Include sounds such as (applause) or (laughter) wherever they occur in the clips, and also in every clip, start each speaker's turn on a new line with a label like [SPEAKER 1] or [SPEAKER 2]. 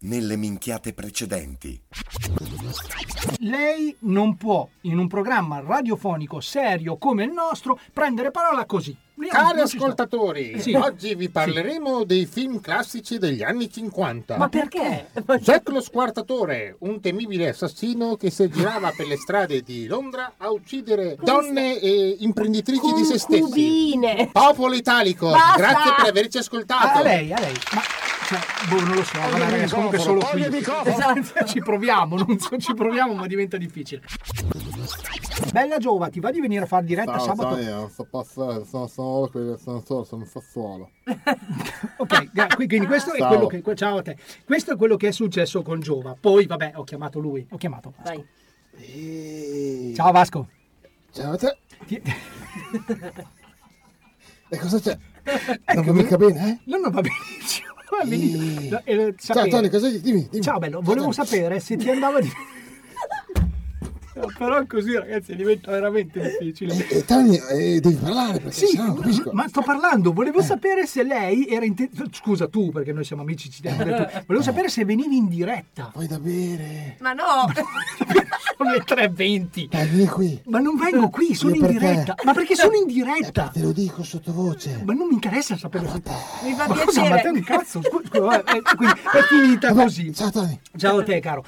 [SPEAKER 1] nelle minchiate precedenti.
[SPEAKER 2] Lei non può, in un programma radiofonico serio come il nostro, prendere parola così. Lei
[SPEAKER 3] Cari
[SPEAKER 2] non ci sta.
[SPEAKER 3] ascoltatori,
[SPEAKER 2] Eh, Sì.
[SPEAKER 3] oggi vi parleremo dei film classici degli anni 50.
[SPEAKER 4] Ma perché?
[SPEAKER 3] Jack lo squartatore, un temibile assassino che si aggirava per le strade di Londra a uccidere donne e imprenditrici di se stessi.
[SPEAKER 4] Concubine.
[SPEAKER 3] Popolo italico,
[SPEAKER 4] Basta!
[SPEAKER 3] grazie per averci ascoltato.
[SPEAKER 2] A lei, a lei. Ma cioè, boh, non lo so, guarda, ragazzi, comunque solo qui. Esatto. ci proviamo, non so, ci proviamo, ma diventa difficile. Bella Giova, ti va di venire a far diretta sabato?
[SPEAKER 3] sono solo quello, sono solo, sono solo.
[SPEAKER 2] Ok, Eh, gra- qui- quindi questo è
[SPEAKER 3] Ciao.
[SPEAKER 2] quello che que- ciao a te. Questo è quello che è successo con Giova. Poi vabbè, ho chiamato lui, ho chiamato Vasco.
[SPEAKER 4] Vai.
[SPEAKER 2] Ciao Vasco.
[SPEAKER 3] Ciao a te,
[SPEAKER 2] Ti-
[SPEAKER 3] e
[SPEAKER 2] (laughs)
[SPEAKER 3] cosa c'è?
[SPEAKER 2] Ecco,
[SPEAKER 3] bene, eh?
[SPEAKER 2] No, no, va benissimo. Va benissimo.
[SPEAKER 3] Ehi.
[SPEAKER 2] No, eh, sapere-
[SPEAKER 3] cosa dimmi, dimmi.
[SPEAKER 2] Ciao bello, volevo sapere se ti andava
[SPEAKER 3] (laughs)
[SPEAKER 2] di No, Però così ragazzi diventa veramente difficile.
[SPEAKER 3] Eh, Tony, devi parlare perché
[SPEAKER 2] Sì, ma sto parlando,
[SPEAKER 3] Eh.
[SPEAKER 2] volevo sapere se lei era in te- scusa tu perché noi siamo amici, ci
[SPEAKER 3] (laughs)
[SPEAKER 2] diamo del tu. Volevo sapere se venivi in diretta.
[SPEAKER 3] Vuoi da bere?
[SPEAKER 4] Ma
[SPEAKER 5] Oh,
[SPEAKER 4] no!
[SPEAKER 2] (laughs) Sono le 3:20.
[SPEAKER 3] Dai, vieni qui.
[SPEAKER 2] Ma non vengo qui, sono
[SPEAKER 3] Io
[SPEAKER 2] in
[SPEAKER 3] per te.
[SPEAKER 2] diretta. Ma perché sono in
[SPEAKER 3] Eh, però
[SPEAKER 2] diretta?
[SPEAKER 3] te lo dico sottovoce.
[SPEAKER 2] Ma non mi interessa sapere se
[SPEAKER 4] Mi fa
[SPEAKER 2] Ma cosa, ma te un
[SPEAKER 4] piacere.
[SPEAKER 2] cazzo? Scusa, scusa, vabbè, eh, quindi è finita
[SPEAKER 3] Vabbè,
[SPEAKER 2] così.
[SPEAKER 3] Ciao Tony.
[SPEAKER 2] Ciao a te, caro.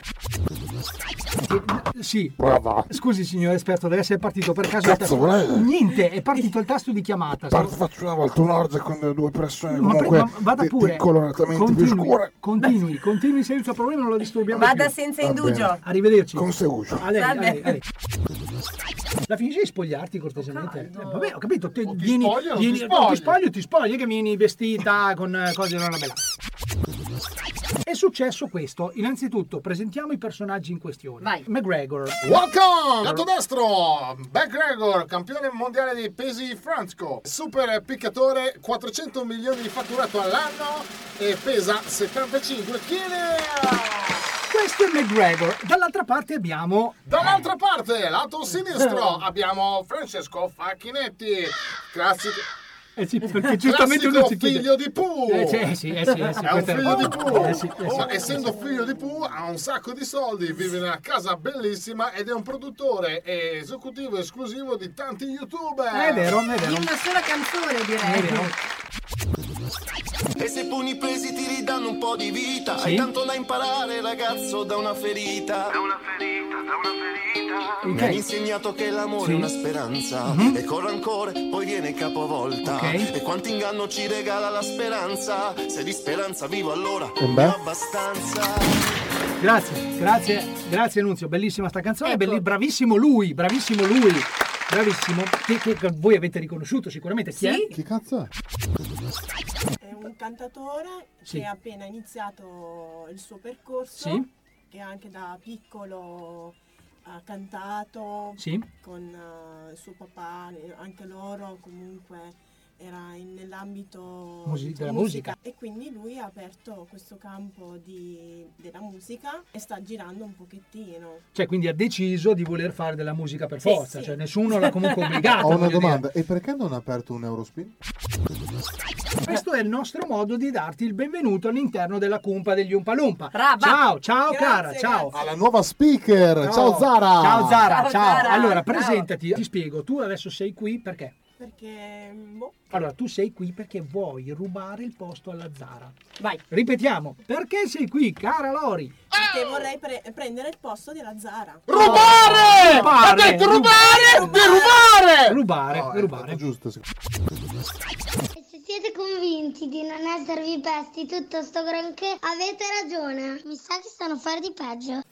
[SPEAKER 2] Eh, Sì.
[SPEAKER 3] Brava.
[SPEAKER 2] Scusi, signor esperto, deve essere partito per caso.
[SPEAKER 3] Cazzo,
[SPEAKER 2] il
[SPEAKER 3] voleva?
[SPEAKER 2] Niente, è partito il tasto di chiamata.
[SPEAKER 3] faccio una volta un orge con le due persone
[SPEAKER 2] Ma, pre-
[SPEAKER 3] comunque
[SPEAKER 2] ma vada
[SPEAKER 3] di-
[SPEAKER 2] pure.
[SPEAKER 3] di coloratamente più
[SPEAKER 2] Continui,
[SPEAKER 3] scure.
[SPEAKER 2] continui, continui senza problemi, non lo disturbiamo.
[SPEAKER 4] Vada
[SPEAKER 2] più.
[SPEAKER 4] senza
[SPEAKER 3] Va bene.
[SPEAKER 4] indugio.
[SPEAKER 2] Arrivederci.
[SPEAKER 3] Con seguito.
[SPEAKER 2] A lei, a
[SPEAKER 4] Salve.
[SPEAKER 2] lei, a lei. La finisci di spogliarti cortesemente?
[SPEAKER 4] Oh,
[SPEAKER 2] Eh, Vabbè, ho capito. Te,
[SPEAKER 3] Oh, ti
[SPEAKER 2] vieni,
[SPEAKER 3] spoglio o non
[SPEAKER 2] vieni-
[SPEAKER 3] ti
[SPEAKER 2] no, ti
[SPEAKER 3] spogli?
[SPEAKER 2] spoglio, ti spogli che vieni vestita con eh, cose non bella. È successo questo. Innanzitutto presentiamo i personaggi in questione.
[SPEAKER 4] Vai.
[SPEAKER 2] McGregor.
[SPEAKER 3] Welcome! Lato destro, McGregor, campione mondiale dei pesi franco, super piccatore, 400 milioni di fatturato all'anno e pesa 75 kg.
[SPEAKER 2] Questo è McGregor. Dall'altra parte abbiamo
[SPEAKER 3] Dall'altra parte, lato sinistro, abbiamo Francesco Facchinetti, classico,
[SPEAKER 2] Eh sì, perché giustamente
[SPEAKER 3] classico
[SPEAKER 2] uno si chiede.
[SPEAKER 3] figlio di Pooh.
[SPEAKER 2] Eh sì, eh sì, eh sì, eh sì,
[SPEAKER 3] È un
[SPEAKER 2] questo
[SPEAKER 3] figlio di Pooh.
[SPEAKER 2] Eh sì, eh sì.
[SPEAKER 3] Oh, essendo figlio di Pooh, ha un sacco di soldi, vive in una casa bellissima ed è un produttore e esecutivo esclusivo di tanti youtuber.
[SPEAKER 2] Eh, È vero, è vero.
[SPEAKER 4] In una sola canzone,
[SPEAKER 2] È vero.
[SPEAKER 4] direi.
[SPEAKER 6] E se poni presi ti ridanno un po' di vita Hai tanto da imparare ragazzo da una ferita Mi hanno
[SPEAKER 2] Ok.
[SPEAKER 6] insegnato che l'amore
[SPEAKER 2] Sì.
[SPEAKER 6] è una speranza
[SPEAKER 1] Mhm.
[SPEAKER 6] E col rancore poi viene capovolta
[SPEAKER 2] Ok.
[SPEAKER 6] E quanto inganno ci regala la speranza Se di speranza vivo allora
[SPEAKER 3] beh.
[SPEAKER 6] ne ho abbastanza
[SPEAKER 2] Grazie, grazie, grazie Nunzio, bellissima sta canzone,
[SPEAKER 4] Ecco.
[SPEAKER 2] belli- bravissimo lui, bravissimo lui, bravissimo, che, che voi avete riconosciuto sicuramente, chi è?
[SPEAKER 4] Sì.
[SPEAKER 3] Che cazzo è?
[SPEAKER 7] È un cantatore
[SPEAKER 2] Sì.
[SPEAKER 7] che ha appena iniziato il suo percorso,
[SPEAKER 2] Sì.
[SPEAKER 7] che anche da piccolo ha cantato
[SPEAKER 2] Sì,
[SPEAKER 7] con eh, suo papà, eh, anche loro comunque era in- nell'ambito
[SPEAKER 2] Musi- della
[SPEAKER 7] e quindi lui ha aperto questo campo di- della musica e sta girando un pochettino.
[SPEAKER 2] cioè quindi ha deciso di voler fare della musica per
[SPEAKER 4] Sì,
[SPEAKER 2] forza,
[SPEAKER 4] sì.
[SPEAKER 2] cioè nessuno l'ha
[SPEAKER 4] (laughs)
[SPEAKER 8] (laughs)
[SPEAKER 2] comunque obbligato.
[SPEAKER 8] Ho una
[SPEAKER 2] voglio dire.
[SPEAKER 8] domanda, e perché non ha aperto un Eurospin?
[SPEAKER 2] Questo è il nostro modo di darti il benvenuto all'interno della cumpa degli Umpalumpa.
[SPEAKER 4] Brava.
[SPEAKER 2] Ciao, ciao
[SPEAKER 7] Grazie,
[SPEAKER 2] cara, ciao.
[SPEAKER 7] grazie.
[SPEAKER 8] Alla nuova speaker! Ciao Zara!
[SPEAKER 2] Ciao Zara, ciao.
[SPEAKER 4] Ciao, Zara.
[SPEAKER 2] Allora,
[SPEAKER 4] Ciao.
[SPEAKER 2] presentati, ti spiego, tu adesso sei qui perché?
[SPEAKER 7] Perché boh,
[SPEAKER 2] Allora, tu sei qui perché vuoi rubare il posto alla Zara.
[SPEAKER 4] Vai.
[SPEAKER 2] Ripetiamo, perché sei qui, cara Lori?
[SPEAKER 7] perché vorrei pre- prendere il posto della Zara.
[SPEAKER 3] Rubare!
[SPEAKER 2] Rubare!
[SPEAKER 3] Ha detto rubare! Derubare!
[SPEAKER 2] Rubare,
[SPEAKER 8] No, è
[SPEAKER 2] rubare.
[SPEAKER 8] stato giusto. secondo me.
[SPEAKER 9] Se siete convinti di non esservi pesti tutto sto granché, avete ragione. Mi sa che stanno a fare di peggio.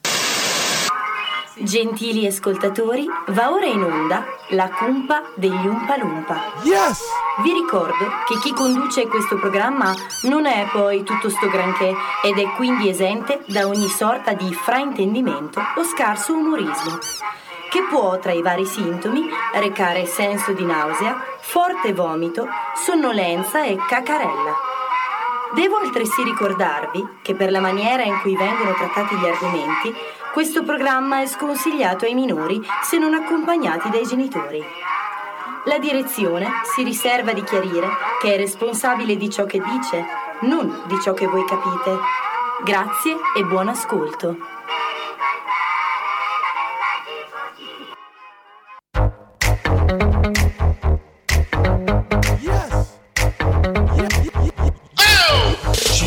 [SPEAKER 10] Gentili ascoltatori, va ora in onda la cumpa degli Umpa Lumpa. Vi ricordo che chi conduce questo programma non è poi tutto sto granché ed è quindi esente da ogni sorta di fraintendimento o scarso umorismo, che può tra i vari sintomi recare senso di nausea, forte vomito, sonnolenza e cacarella. Devo altresì ricordarvi che per la maniera in cui vengono trattati gli argomenti, questo programma è sconsigliato ai minori se non accompagnati dai genitori. La direzione si riserva di chiarire che è responsabile di ciò che dice, non di ciò che voi capite.
[SPEAKER 11] Grazie e buon ascolto.
[SPEAKER 12] Ci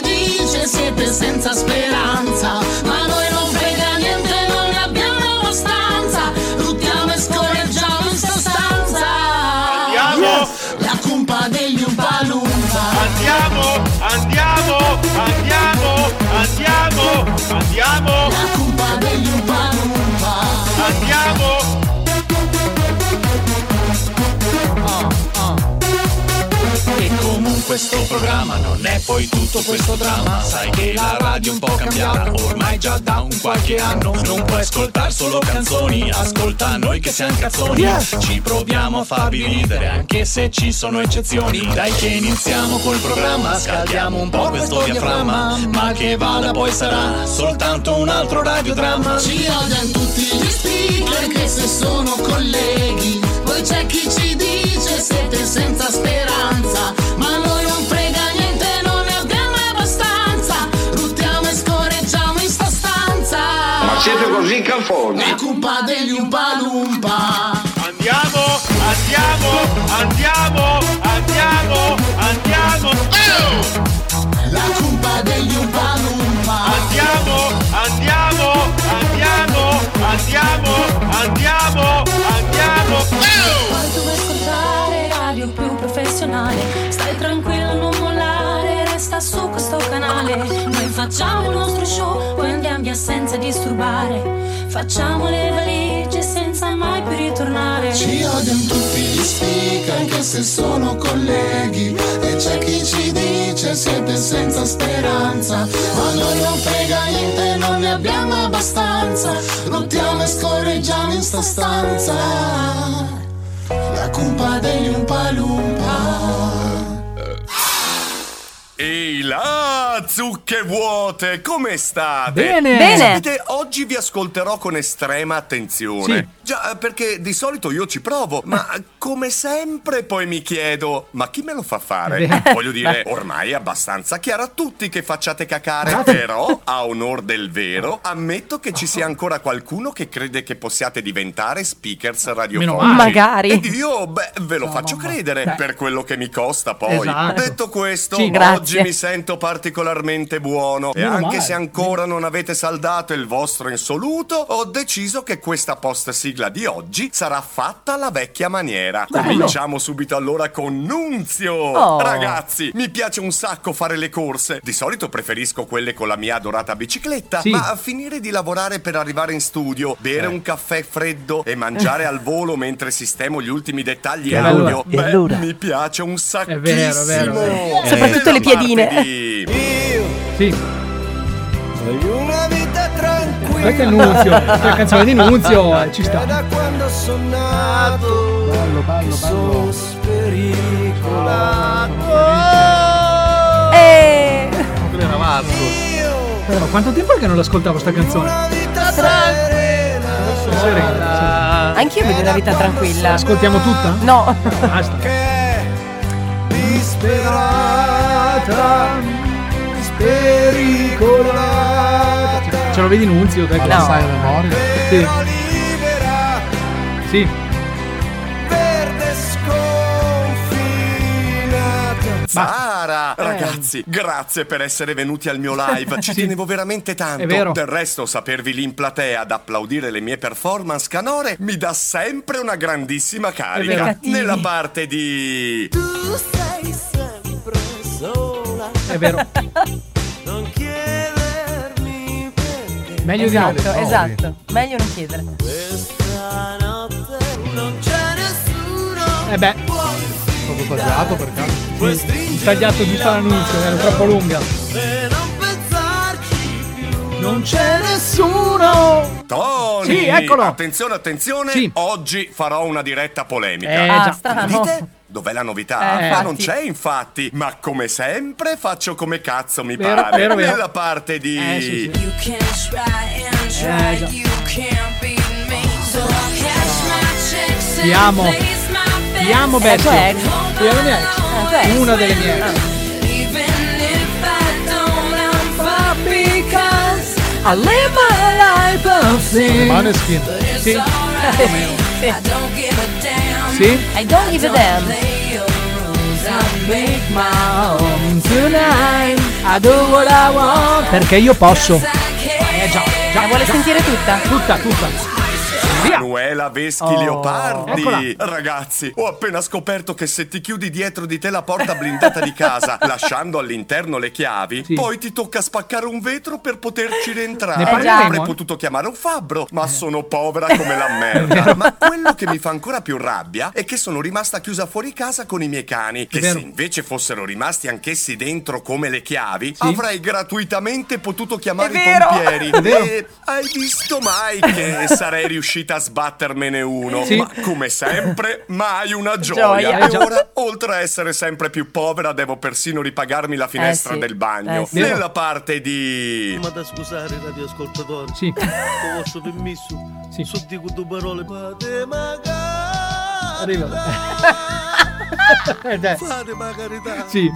[SPEAKER 4] dice siete senza speranza Ma a noi non frega niente, non ne abbiamo abbastanza Luttiamo e scorreggiamo in sostanza
[SPEAKER 1] Andiamo!
[SPEAKER 4] La cumpa degli Umpalumpa
[SPEAKER 1] Andiamo, andiamo, andiamo, andiamo, andiamo,
[SPEAKER 4] La cumpa degli Umpalumpa
[SPEAKER 1] andiamo.
[SPEAKER 12] E comunque sto programma non è poi tutto questo dramma Sai che la radio è un po' cambiata ormai già da un qualche anno Non puoi ascoltare solo canzoni, ascolta noi che siamo cazzoni Ci proviamo a farvi ridere anche se ci sono eccezioni Dai che iniziamo col programma, scaldiamo un po' questo diaframma Ma che vada poi sarà soltanto un altro radiodramma
[SPEAKER 4] Ci odiano tutti gli speaker anche se sono colleghi Poi c'è chi ci dice siete senza speranza Ma a noi non frega niente, non ne abbiamo abbastanza Ruttiamo e scorreggiamo in sta stanza Ma
[SPEAKER 1] Siete così cafoni.
[SPEAKER 4] La cumpa degli Umpalumpa
[SPEAKER 1] Andiamo, andiamo, andiamo, andiamo, andiamo.
[SPEAKER 4] La cumpa degli Umpalumpa
[SPEAKER 1] Andiamo, andiamo, andiamo, andiamo, andiamo, andiamo.
[SPEAKER 11] Poi tu vuoi ascoltare radio più professionale Stai tranquillo, non mollare, resta su questo canale Noi facciamo il nostro show, poi andiamo via senza disturbare Facciamo le valigie senza mai più ritornare
[SPEAKER 4] Ci odiano tutti gli speaker anche se sono colleghi E c'è chi ci dice siete senza speranza Ma a noi non frega niente, non ne abbiamo abbastanza Lottiamo e scorreggiamo in sta stanza La cumpa degli Umpalumpa
[SPEAKER 1] Eh. Ehi là, zucche vuote, come state?
[SPEAKER 2] Bene!
[SPEAKER 11] Bene!
[SPEAKER 1] Sapete, oggi vi ascolterò con estrema attenzione.
[SPEAKER 2] Sì. Eh.
[SPEAKER 1] Già, eh, perché di solito io ci provo, ma come sempre poi mi chiedo, ma chi me lo fa fare? Eh,
[SPEAKER 2] (laughs) Beh.
[SPEAKER 1] Voglio dire, ormai è abbastanza chiaro a tutti che facciate cacare,
[SPEAKER 2] Grazie.
[SPEAKER 1] però, a onor del vero, ammetto che ci sia ancora qualcuno che crede che possiate diventare speakers radiofonici.
[SPEAKER 2] male.
[SPEAKER 11] Magari.
[SPEAKER 1] Ed io, beh, ve lo
[SPEAKER 2] No,
[SPEAKER 1] faccio
[SPEAKER 2] mamma.
[SPEAKER 1] credere,
[SPEAKER 2] Beh.
[SPEAKER 1] per quello che mi costa poi.
[SPEAKER 2] Esatto.
[SPEAKER 1] Detto questo,
[SPEAKER 2] Sì,
[SPEAKER 11] grazie.
[SPEAKER 1] oggi mi sento particolarmente buono e
[SPEAKER 2] Meno
[SPEAKER 1] anche
[SPEAKER 2] male.
[SPEAKER 1] se ancora non avete saldato il vostro insoluto, ho deciso che questa post sigla di oggi sarà fatta alla vecchia maniera.
[SPEAKER 2] Bello.
[SPEAKER 1] Cominciamo subito allora con Nunzio.
[SPEAKER 11] Oh.
[SPEAKER 1] Ragazzi, mi piace un sacco fare le corse. Di solito preferisco quelle con la mia adorata bicicletta,
[SPEAKER 2] Sì. Eh.
[SPEAKER 1] ma a finire di lavorare per arrivare in studio, bere un caffè freddo e mangiare al volo mentre sistemo gli ultimi dettagli e
[SPEAKER 2] bello. E
[SPEAKER 1] l'audio. Beh,
[SPEAKER 2] Eh. allora?
[SPEAKER 1] mi piace un sacco
[SPEAKER 2] È vero, è vero, è vero. Eh.
[SPEAKER 1] Eh,
[SPEAKER 11] Soprattutto le piadine.
[SPEAKER 1] martedì.
[SPEAKER 2] Sì,
[SPEAKER 13] Voglio una vita tranquilla.
[SPEAKER 2] questa è Nunzio. La canzone di Nunzio eh, ci
[SPEAKER 13] È
[SPEAKER 2] sta.
[SPEAKER 13] da quando sono nato.
[SPEAKER 14] Bello, bello,
[SPEAKER 13] Sono
[SPEAKER 14] bello.
[SPEAKER 2] Ah,
[SPEAKER 13] spericolato.
[SPEAKER 11] Eh,
[SPEAKER 13] Io
[SPEAKER 2] Però quanto tempo è che non l'ascoltavo sta canzone?
[SPEAKER 13] una vita serena.
[SPEAKER 2] Serena,
[SPEAKER 11] Anch'io voglio una vita tranquilla.
[SPEAKER 2] sì. Ascoltiamo tutta?
[SPEAKER 11] No,
[SPEAKER 2] Basta.
[SPEAKER 13] Che disperata. Spericolata.
[SPEAKER 2] Ce lo vedi Nunzio, dai, che
[SPEAKER 11] No.
[SPEAKER 2] sai la memoria. Sì,
[SPEAKER 13] Però libera.
[SPEAKER 2] sì.
[SPEAKER 13] verde sconfinata.
[SPEAKER 1] Sara,
[SPEAKER 2] Eh.
[SPEAKER 1] ragazzi, grazie per essere venuti
[SPEAKER 2] (laughs)
[SPEAKER 1] al mio live. Ci tenevo veramente tanto.
[SPEAKER 2] È vero.
[SPEAKER 1] Del resto, sapervi lì in platea ad applaudire le mie performance canore mi dà sempre una grandissima
[SPEAKER 2] vero.
[SPEAKER 1] carica.
[SPEAKER 11] Cattivi.
[SPEAKER 1] Nella parte di.
[SPEAKER 2] È vero.
[SPEAKER 13] (laughs) Non chiedermi perché
[SPEAKER 2] Meglio di altro.
[SPEAKER 11] esatto. Meglio non chiedere.
[SPEAKER 13] stanotte non c'è nessuno.
[SPEAKER 2] Eh beh,
[SPEAKER 14] Sono tagliato per caso.
[SPEAKER 2] ho tagliato tutta l'annunzio, era troppo lunga.
[SPEAKER 13] E non pensarci più.
[SPEAKER 2] Non c'è
[SPEAKER 13] nessuno.
[SPEAKER 2] nessuno!
[SPEAKER 1] Tony!
[SPEAKER 2] Sì, eccolo!
[SPEAKER 1] Attenzione, attenzione! Oggi farò una diretta polemica.
[SPEAKER 2] Eh, Ah, già. strano.
[SPEAKER 1] Dite? Dov'è la novità?
[SPEAKER 2] Eh,
[SPEAKER 1] Ma non
[SPEAKER 2] infatti.
[SPEAKER 1] c'è, infatti. Ma come sempre faccio come cazzo mi
[SPEAKER 2] Vero,
[SPEAKER 1] pare.
[SPEAKER 2] vero, vero.
[SPEAKER 1] Nella parte di.
[SPEAKER 2] Eh, sì, sì.
[SPEAKER 4] You can try and try,
[SPEAKER 2] Eh, già.
[SPEAKER 4] you can't beat me. So I'll cash my checks
[SPEAKER 2] Ti
[SPEAKER 4] and
[SPEAKER 2] amo.
[SPEAKER 4] place my bets.
[SPEAKER 2] Ti amo, Betty.
[SPEAKER 4] cioè,
[SPEAKER 2] Eh, cioè, Ti amo, mia ex. Una delle mie ex.
[SPEAKER 4] Even if I don't, I'm far because I live my life of sin.
[SPEAKER 3] Maneskin.
[SPEAKER 4] But it's
[SPEAKER 3] Sì.
[SPEAKER 4] alright. I don't give a damn.
[SPEAKER 3] Sì.
[SPEAKER 4] I don't give a damn. play your rules, I make my own tonight. I do what I want.
[SPEAKER 2] Perché io posso.
[SPEAKER 4] Eh
[SPEAKER 2] già, già.
[SPEAKER 10] vuole sentire tutta?
[SPEAKER 2] Tutta, tutta.
[SPEAKER 1] Manuela Veschi
[SPEAKER 2] Oh.
[SPEAKER 1] Leopardi.
[SPEAKER 2] Eccola.
[SPEAKER 1] Ragazzi, ho appena scoperto che se ti chiudi dietro di te la porta blindata di
[SPEAKER 2] (laughs)
[SPEAKER 1] casa, lasciando all'interno le chiavi, poi ti tocca spaccare un vetro per poterci rientrare.
[SPEAKER 2] Ne Eh. parleremo,
[SPEAKER 1] Avrei
[SPEAKER 2] eh.
[SPEAKER 1] potuto chiamare un fabbro, ma sono povera
[SPEAKER 2] (laughs)
[SPEAKER 1] come la merda. ma quello che mi fa ancora più rabbia è che sono rimasta chiusa fuori casa con i miei cani, che
[SPEAKER 2] vero.
[SPEAKER 1] se invece fossero rimasti anch'essi dentro come le chiavi, avrei gratuitamente potuto chiamare i
[SPEAKER 2] vero.
[SPEAKER 1] pompieri.
[SPEAKER 2] (laughs) È vero.
[SPEAKER 1] E hai visto mai che sarei riuscita a sbattermene uno?
[SPEAKER 2] Sì.
[SPEAKER 1] Ma come sempre, mai una
[SPEAKER 2] Gioia.
[SPEAKER 1] gioia. E
[SPEAKER 2] Gioia.
[SPEAKER 1] ora, oltre a essere sempre più povera, devo persino ripagarmi la finestra
[SPEAKER 2] Eh, sì.
[SPEAKER 1] del bagno.
[SPEAKER 2] Eh, sì.
[SPEAKER 1] Nella parte di.
[SPEAKER 13] Ma da scusare radioascoltatori
[SPEAKER 2] Sì.
[SPEAKER 13] Con vostro permesso So dico due parole Ma te
[SPEAKER 2] (laughs) Eh, dai.
[SPEAKER 13] Fate ma carità
[SPEAKER 2] Sì.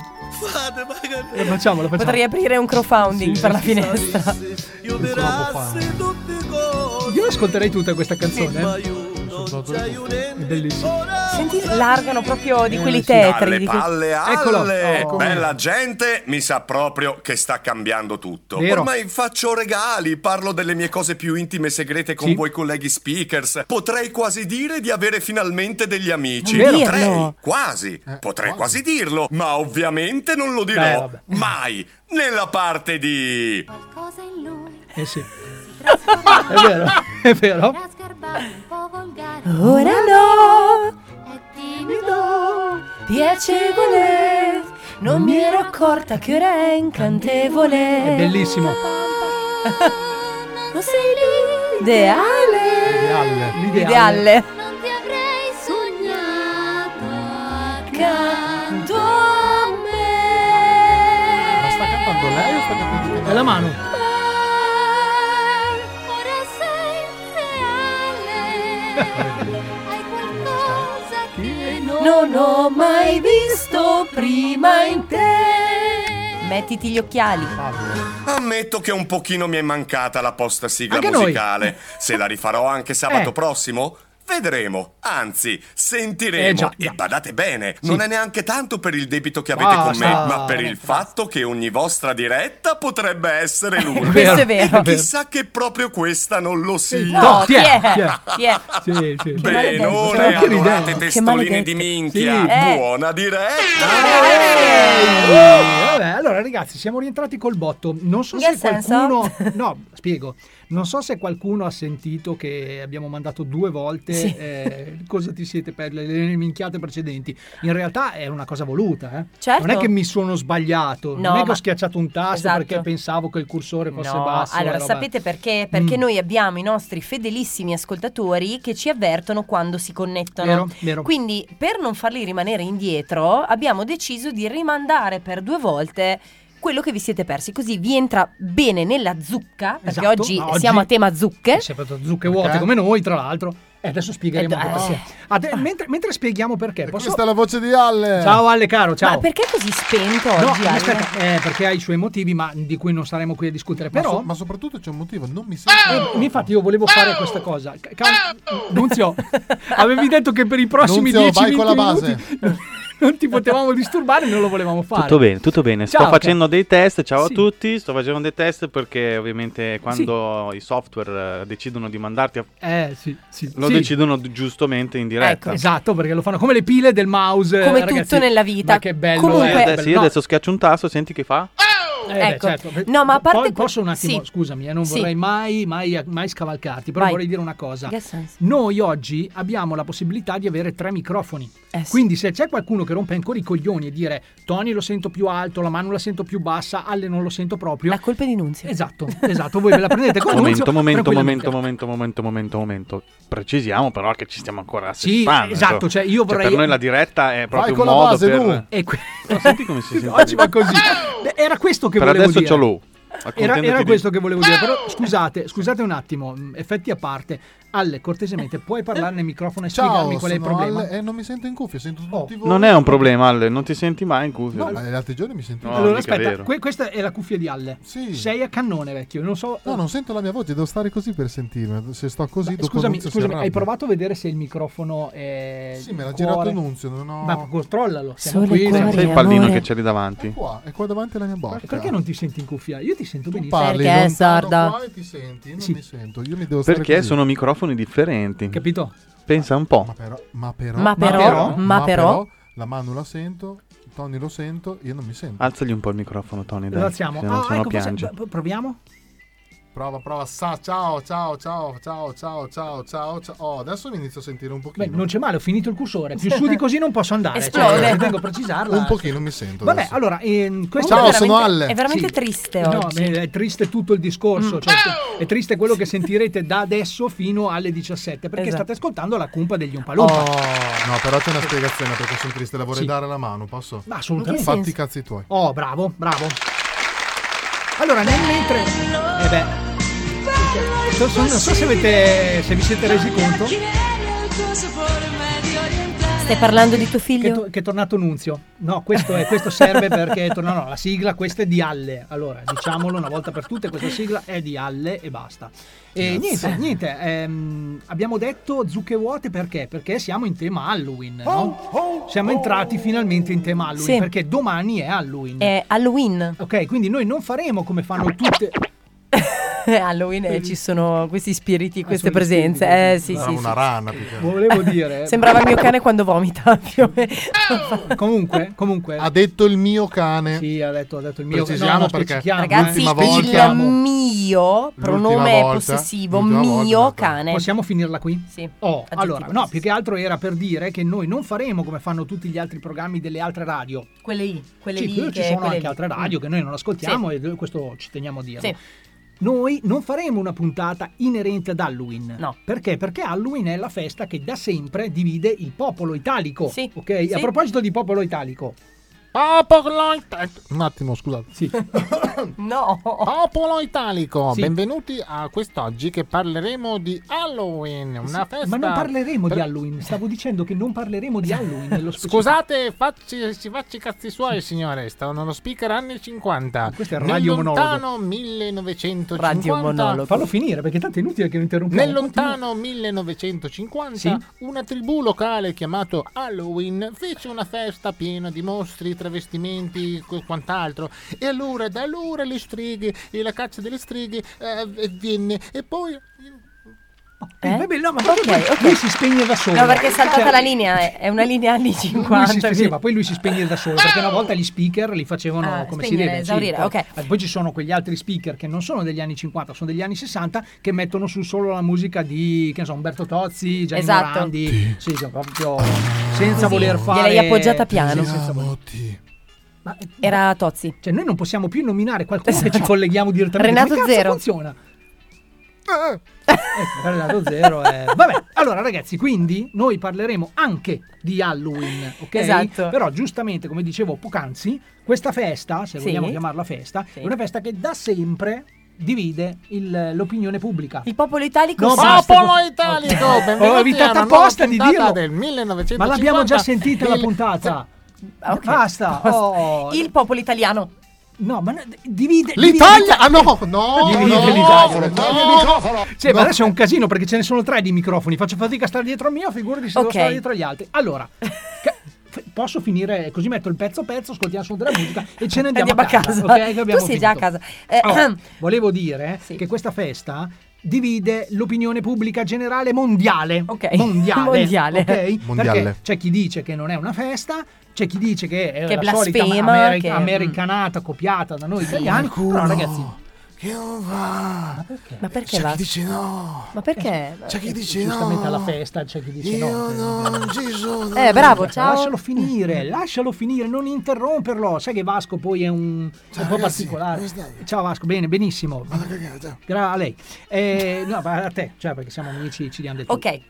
[SPEAKER 13] Fate ma carità
[SPEAKER 2] Eh, facciamolo, facciamolo.
[SPEAKER 10] Potrei aprire un crowdfunding per la finestra.
[SPEAKER 13] Io mi rassi tutti con
[SPEAKER 2] Io ascolterei tutta questa canzone. eh.
[SPEAKER 13] È
[SPEAKER 2] bellissimo.
[SPEAKER 10] Senti, largano proprio di quelli
[SPEAKER 1] Dalle
[SPEAKER 10] tetri. di quelli-
[SPEAKER 1] palle
[SPEAKER 10] Eccolo.
[SPEAKER 1] alle
[SPEAKER 10] Oh.
[SPEAKER 1] bella gente, mi sa proprio che sta cambiando tutto.
[SPEAKER 2] Vero.
[SPEAKER 1] Ormai faccio regali, parlo delle mie cose più intime e segrete con voi colleghi speakers. Potrei quasi dire di avere finalmente degli amici.
[SPEAKER 2] Non dirlo.
[SPEAKER 1] Potrei, quasi, potrei quasi dirlo, ma ovviamente non lo
[SPEAKER 2] Beh,
[SPEAKER 1] dirò
[SPEAKER 2] Eh, vabbè.
[SPEAKER 1] mai. Nella parte di
[SPEAKER 15] Qualcosa in lui
[SPEAKER 2] Eh sì. È vero, è vero.
[SPEAKER 15] era sgarbato, un po' volgare.
[SPEAKER 10] Ora no,
[SPEAKER 15] È timido.
[SPEAKER 10] piacevole. Non mi ero accorta che ora è
[SPEAKER 2] È
[SPEAKER 10] incantevole.
[SPEAKER 2] bellissimo.
[SPEAKER 10] Non sei l'ideale. L'ideale.
[SPEAKER 15] Non ti avrei sognato
[SPEAKER 10] accanto a me.
[SPEAKER 3] Ma sta cantando
[SPEAKER 2] eh.
[SPEAKER 3] lei o sta cantando
[SPEAKER 2] È la mano.
[SPEAKER 15] Ora sei reale. Hai qualcosa che non,
[SPEAKER 10] Non ho mai visto prima in te. Mettiti gli occhiali.
[SPEAKER 1] Ammetto che un pochino mi è mancata la posta sigla
[SPEAKER 10] Anche a noi.
[SPEAKER 1] musicale. Se la rifarò anche sabato
[SPEAKER 2] Eh.
[SPEAKER 1] prossimo? Vedremo, anzi, sentiremo.
[SPEAKER 2] Eh, già,
[SPEAKER 1] e
[SPEAKER 2] già.
[SPEAKER 1] badate bene,
[SPEAKER 2] Sì.
[SPEAKER 1] non è neanche tanto per il debito che avete con
[SPEAKER 2] Basta.
[SPEAKER 1] me, ma per il fatto che ogni vostra diretta
[SPEAKER 2] (laughs)
[SPEAKER 1] potrebbe essere l'unica.
[SPEAKER 2] Questo è vero.
[SPEAKER 1] E chissà che proprio questa non lo sia.
[SPEAKER 2] No, chi è? Chi
[SPEAKER 1] (laughs)
[SPEAKER 2] è? Sì, sì.
[SPEAKER 1] Benone,
[SPEAKER 2] Che ridendo.
[SPEAKER 1] adorate testolini di minchia.
[SPEAKER 2] Sì. Eh.
[SPEAKER 1] Buona diretta.
[SPEAKER 2] Vabbè, allora ragazzi, siamo rientrati col botto. Non so
[SPEAKER 10] In
[SPEAKER 2] se
[SPEAKER 10] che senso?
[SPEAKER 2] qualcuno No, spiego. Non so se qualcuno ha sentito che abbiamo mandato due volte
[SPEAKER 10] Sì.
[SPEAKER 2] eh, cosa ti siete per le, le minchiate precedenti. In realtà è una cosa voluta, eh.
[SPEAKER 10] Certo.
[SPEAKER 2] Non è che mi sono sbagliato,
[SPEAKER 10] No,
[SPEAKER 2] non è che
[SPEAKER 10] ma-
[SPEAKER 2] ho schiacciato un tasto
[SPEAKER 10] Esatto.
[SPEAKER 2] perché pensavo che il cursore fosse
[SPEAKER 10] No,
[SPEAKER 2] basso.
[SPEAKER 10] allora
[SPEAKER 2] e roba-
[SPEAKER 10] sapete perché? Perché
[SPEAKER 2] Mm.
[SPEAKER 10] noi abbiamo i nostri fedelissimi ascoltatori che ci avvertono quando si connettono.
[SPEAKER 2] Vero, vero.
[SPEAKER 10] Quindi per non farli rimanere indietro abbiamo deciso di rimandare per due volte quello che vi siete persi, così vi entra bene nella zucca, perché
[SPEAKER 2] Esatto,
[SPEAKER 10] ogzi
[SPEAKER 2] ma oggi-
[SPEAKER 10] siamo a tema zucche.
[SPEAKER 2] Sempre zucche vuote
[SPEAKER 10] Ok.
[SPEAKER 2] come noi, tra l'altro. E adesso spiegheremo
[SPEAKER 10] Eh,
[SPEAKER 2] perché.
[SPEAKER 10] eh.
[SPEAKER 2] Ade- Ah, mentre, mentre spieghiamo perché, posso...
[SPEAKER 8] Questa è la voce di Alle.
[SPEAKER 2] Ciao Ale caro, ciao.
[SPEAKER 10] Ma perché così spento oggi?
[SPEAKER 2] No,
[SPEAKER 10] Ale?
[SPEAKER 2] aspetta, eh, perché ha i suoi motivi, ma di cui non saremo qui a discutere.
[SPEAKER 3] Ma,
[SPEAKER 2] Però,
[SPEAKER 3] so- ma soprattutto c'è un motivo, non mi sento.
[SPEAKER 2] Eh, infatti, io volevo fare questa cosa. Ca- ca-
[SPEAKER 10] (laughs)
[SPEAKER 2] Nunzio, avevi detto che per i prossimi 10
[SPEAKER 3] Nunzio, vai con la
[SPEAKER 2] minuti (laughs)
[SPEAKER 3] base.
[SPEAKER 2] non- non ti potevamo disturbare, non lo volevamo fare.
[SPEAKER 12] Tutto bene, tutto bene.
[SPEAKER 2] Ciao,
[SPEAKER 12] sto facendo
[SPEAKER 2] Ca-
[SPEAKER 12] dei test, ciao
[SPEAKER 2] Sì.
[SPEAKER 12] a tutti, sto facendo dei test perché ovviamente quando i software eh, decidono di mandarti a...
[SPEAKER 2] Eh, sì, sì.
[SPEAKER 12] lo
[SPEAKER 2] sì.
[SPEAKER 12] decidono d- giustamente in diretta.
[SPEAKER 2] Esatto, perché lo fanno come le pile del mouse.
[SPEAKER 10] Ecco.
[SPEAKER 2] eh,
[SPEAKER 10] Come
[SPEAKER 2] ragazzi.
[SPEAKER 10] tutto nella vita.
[SPEAKER 2] Ma che bello.
[SPEAKER 12] Comunque,
[SPEAKER 2] eh,
[SPEAKER 12] adesso, io
[SPEAKER 2] no,
[SPEAKER 12] adesso schiaccio un tasto, senti che fa?
[SPEAKER 2] Eh, beh,
[SPEAKER 10] ecco.
[SPEAKER 2] certo.
[SPEAKER 10] No, ma a
[SPEAKER 2] Po-
[SPEAKER 10] parte que-
[SPEAKER 2] posso un attimo,
[SPEAKER 10] sì.
[SPEAKER 2] scusami, eh, non
[SPEAKER 10] Sì.
[SPEAKER 2] vorrei mai, mai, mai scavalcarti, però
[SPEAKER 10] Vai.
[SPEAKER 2] vorrei dire una cosa.
[SPEAKER 10] Che senso?
[SPEAKER 2] Noi oggi abbiamo la possibilità di avere tre microfoni.
[SPEAKER 10] Eh,
[SPEAKER 2] Quindi se c'è qualcuno che rompe ancora i coglioni e dire Tony lo sento più alto, la mano la sento più bassa, Alle non lo sento proprio. La
[SPEAKER 10] colpa è di Nunzio.
[SPEAKER 2] Esatto, esatto, voi ve la prendete con Nunzio,
[SPEAKER 12] Momento, momento,
[SPEAKER 2] tranquillamente.
[SPEAKER 12] momento, momento, momento, momento, momento. Precisiamo però che ci stiamo ancora
[SPEAKER 2] Sì,
[SPEAKER 12] assestando.
[SPEAKER 2] esatto,
[SPEAKER 12] insomma.
[SPEAKER 2] cioè, io vorrei-
[SPEAKER 12] per noi la diretta è proprio
[SPEAKER 2] con
[SPEAKER 12] un
[SPEAKER 2] la
[SPEAKER 12] modo
[SPEAKER 2] base,
[SPEAKER 12] per... (laughs)
[SPEAKER 2] Lu. E
[SPEAKER 12] No, senti come si sente?
[SPEAKER 2] Oggi va così. Beh, Era questo che
[SPEAKER 12] Per
[SPEAKER 2] volevo
[SPEAKER 12] adesso
[SPEAKER 2] dire.
[SPEAKER 12] c'ho Lu.
[SPEAKER 2] Era,
[SPEAKER 12] Accontentati
[SPEAKER 2] era
[SPEAKER 12] di-
[SPEAKER 2] questo che volevo
[SPEAKER 3] Ah!
[SPEAKER 2] dire, però scusate, scusate un attimo, mh, effetti a parte. Alle, cortesemente, puoi parlare nel microfono e spiegarmi
[SPEAKER 3] Ciao,
[SPEAKER 2] qual è il
[SPEAKER 3] sono eh,
[SPEAKER 2] problema?
[SPEAKER 3] Al- e non mi sento in cuffia, sento tutti voi.
[SPEAKER 12] Oh, Non è un problema, Ale, non ti senti mai in cuffia.
[SPEAKER 3] No, ma gli altri giorni mi sentivo.
[SPEAKER 12] No,
[SPEAKER 2] allora,
[SPEAKER 12] mica
[SPEAKER 2] aspetta,
[SPEAKER 12] vero.
[SPEAKER 2] que- questa è la cuffia di Alle. Sei a cannone, vecchio. Non so. eh,
[SPEAKER 3] No, non sento la mia voce, devo stare così per sentirmi. Se sto così, dopo
[SPEAKER 2] Scusami,
[SPEAKER 3] Nunzio si
[SPEAKER 2] scusami, hai
[SPEAKER 3] arrabbia.
[SPEAKER 2] provato a vedere se il microfono è.
[SPEAKER 3] Sì, me l'ha
[SPEAKER 2] il
[SPEAKER 3] girato
[SPEAKER 2] cuore?
[SPEAKER 3] Nunzio, non ho-
[SPEAKER 2] Ma controllalo. siamo
[SPEAKER 3] Sole,
[SPEAKER 2] qui,
[SPEAKER 3] cuore,
[SPEAKER 2] siamo-
[SPEAKER 12] Sei il pallino che c'è lì davanti.
[SPEAKER 3] Qua, è qua davanti alla mia bocca.
[SPEAKER 2] Perché non ti senti in cuffia? Io ti sento benissimo.
[SPEAKER 3] parli Perché è lontano sorda. qua e ti senti, io non mi sento, io mi devo stare
[SPEAKER 12] Perché
[SPEAKER 3] così.
[SPEAKER 12] sono microfoni differenti.
[SPEAKER 2] Capito?
[SPEAKER 12] Pensa un po'.
[SPEAKER 3] Però- ma però,
[SPEAKER 10] Ma però- ma però-
[SPEAKER 3] la mano la sento, Tony lo sento, io non mi sento.
[SPEAKER 12] Alzagli un po' il microfono, Tony, dai.
[SPEAKER 2] Alziamo.
[SPEAKER 12] se no-
[SPEAKER 2] Ah,
[SPEAKER 12] se no
[SPEAKER 2] ecco, forse-
[SPEAKER 12] piange.
[SPEAKER 2] p- proviamo.
[SPEAKER 3] Prova, prova. Sa, ciao, ciao, ciao, ciao, ciao, ciao, ciao, ciao. Oh, adesso mi inizio a sentire un pochino.
[SPEAKER 2] Beh, non c'è male, ho finito il cursore. Più su di così non posso andare.
[SPEAKER 3] Esplode.
[SPEAKER 2] Cioè, vengo a precisarla.
[SPEAKER 3] Un pochino mi sento.
[SPEAKER 2] Vabbè,
[SPEAKER 3] adesso.
[SPEAKER 2] allora, ehm, questo
[SPEAKER 3] Ciao, sono Alle.
[SPEAKER 10] è veramente Mm. triste
[SPEAKER 2] No,
[SPEAKER 10] oggi.
[SPEAKER 2] beh, è triste tutto il discorso. cioè,
[SPEAKER 10] Ah!
[SPEAKER 2] è triste quello che sentirete da adesso fino alle 17, perché
[SPEAKER 3] Esatto.
[SPEAKER 2] state ascoltando la cumpa degli
[SPEAKER 3] Oh,
[SPEAKER 2] Umpalumpa.
[SPEAKER 3] no, però c'è una spiegazione perché sono triste, la vorrei
[SPEAKER 2] Sì.
[SPEAKER 3] dare la mano, posso?
[SPEAKER 2] Ma assolutamente.
[SPEAKER 3] Fatti i cazzi tuoi.
[SPEAKER 2] Oh, bravo, bravo. Allora, nel mentre. Eh beh. so- so- non so se, avete, se vi siete resi conto.
[SPEAKER 10] Stai parlando di tuo figlio?
[SPEAKER 2] Che, to- che è tornato Nunzio. No, questo, è- questo serve perché è tornato. No, la sigla questa è di Alle. Allora, diciamolo una volta per tutte: questa sigla è di Alle e basta. E
[SPEAKER 10] Grazie.
[SPEAKER 2] niente, niente. ehm, abbiamo detto zucche vuote perché? Perché siamo in tema Halloween. no? siamo entrati finalmente in tema Halloween
[SPEAKER 10] Sì.
[SPEAKER 2] perché domani è Halloween.
[SPEAKER 10] È Halloween.
[SPEAKER 2] Ok, quindi noi non faremo come fanno tutte.
[SPEAKER 10] (laughs) Halloween eh, ci sono questi spiriti,
[SPEAKER 2] sono
[SPEAKER 10] queste
[SPEAKER 2] gli
[SPEAKER 10] presenze.
[SPEAKER 2] spiriti,
[SPEAKER 10] eh, sì,
[SPEAKER 3] Era
[SPEAKER 10] sì,
[SPEAKER 3] Ah, una
[SPEAKER 10] sì.
[SPEAKER 3] rana più che altro.
[SPEAKER 2] Volevo dire.
[SPEAKER 10] (laughs)
[SPEAKER 2] eh,
[SPEAKER 10] Sembrava il mio cane quando vomita. (laughs) più o meno.
[SPEAKER 2] comunque, comunque.
[SPEAKER 3] Ha detto il mio cane.
[SPEAKER 2] Sì, ha detto, ha detto il mio-
[SPEAKER 3] Precisiamo
[SPEAKER 2] no, no,
[SPEAKER 3] perché
[SPEAKER 2] specifichiamo, eh.
[SPEAKER 10] Ragazzi,
[SPEAKER 3] l'ultima volta.
[SPEAKER 10] il mio pronome
[SPEAKER 3] volta-
[SPEAKER 10] possessivo,
[SPEAKER 3] l'ultima volta esatto.
[SPEAKER 10] mio
[SPEAKER 3] ho detto-
[SPEAKER 10] cane.
[SPEAKER 2] Possiamo finirla qui?
[SPEAKER 10] Sì.
[SPEAKER 2] Oh, allora, no, più che altro era per dire che noi non faremo come fanno tutti gli altri programmi delle altre radio.
[SPEAKER 10] Quelle lì, quelle
[SPEAKER 2] Sì,
[SPEAKER 10] lì.
[SPEAKER 2] però ci
[SPEAKER 10] che-
[SPEAKER 2] sono
[SPEAKER 10] quelle
[SPEAKER 2] anche
[SPEAKER 10] lì.
[SPEAKER 2] altre radio
[SPEAKER 10] Mm.
[SPEAKER 2] che noi non ascoltiamo
[SPEAKER 10] Sì.
[SPEAKER 2] e questo ci teniamo a dirlo.
[SPEAKER 10] Sì.
[SPEAKER 2] Noi non faremo una puntata inerente ad Halloween.
[SPEAKER 10] No.
[SPEAKER 2] Perché? Perché Halloween è la festa che da sempre divide il popolo italico.
[SPEAKER 10] Sì.
[SPEAKER 2] Ok?
[SPEAKER 10] Sì.
[SPEAKER 2] A proposito di popolo italico.
[SPEAKER 3] Popolo italico. Un attimo, scusate.
[SPEAKER 2] Sì.
[SPEAKER 10] No.
[SPEAKER 3] Popolo italico,
[SPEAKER 2] Sì.
[SPEAKER 3] benvenuti a quest'oggi che parleremo di Halloween, una
[SPEAKER 2] Sì,
[SPEAKER 3] festa.
[SPEAKER 2] Ma non parleremo
[SPEAKER 3] per-
[SPEAKER 2] di Halloween. Stavo dicendo che non parleremo di Halloween nello specifico.
[SPEAKER 3] Scusate, facci, si facci i cazzi suoi, signore. Stavano lo speaker anni 50.
[SPEAKER 2] Questo è il
[SPEAKER 3] Nel
[SPEAKER 2] radio
[SPEAKER 3] lontano
[SPEAKER 2] monologo.
[SPEAKER 3] 1950.
[SPEAKER 2] Fallo finire perché tanto è inutile che lo interrompiamo.
[SPEAKER 3] Nel lontano 1950,
[SPEAKER 2] Sì.
[SPEAKER 3] una tribù locale chiamata Halloween fece una festa piena di mostri, travestimenti e quant'altro. E allora, da allora le streghe e la caccia delle streghe eh, venne. E poi.
[SPEAKER 2] Eh? Vabbè, no, ma proprio lui- lui si spegne da solo.
[SPEAKER 10] No, perché è saltata
[SPEAKER 2] Cioè,
[SPEAKER 10] la linea, eh. è- è una linea anni
[SPEAKER 2] Lui si
[SPEAKER 10] 50.
[SPEAKER 2] spegne,
[SPEAKER 10] quindi-
[SPEAKER 2] ma poi lui si spegne da solo perché una volta gli speaker li facevano
[SPEAKER 10] Ah,
[SPEAKER 2] come
[SPEAKER 10] spegnere,
[SPEAKER 2] si deve.
[SPEAKER 10] esaurire,
[SPEAKER 2] poi,
[SPEAKER 10] ok.
[SPEAKER 2] eh, poi ci sono quegli altri speaker che non sono degli anni 50, sono degli anni 60 che mettono su solo la musica di che ne so, Umberto Tozzi, Gianni
[SPEAKER 10] Esatto.
[SPEAKER 2] Morandi, sì, sì, proprio senza
[SPEAKER 10] Così,
[SPEAKER 2] voler fare
[SPEAKER 10] gliel'hai appoggiata piano.
[SPEAKER 2] Ma- eh,
[SPEAKER 10] Era Tozzi. Esatto.
[SPEAKER 2] Cioè, noi non possiamo più nominare qualcuno che ci colleghiamo direttamente.
[SPEAKER 10] Renato
[SPEAKER 2] Come cazzo
[SPEAKER 10] Zero.
[SPEAKER 2] funziona? Ecco, Renato Zero è... Vabbè, allora ragazzi, quindi noi parleremo anche di Halloween, ok?
[SPEAKER 10] Esatto.
[SPEAKER 2] Però giustamente, come dicevo poc'anzi, questa festa, se
[SPEAKER 10] Sì.
[SPEAKER 2] vogliamo chiamarla festa,
[SPEAKER 10] Sì.
[SPEAKER 2] è una festa che da sempre divide il- l'opinione pubblica.
[SPEAKER 10] Il popolo italico
[SPEAKER 2] No,
[SPEAKER 10] sì.
[SPEAKER 2] basta.
[SPEAKER 3] Popolo
[SPEAKER 2] (laughs)
[SPEAKER 3] italico,
[SPEAKER 2] Ho
[SPEAKER 3] benvenuti
[SPEAKER 2] evitato
[SPEAKER 3] alla
[SPEAKER 2] apposta
[SPEAKER 3] nuova
[SPEAKER 2] di
[SPEAKER 3] puntata
[SPEAKER 2] dirlo.
[SPEAKER 3] del 1950.
[SPEAKER 2] Ma l'abbiamo già sentita la
[SPEAKER 3] Il- Ah,
[SPEAKER 2] puntata.
[SPEAKER 10] Ok,
[SPEAKER 2] Basta.
[SPEAKER 10] basta.
[SPEAKER 2] oh.
[SPEAKER 10] Il popolo italiano.
[SPEAKER 2] No, ma no, divide
[SPEAKER 3] L'Italia! Ah no, no,
[SPEAKER 2] divide
[SPEAKER 3] no,
[SPEAKER 2] l'Italia.
[SPEAKER 3] no,
[SPEAKER 2] Divide
[SPEAKER 3] no.
[SPEAKER 2] l'Italia. Cioè, ma
[SPEAKER 3] No.
[SPEAKER 2] adesso è un casino perché ce ne sono tre di microfoni. Faccio fatica a stare dietro al mio, figurati se devo
[SPEAKER 10] Ok.
[SPEAKER 2] stare dietro agli altri. Allora,
[SPEAKER 10] (laughs)
[SPEAKER 2] ca- f- posso finire così metto il pezzo a pezzo, ascoltiamo solo della musica e ce ne andiamo,
[SPEAKER 10] Andiamo a casa.
[SPEAKER 2] ok? Che
[SPEAKER 10] Tu
[SPEAKER 2] abbiamo
[SPEAKER 10] sei già a
[SPEAKER 2] finito.
[SPEAKER 10] casa. Eh,
[SPEAKER 2] Oh, volevo dire che questa festa divide l'opinione pubblica generale mondiale.
[SPEAKER 10] Ok.
[SPEAKER 2] (laughs) Mondiale.
[SPEAKER 10] Mondiale.
[SPEAKER 2] ok?
[SPEAKER 10] Mondiale.
[SPEAKER 2] Perché c'è chi dice che non è una festa, c'è chi dice che è
[SPEAKER 10] Che
[SPEAKER 2] la solita
[SPEAKER 10] blasfema,
[SPEAKER 2] ameri-
[SPEAKER 10] che-
[SPEAKER 2] americanata copiata da noi
[SPEAKER 10] Sì,
[SPEAKER 2] italiani.
[SPEAKER 10] ma culo.
[SPEAKER 2] Però ragazzi,
[SPEAKER 10] Che non va. Ma perché? Ma perché
[SPEAKER 2] C'è
[SPEAKER 10] va?
[SPEAKER 2] chi dice
[SPEAKER 10] no. Ma perché?
[SPEAKER 2] Eh, c'è chi dice giustamente alla festa c'è chi dice no.
[SPEAKER 10] non ci sono. Eh, bravo, ciao.
[SPEAKER 2] Lascialo finire, lascialo finire, non interromperlo. Sai che Vasco poi è un, un po'
[SPEAKER 10] ragazzi,
[SPEAKER 2] particolare. Ciao Vasco, bene, benissimo. Grazie a lei. Eh, no, ma a te, cioè perché siamo amici, ci diamo del tu.
[SPEAKER 10] Ok.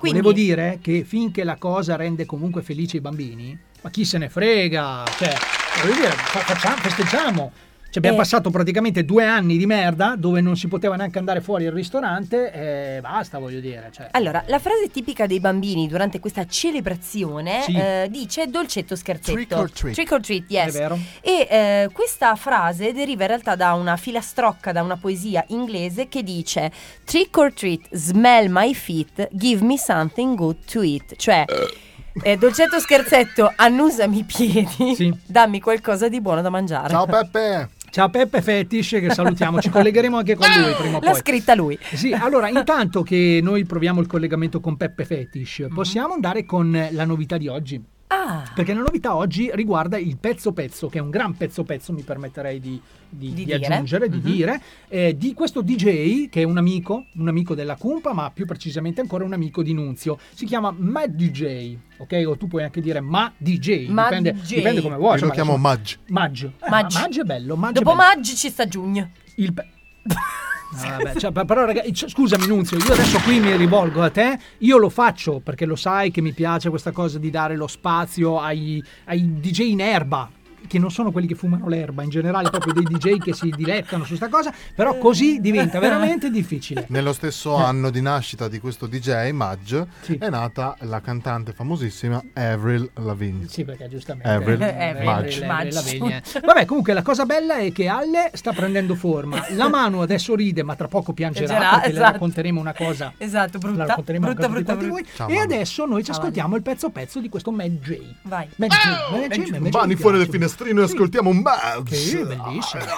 [SPEAKER 2] Volevo dire che finché la cosa rende comunque felici i bambini, ma chi se ne frega? Cioè, voglio dire, fa- facciamo, festeggiamo. Cioè, abbiamo
[SPEAKER 10] Eh.
[SPEAKER 2] passato praticamente due anni di merda dove non si poteva neanche andare fuori al ristorante e basta, voglio dire. Cioè.
[SPEAKER 10] Allora, la frase tipica dei bambini durante questa celebrazione
[SPEAKER 2] Sì.
[SPEAKER 10] eh, dice dolcetto scherzetto.
[SPEAKER 2] Trick or treat.
[SPEAKER 10] Trick or treat, yes.
[SPEAKER 2] È vero.
[SPEAKER 10] E eh, questa frase deriva in realtà da una filastrocca, da una poesia inglese che dice Trick or treat, smell my feet, give me something good to eat. Cioè, eh, dolcetto scherzetto, annusami i piedi, dammi qualcosa di buono da mangiare.
[SPEAKER 2] Ciao, Peppe. Ciao Peppe Fetish che salutiamo, ci
[SPEAKER 10] (laughs)
[SPEAKER 2] collegheremo anche con lui prima o
[SPEAKER 10] L'ha
[SPEAKER 2] poi.
[SPEAKER 10] scritta lui.
[SPEAKER 2] Sì,
[SPEAKER 10] (laughs)
[SPEAKER 2] allora intanto che noi proviamo il collegamento con Peppe Fetish, possiamo andare con la novità di oggi.
[SPEAKER 10] Mhm. Ah.
[SPEAKER 2] Perché la novità oggi riguarda il pezzo pezzo, che è un gran pezzo pezzo, mi permetterei di, di-
[SPEAKER 10] Di
[SPEAKER 2] di
[SPEAKER 10] dire.
[SPEAKER 2] aggiungere, di
[SPEAKER 10] Mhm.
[SPEAKER 2] dire, eh, di questo DJ che è un amico, un amico della Cumpa, ma più precisamente ancora un amico di Nunzio. Si chiama Ma DJ, ok? O tu puoi anche dire Ma DJ,
[SPEAKER 10] Ma
[SPEAKER 2] dipende,
[SPEAKER 10] DJ.
[SPEAKER 2] dipende come vuoi.
[SPEAKER 8] Io lo
[SPEAKER 2] insomma,
[SPEAKER 8] chiamo
[SPEAKER 2] insomma-
[SPEAKER 8] Maggio.
[SPEAKER 2] Maggio. Eh,
[SPEAKER 10] Maggio.
[SPEAKER 2] ma Maggio è bello. Maggio è
[SPEAKER 10] Dopo
[SPEAKER 2] bello.
[SPEAKER 10] Maggi ci sta Giugno.
[SPEAKER 2] Il pe- Ah, vabbè, cioè, pa- però raga, c- scusami Nunzio, io adesso qui mi rivolgo a te, io lo faccio perché lo sai che mi piace questa cosa di dare lo spazio ai, ai DJ in erba, che non sono quelli che fumano l'erba, in generale proprio dei DJ che si dilettano su sta cosa, però così diventa
[SPEAKER 10] (laughs)
[SPEAKER 2] veramente Eh. difficile.
[SPEAKER 8] Nello stesso anno di nascita di questo DJ, Maggio, è nata la cantante famosissima Avril Lavigne.
[SPEAKER 2] Sì, perché giustamente
[SPEAKER 8] Avril,
[SPEAKER 2] Avril,
[SPEAKER 8] Maggio.
[SPEAKER 2] Avril, Avril Lavigne. Vabbè, comunque la cosa bella è che Alle sta prendendo forma. La mano adesso ride, ma tra poco piangerà
[SPEAKER 10] Piangerà,
[SPEAKER 2] perché le
[SPEAKER 10] esatto.
[SPEAKER 2] racconteremo una cosa.
[SPEAKER 10] Esatto, brutta,
[SPEAKER 2] La racconteremo una
[SPEAKER 10] brutta,
[SPEAKER 2] cosa di
[SPEAKER 10] brutta,
[SPEAKER 2] quanti voi.
[SPEAKER 10] brutta. Ciao,
[SPEAKER 2] e
[SPEAKER 10] mamma.
[SPEAKER 2] adesso noi ci
[SPEAKER 10] Ciao,
[SPEAKER 2] ascoltiamo il pezzo pezzo di questo Mad J.
[SPEAKER 10] Vai.
[SPEAKER 2] Mad J, Mad J, Mad J, Mad J,
[SPEAKER 8] Vanni
[SPEAKER 2] mi
[SPEAKER 8] fuori dal
[SPEAKER 2] piace.
[SPEAKER 8] finestrino e ascoltiamo Maggio.
[SPEAKER 2] Sì, bellissimo.
[SPEAKER 3] Ah,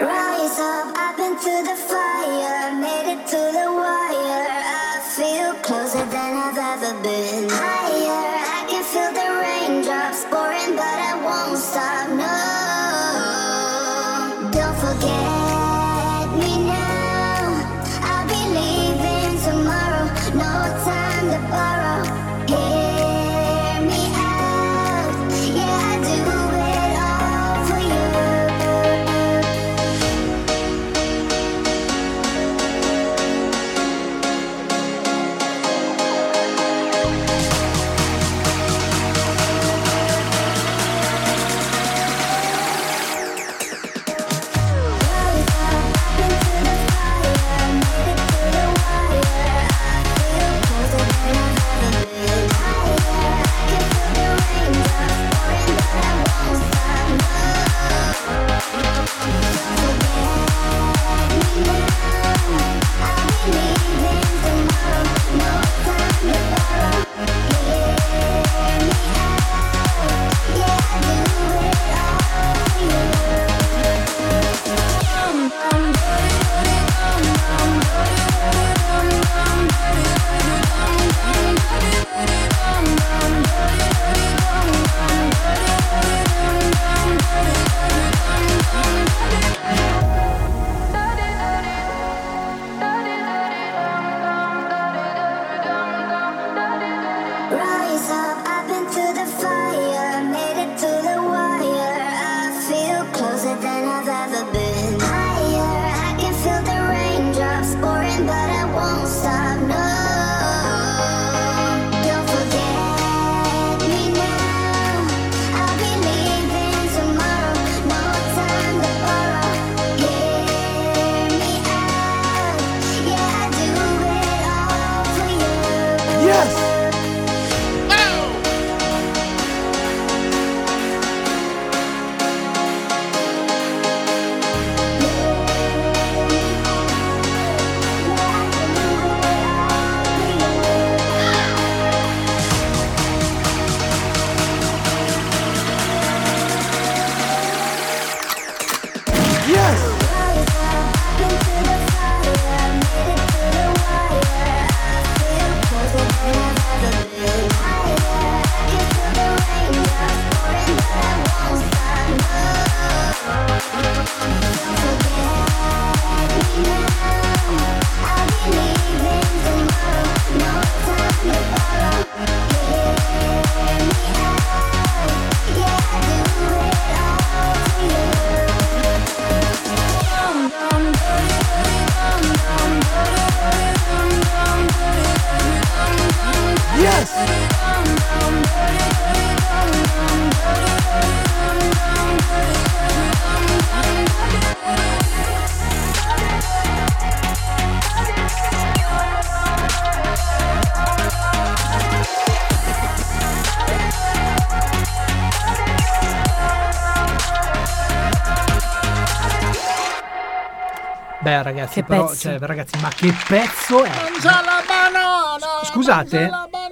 [SPEAKER 16] Rise up, up into the fire, made it to the wire. I feel closer than I've ever been. Higher, I can feel the raindrops pouring, but I won't stop. No, don't forget me now. I'll be leaving tomorrow, no time to borrow. Hear me out, yeah, I do it all for you.
[SPEAKER 2] Beh, ragazzi,
[SPEAKER 17] Che
[SPEAKER 2] però,
[SPEAKER 17] pezzo.
[SPEAKER 2] cioè, ragazzi, ma che pezzo è?
[SPEAKER 17] Mangia la banana!
[SPEAKER 2] Scusate,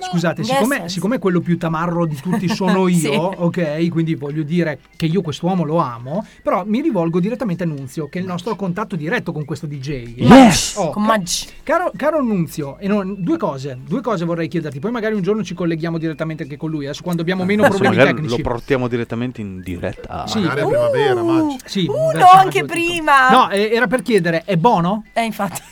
[SPEAKER 2] scusate,
[SPEAKER 17] Yes,
[SPEAKER 2] siccome,
[SPEAKER 17] yes.
[SPEAKER 2] siccome quello più tamarro di tutti
[SPEAKER 10] (laughs)
[SPEAKER 2] sono io,
[SPEAKER 17] Sì.
[SPEAKER 2] ok? Quindi voglio dire che io quest'uomo lo amo, però mi rivolgo direttamente a Nunzio, che è il nostro contatto diretto con questo DJ.
[SPEAKER 10] Yes!
[SPEAKER 2] Oh,
[SPEAKER 10] Con
[SPEAKER 2] ca-
[SPEAKER 10] Maggi.
[SPEAKER 2] caro, caro Nunzio, e non- due cose, due cose vorrei chiederti, poi magari un giorno ci colleghiamo direttamente anche con lui, adesso quando abbiamo meno
[SPEAKER 12] Adesso
[SPEAKER 2] problemi
[SPEAKER 12] magari
[SPEAKER 2] tecnici.
[SPEAKER 12] lo portiamo direttamente in diretta.
[SPEAKER 2] Sì. Magari a Uh, primavera,
[SPEAKER 12] Maggi.
[SPEAKER 2] Sì,
[SPEAKER 10] Uh,
[SPEAKER 2] verso
[SPEAKER 10] no, anche
[SPEAKER 2] maggio,
[SPEAKER 10] prima!
[SPEAKER 2] No, eh, era per chiedere, è buono?
[SPEAKER 10] Eh, infatti.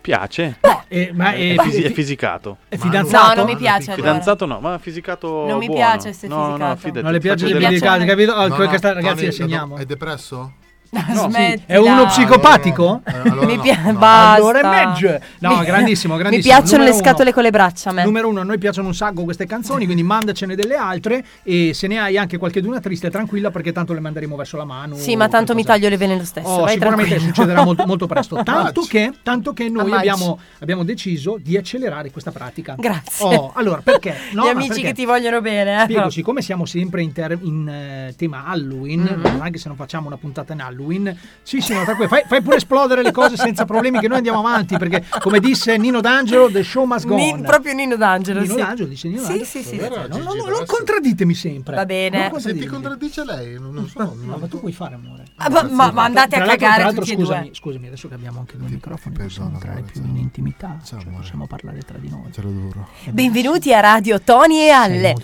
[SPEAKER 12] Piace?
[SPEAKER 2] eh, ma
[SPEAKER 12] è,
[SPEAKER 2] è-
[SPEAKER 12] fisi- è fisicato.
[SPEAKER 2] è fidanzato?
[SPEAKER 10] No, non mi piace allora. (laughs)
[SPEAKER 12] Fidanzato no, ma fisicato
[SPEAKER 10] Non mi
[SPEAKER 12] buono.
[SPEAKER 10] piace se
[SPEAKER 12] no, No,
[SPEAKER 10] fisicato.
[SPEAKER 12] fidati,
[SPEAKER 2] Non le piace
[SPEAKER 12] faccio
[SPEAKER 2] le
[SPEAKER 12] vedere-
[SPEAKER 2] piedicate, capito? Oh,
[SPEAKER 8] No,
[SPEAKER 2] questa-
[SPEAKER 8] no,
[SPEAKER 2] ragazzi,
[SPEAKER 8] Tony,
[SPEAKER 2] la segniamo.
[SPEAKER 8] È depresso?
[SPEAKER 2] No, sì.
[SPEAKER 10] smettila.
[SPEAKER 2] È uno psicopatico?
[SPEAKER 10] Mi
[SPEAKER 2] no.
[SPEAKER 10] pia-
[SPEAKER 2] No,
[SPEAKER 10] basta.
[SPEAKER 2] allora è Madge. No,
[SPEAKER 10] Mi-
[SPEAKER 2] grandissimo, grandissimo.
[SPEAKER 10] (laughs) Mi piacciono le
[SPEAKER 2] Numero uno.
[SPEAKER 10] scatole con le braccia a me.
[SPEAKER 2] Numero uno, a noi piacciono un sacco queste canzoni, quindi mandacene delle altre e se ne hai anche qualcheduna triste, tranquilla, perché tanto le manderemo verso la mano.
[SPEAKER 10] Sì, ma tanto mi taglio le vene lo stesso.
[SPEAKER 2] Oh,
[SPEAKER 10] vai
[SPEAKER 2] sicuramente
[SPEAKER 10] tranquillo.
[SPEAKER 2] succederà
[SPEAKER 10] (laughs)
[SPEAKER 2] molto, molto presto. Tanto che, tanto che noi
[SPEAKER 10] Ammazzi.
[SPEAKER 2] abbiamo, abbiamo deciso di accelerare questa pratica.
[SPEAKER 10] Grazie.
[SPEAKER 2] Oh, allora,
[SPEAKER 10] (laughs)
[SPEAKER 2] perché? No,
[SPEAKER 10] Gli
[SPEAKER 2] ma
[SPEAKER 10] amici
[SPEAKER 2] perché?
[SPEAKER 10] che ti vogliono bene. eh.
[SPEAKER 2] Spiego, siccome siamo sempre in, ter- in, eh, tema Halloween,
[SPEAKER 10] Mm-hmm.
[SPEAKER 2] anche se non facciamo una puntata in Halloween, sì, sì, no, tranquillo, fai, fai pure esplodere le cose senza problemi che noi andiamo avanti, perché come disse Nino D'Angelo, the show must go
[SPEAKER 10] Ni-
[SPEAKER 2] on.
[SPEAKER 10] proprio Nino D'Angelo.
[SPEAKER 2] Nino
[SPEAKER 10] sì.
[SPEAKER 2] D'Angelo, dice Nino
[SPEAKER 10] Sì,
[SPEAKER 2] D'Angelo.
[SPEAKER 10] sì, sì.
[SPEAKER 2] Cioè, non, non- non contradditemi sempre.
[SPEAKER 10] Va bene.
[SPEAKER 2] Non
[SPEAKER 8] Se ti
[SPEAKER 2] contradditemi.
[SPEAKER 8] contraddice lei, non non so.
[SPEAKER 2] (laughs) No, ma tu puoi fare, amore.
[SPEAKER 10] Ah, ma- ma- ma andate
[SPEAKER 2] Tra
[SPEAKER 10] a
[SPEAKER 2] l'altro-
[SPEAKER 10] cagare
[SPEAKER 2] tra l'altro,
[SPEAKER 10] tutti e due.
[SPEAKER 2] scusami, Scusami, adesso che abbiamo anche due microfoni, possiamo entrare più in intimità. cioè, possiamo parlare tra di noi. Te
[SPEAKER 8] lo giuro.
[SPEAKER 10] (laughs) Benvenuti a Radio Tony e Alle.